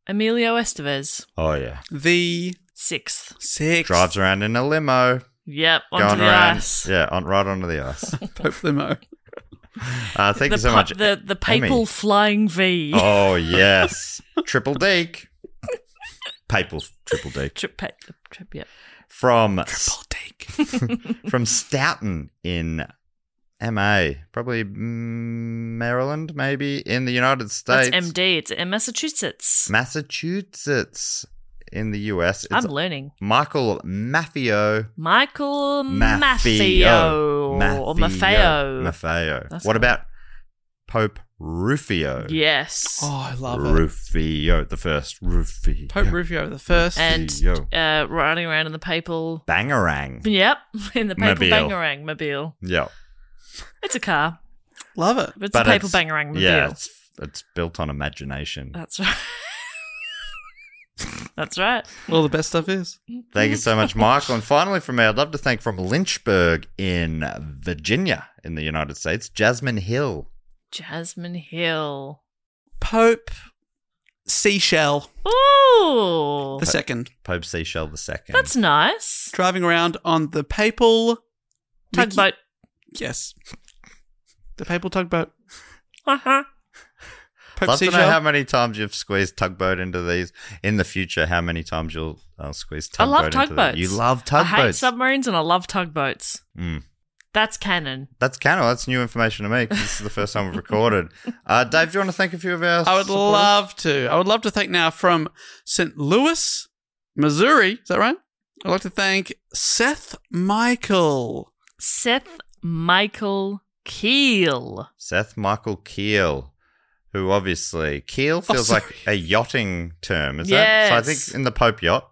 C: Emilio Estevez,
D: Oh, yeah.
B: The
C: sixth.
B: sixth
D: Drives around in a limo,
C: Yep, onto
D: going
C: the
D: around.
C: ice.
D: Yeah, on, right onto the ice.
B: Pope limo.
D: Uh, thank you
C: the,
D: so
C: pa-
D: much.
C: The, the
D: Emmy.
C: papal flying V.
D: Oh, yes. Triple Deke. Papal Triple Deke.
C: Trip, pa- trip, yep.
D: from
B: Take.
D: from Stoughton in MA, probably mm, Maryland, maybe in the United
C: That's
D: States,
C: MD. It's in Massachusetts.
D: Massachusetts in the US. It's
C: I'm learning.
D: Michael Maffeo.
C: Michael
D: Maffeo.
C: Maffeo. Or Maffeo.
D: Maffeo.
C: That's
D: what
C: good.
D: about Pope Rufio?
C: Yes.
B: Oh, I love it.
D: Rufio, the first Rufio.
B: Pope Rufio the first.
C: and
D: Yo.
C: uh, running around in the papal.
D: Bangarang.
C: Yep, in the papal
D: Mobile.
C: bangarang mobile.
D: Yeah.
C: It's a car,
B: Love it.
C: but it's
D: But
C: a papal
D: it's-
C: bangarang mobile.
D: Yeah, it's, it's built on imagination.
C: That's right. That's right.
B: All the best stuff is.
D: Thank you so much, Michael. And finally, from me, I'd love to thank from Lynchburg in Virginia, in the United States, Jasmine Hill.
C: Jasmine Hill.
B: Pope Seashell
C: Ooh,
B: the second.
D: Pope Seashell the second.
C: that's nice.
B: Driving around on the papal
C: Tugboat.
B: Yes. The papal tugboat.
C: Uh-huh.
B: Pope
D: Love to know
B: Seashell.
D: how many times you've squeezed tugboat into these. In the future, how many times you'll uh, squeeze
C: I
D: tugboat
C: love
D: into them.
C: tugboats.
D: You love
C: I hate
D: tugboats.
C: submarines and I love tugboats.
D: Mm.
C: That's canon.
D: That's canon. That's new information to me 'cause this is the first time we've recorded. Uh, Dave, do you want to thank a few of our
B: I would
D: supporters?
B: love to. I would love to thank now from St. Louis, Missouri. Is that right? I'd like to thank Seth Michael.
C: Seth Michael Keel.
D: Seth Michael Keel, who obviously Keel feels
B: Oh, sorry.
D: like a yachting term, is that? So I
C: Yes.
D: think in the Pope yacht,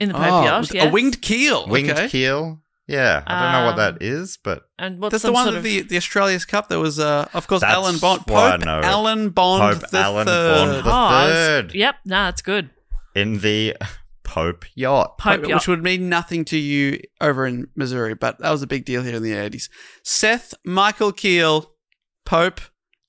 C: In the Pope
B: Oh,
C: yacht,
B: with
C: yes.
B: A winged keel.
D: winged
B: okay.
D: keel. Yeah, I don't know what
C: Um,
D: that is, but
C: And what's
B: That's
C: some
B: the one
C: sort
B: at
C: of
B: the, the Australia's Cup. There was, uh, of course,
D: That's
B: Alan Bond.
D: why I
B: Pope
D: know it.
B: Alan Bond
D: Pope
B: the
D: Alan
B: third.
D: Bond the
C: I was-
D: third.
C: yep, no, that's good.
D: in the Pope yacht.
C: Pope
B: Pope,
C: yacht.
B: which would mean nothing to you over in Missouri, but that was a big deal here in the 80s. Seth Michael Keel, Pope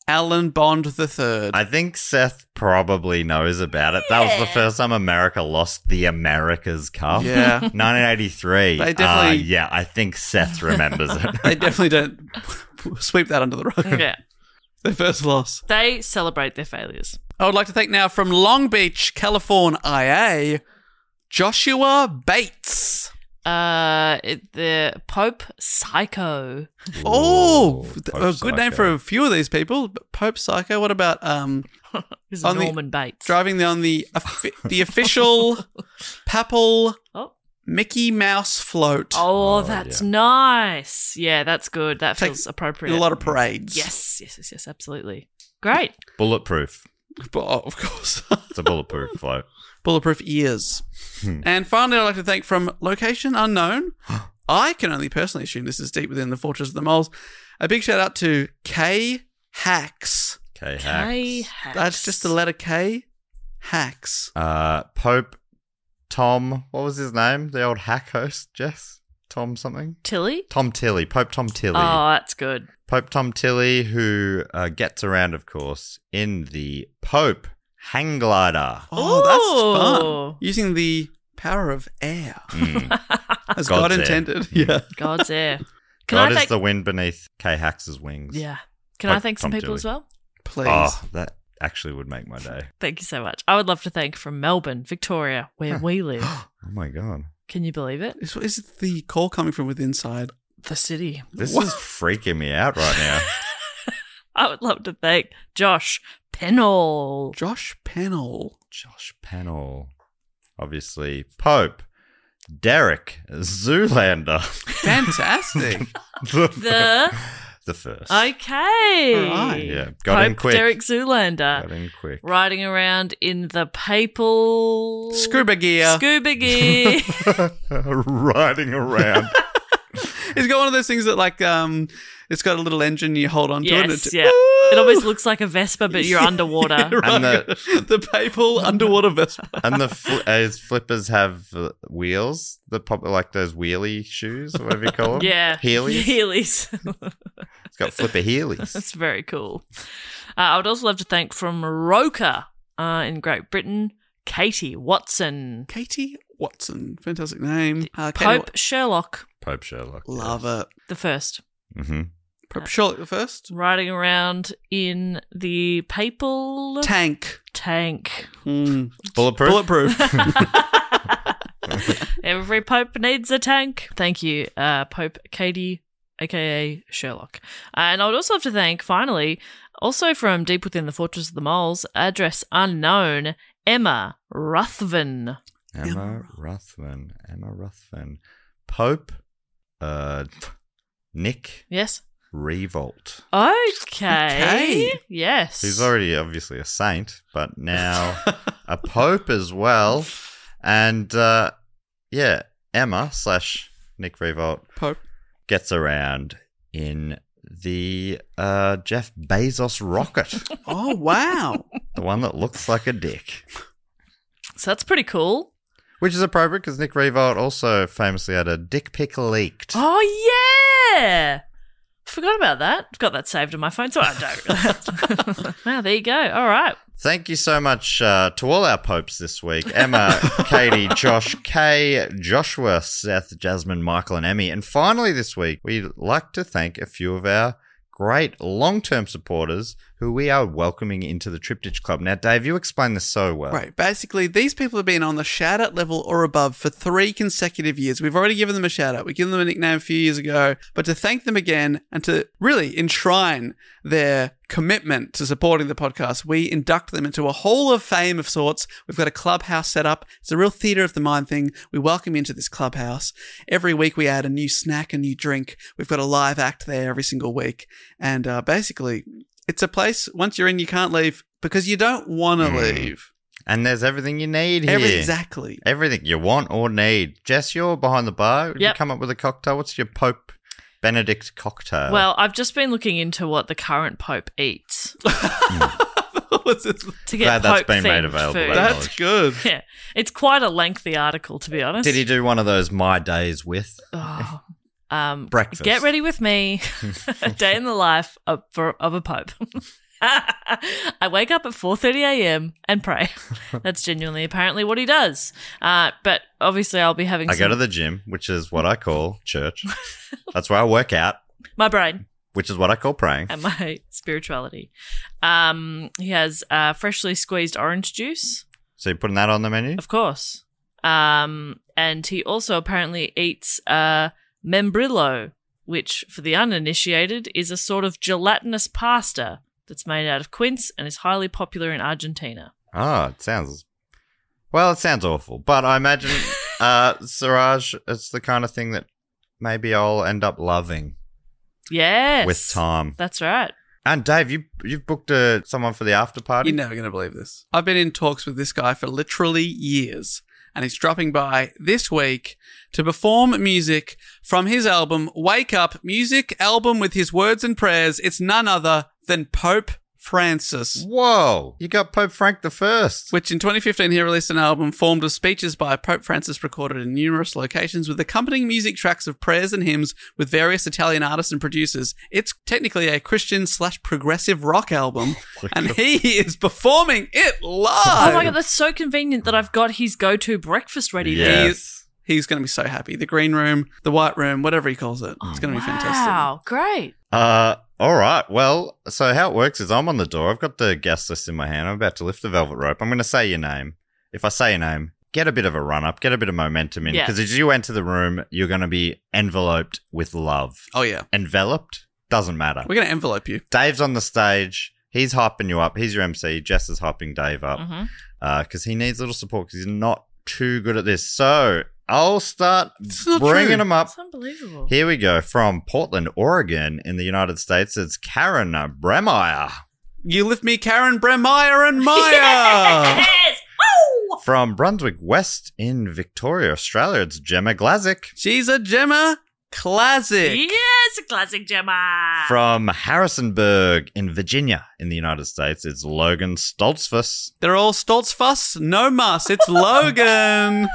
B: Alan Bond the third.
D: I think Seth probably knows about it. That was the first time America lost the America's Cup.
B: Yeah.
D: 1983.
B: They definitely-
D: Uh, yeah, I think Seth remembers it.
B: They definitely don't sweep that under the rug.
C: yeah.
B: Their first loss.
C: They celebrate their failures.
B: I would like to thank now from Long Beach, California, IA, Joshua Bates.
C: Uh, it, the Pope Psycho.
B: Oh,
D: Ooh,
B: th-
D: Pope
B: a good name
D: Psycho.
B: for a few of these people. but Pope Psycho. What about um,
C: Is
B: On the-
C: Norman Bates.
B: driving on the offi- the official papal
C: oh,
B: Mickey Mouse float.
C: Oh, that's nice. Yeah, that's good. That
B: Take
C: feels appropriate.
B: a lot of parades.
C: Yes, yes, yes, yes, absolutely. Great.
D: Bulletproof.
B: But, oh, of course.
D: It's a bulletproof float.
B: Bulletproof ears.
D: Hmm.
B: and finally, I'd like to thank from location unknown. I can only personally assume this is deep within the Fortress of the Moles. A big shout out to K Hacks.
D: K
C: K
D: hacks.
C: hacks.
B: That's just the letter K Hacks.
D: Uh, Pope Tom. What was his name? The old hack host, Jess. Tom something.
C: Tilly.
D: Tom Tilly. Pope Tom Tilly.
C: Oh, that's good.
D: Pope Tom Tilly, who uh, gets around, of course, in the Pope hang glider.
B: Oh, that's fun.
C: Ooh.
B: Using the power of air.
D: Mm.
B: As God,
D: God's air.
B: intended. Yeah.
C: God's air. Can
D: God
C: I
D: is
C: thank?
D: the wind beneath K Hax's wings.
C: yeah. Can I
D: Pope
C: thank some
D: Tom
C: people as
D: Tilly.
C: well?
B: Please.
D: Oh, that actually would make my day.
C: Thank you so much. I would love to thank from Melbourne, Victoria, where we live.
D: Oh my god,
C: Can you believe it?
B: Is, is the call coming from within side?
C: The city.
D: this
B: What?
D: is freaking me out right now.
C: I would love to thank Josh Pennell.
B: Josh Pennell.
D: Josh Pannell, obviously Pope, Derek Zoolander,
B: Fantastic.
D: the,
C: The
D: the first.
C: okay.
B: All right.
D: yeah, got in
C: Pope
D: quick.
C: Derek Zoolander.
D: got in quick.
C: riding around in the papal
B: Scuba gear.
C: Scuba gear.
D: Riding around.
B: It's got one of those things that like um, it's got a little engine you hold on to it.
C: yes,
B: and it-
C: yeah. It always looks like a Vespa, but you're underwater.
B: Right.
D: And
B: the papal underwater Vespa.
D: and the fl- uh, his flippers have uh, wheels, the pop- like those wheelie shoes, or whatever you call them.
C: Yeah.
D: Heelys.
C: Heelys.
D: It's got flipper heelys.
C: That's very cool. Uh, I would also love to thank from Roca uh, in Great Britain, Katie Watson,
B: Katie Watson, fantastic name. Uh, Katie
C: Pope
B: Wa-
C: Sherlock
D: Pope Sherlock.
B: love it.
C: the First,
D: Mm-hmm.
B: Pope Charlotte the first
C: riding around in the papal
B: tank.
C: tank.
B: Mm.
D: Bulletproof.
B: Bulletproof.
C: Every Pope needs a tank. Thank you, uh, Pope Katie, aka Sherlock. Uh, and I would also have to thank, finally, also from Deep Within the Fortress of the Moles, address unknown, Emma Ruthven.
D: Emma Ruthven. Emma Ruthven. Pope. Uh, Nick
C: Yes.
D: Revolt.
C: Okay.
B: Okay.
C: Yes.
D: He's already obviously a saint, but now a pope as well. And uh, yeah, Emma slash Nick Revolt
B: Pope.
D: gets around in the uh, Jeff Bezos rocket,
B: Oh wow.
D: the one that looks like a dick,
C: so that's pretty cool.
D: which is appropriate because Nick Revolt also famously had a dick pic leaked.
C: Oh yeah. Forgot about that. Got that saved on my phone, so I don't. wow, there you go. All right.
D: Thank you so much uh, to all our popes this week Emma, Katie, Josh, Kay, Joshua, Seth, Jasmine, Michael, and Emmy. And finally, this week, we'd like to thank a few of our great long term supporters who we are welcoming into the Triptych Club. Now, Dave, you explained this so well.
B: Right. Basically, these people have been on the shout out level or above for three consecutive years. We've already given them a shout out. We gave them a nickname a few years ago, but to thank them again and to really enshrine their commitment to supporting the podcast, we induct them into a hall of fame of sorts. We've got a clubhouse set up. It's a real theater of the mind thing. We welcome you into this clubhouse. Every week we add a new snack, a new drink. We've got a live act there every single week. And uh, basically, it's a place once you're in, you can't leave because you don't want to
D: Mm.
B: leave.
D: And there's everything you need here.
B: Every- exactly.
D: Everything you want or need. Jess, you're behind the bar. You
C: Yep.
D: come up with a cocktail. What's your Pope Benedict cocktail?
C: Well, I've just been looking into what the current Pope eats
B: What's this-
C: to get
D: Glad that's
C: Pope
D: been made
C: themed
D: available,
C: Food.
D: by the way.
B: That's good.
C: yeah, it's quite a lengthy article to be honest.
D: did he do one of those My Days with?
C: Oh, um,
D: Breakfast.
C: Get ready with me. a day in the life of, for, of a pope. I wake up at 4:30 a.m. and pray. That's genuinely apparently what he does. Uh, but obviously, I'll be having
D: I go
C: some-
D: to the gym, which is what I call church. That's where I work out,
C: my brain
D: which is what I call praying.
C: and my spirituality. Um, he has uh, freshly squeezed orange juice.
D: So you're putting that on the menu?
C: Of course. Um, and he also apparently eats uh, membrillo, which, for the uninitiated, is a sort of gelatinous pasta that's made out of quince and is highly popular in Argentina.
D: Ah, it sounds. Well, it sounds awful, but I imagine uh, Siraj, it's the kind of thing that maybe I'll end up loving
C: Yes.
D: with time.
C: That's right.
D: And Dave, you you've booked uh someone for the after party.
B: You're never going to believe this. I've been in talks with this guy for literally years, and he's dropping by this week to perform music from his album, Wake Up Music Album with His Words and Prayers. It's none other than Pope Francis.
D: Whoa! You got Pope Frank the First.
B: Which in 2015 he released an album formed of speeches by Pope Francis recorded in numerous locations with accompanying music tracks of prayers and hymns with various Italian artists and producers. It's technically a Christian slash progressive rock album, and he is performing it live.
C: Oh my god, that's so convenient that I've got his go-to breakfast ready. there.
D: Yes.
B: He's going to be so happy. The green room, the white room, whatever he calls it.
C: Oh
B: It's going to be fantastic.
C: Wow, great.
D: Uh, all right. Well, so how it works is I'm on the door. I've got the guest list in my hand. I'm about to lift the velvet rope. I'm going to say your name. If I say your name, get a bit of a run up, get a bit of momentum in.
C: Yeah.
D: Because as you enter the room, you're going to be enveloped with love.
B: Oh, yeah.
D: Enveloped? Doesn't matter.
B: We're going to envelope you.
D: Dave's on the stage. He's hyping you up. He's your MC. Jess is hyping Dave up
C: Mm-hmm.
D: because he needs a little support because he's not too good at this. So I'll start
B: It's not
D: bringing
B: true.
D: him up.
C: That's unbelievable.
D: Here we go from Portland, Oregon, in the United States. It's Karen Bremeyer
B: You lift me, Karen Bremeyer and Meyer.
C: Yes.
D: from Brunswick West in Victoria, Australia. It's Gemma Glazick
B: She's a Gemma classic.
C: Yes, classic Gemma.
D: from Harrisonburg in Virginia, in the United States. It's Logan Stoltzfus.
B: They're all Stoltz Fuss, no muss. It's Logan.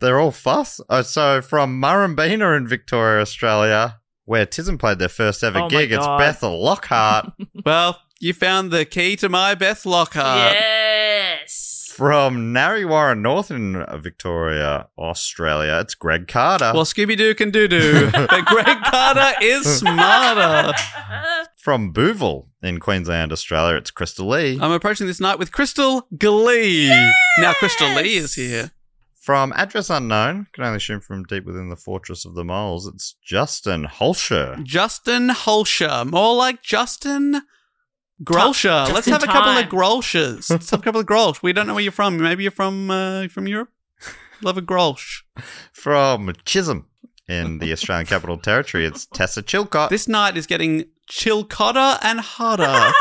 D: They're all fuss. Oh, so from Murrumbina in Victoria, Australia, where Tism played their first ever
C: Oh my
D: gig, it's
C: God.
D: Bethel Lockhart
B: well, you found the key to my Beth
D: uh,
B: Lockhart.
C: yes.
D: from Narriwara North in Victoria, Australia. It's Greg Carter
B: Well, Scooby Doo can doo doo, but Greg Carter is smarter.
D: from Booville in Queensland, Australia. It's Crystal Lee
B: I'm approaching this night with Crystal Glee. Now, Crystal Lee is here.
D: from Address Unknown. Can only assume from deep within the fortress of the moles. It's Justin Holscher.
B: Justin Holscher, more like Justin Grolscher.
C: Just
B: Let's
C: in
B: have a couple
C: time.
B: of Grolschers. Let's have a couple of Grolsch. We don't know where you're from. Maybe you're from uh, from Europe. Love a Grolsch.
D: from Chisholm in the Australian Capital Territory. It's Tessa Chilcott.
B: This night is getting chilcotter and hotter.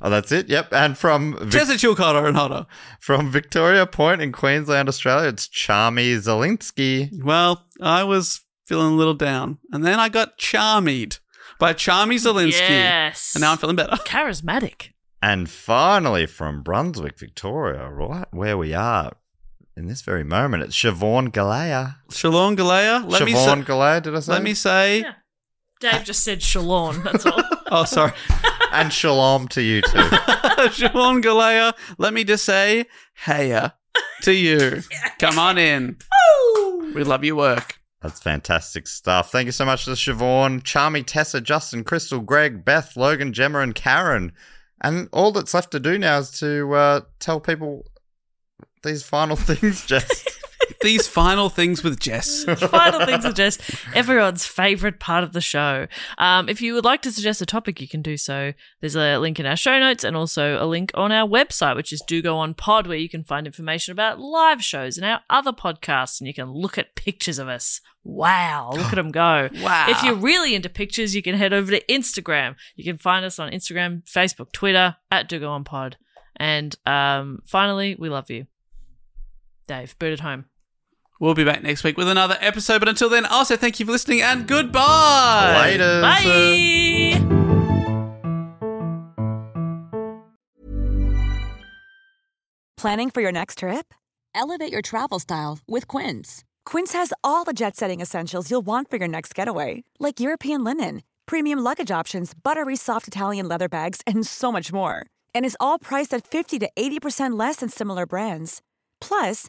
D: oh, that's it. Yep, and from Vic-
B: Just a chilcotter and hotter.
D: From Victoria Point in Queensland, Australia, it's Charmy Zelinsky.
B: Well, I was feeling a little down, and then I got charmied by Charmy Zelinsky,
C: Yes.
B: and now I'm feeling better.
C: charismatic.
D: And finally, from Brunswick, Victoria, right where we are in this very moment, it's Siobhan Galea.
B: Shalom Galea. Let me
D: Siobhan
B: say.
D: Galea, did I say?
B: let me say.
C: Yeah. Dave just said Shalon. That's all.
B: Oh, sorry.
D: and shalom to you too.
B: Siobhan Galea, let me just say, heya to you. Come on in. We love your work.
D: That's fantastic stuff. Thank you so much to Siobhan, Charmy, Tessa, Justin, Crystal, Greg, Beth, Logan, Gemma, and Karen. And all that's left to do now is to uh, tell people these final things, Jess.
B: These final things with Jess.
C: Final thing suggest everyone's favorite part of the show. Um, if you would like to suggest a topic, you can do so. There's a link in our show notes and also a link on our website, which is Do Go On Pod, where you can find information about live shows and our other podcasts, and you can look at pictures of us. Wow, look at them go.
B: Wow.
C: If you're really into pictures, you can head over to Instagram. You can find us on Instagram, Facebook, Twitter, at Do Go On Pod. And um, finally, we love you. Dave, boot at home.
B: We'll be back next week with another episode. But until then, I'll say thank you for listening and goodbye.
D: Later.
C: Bye.
H: Planning for your next trip? Elevate your travel style with Quince. Quince has all the jet setting essentials you'll want for your next getaway, like European linen, premium luggage options, buttery soft Italian leather bags, and so much more. And is all priced at 50 to 80% less than similar brands. Plus,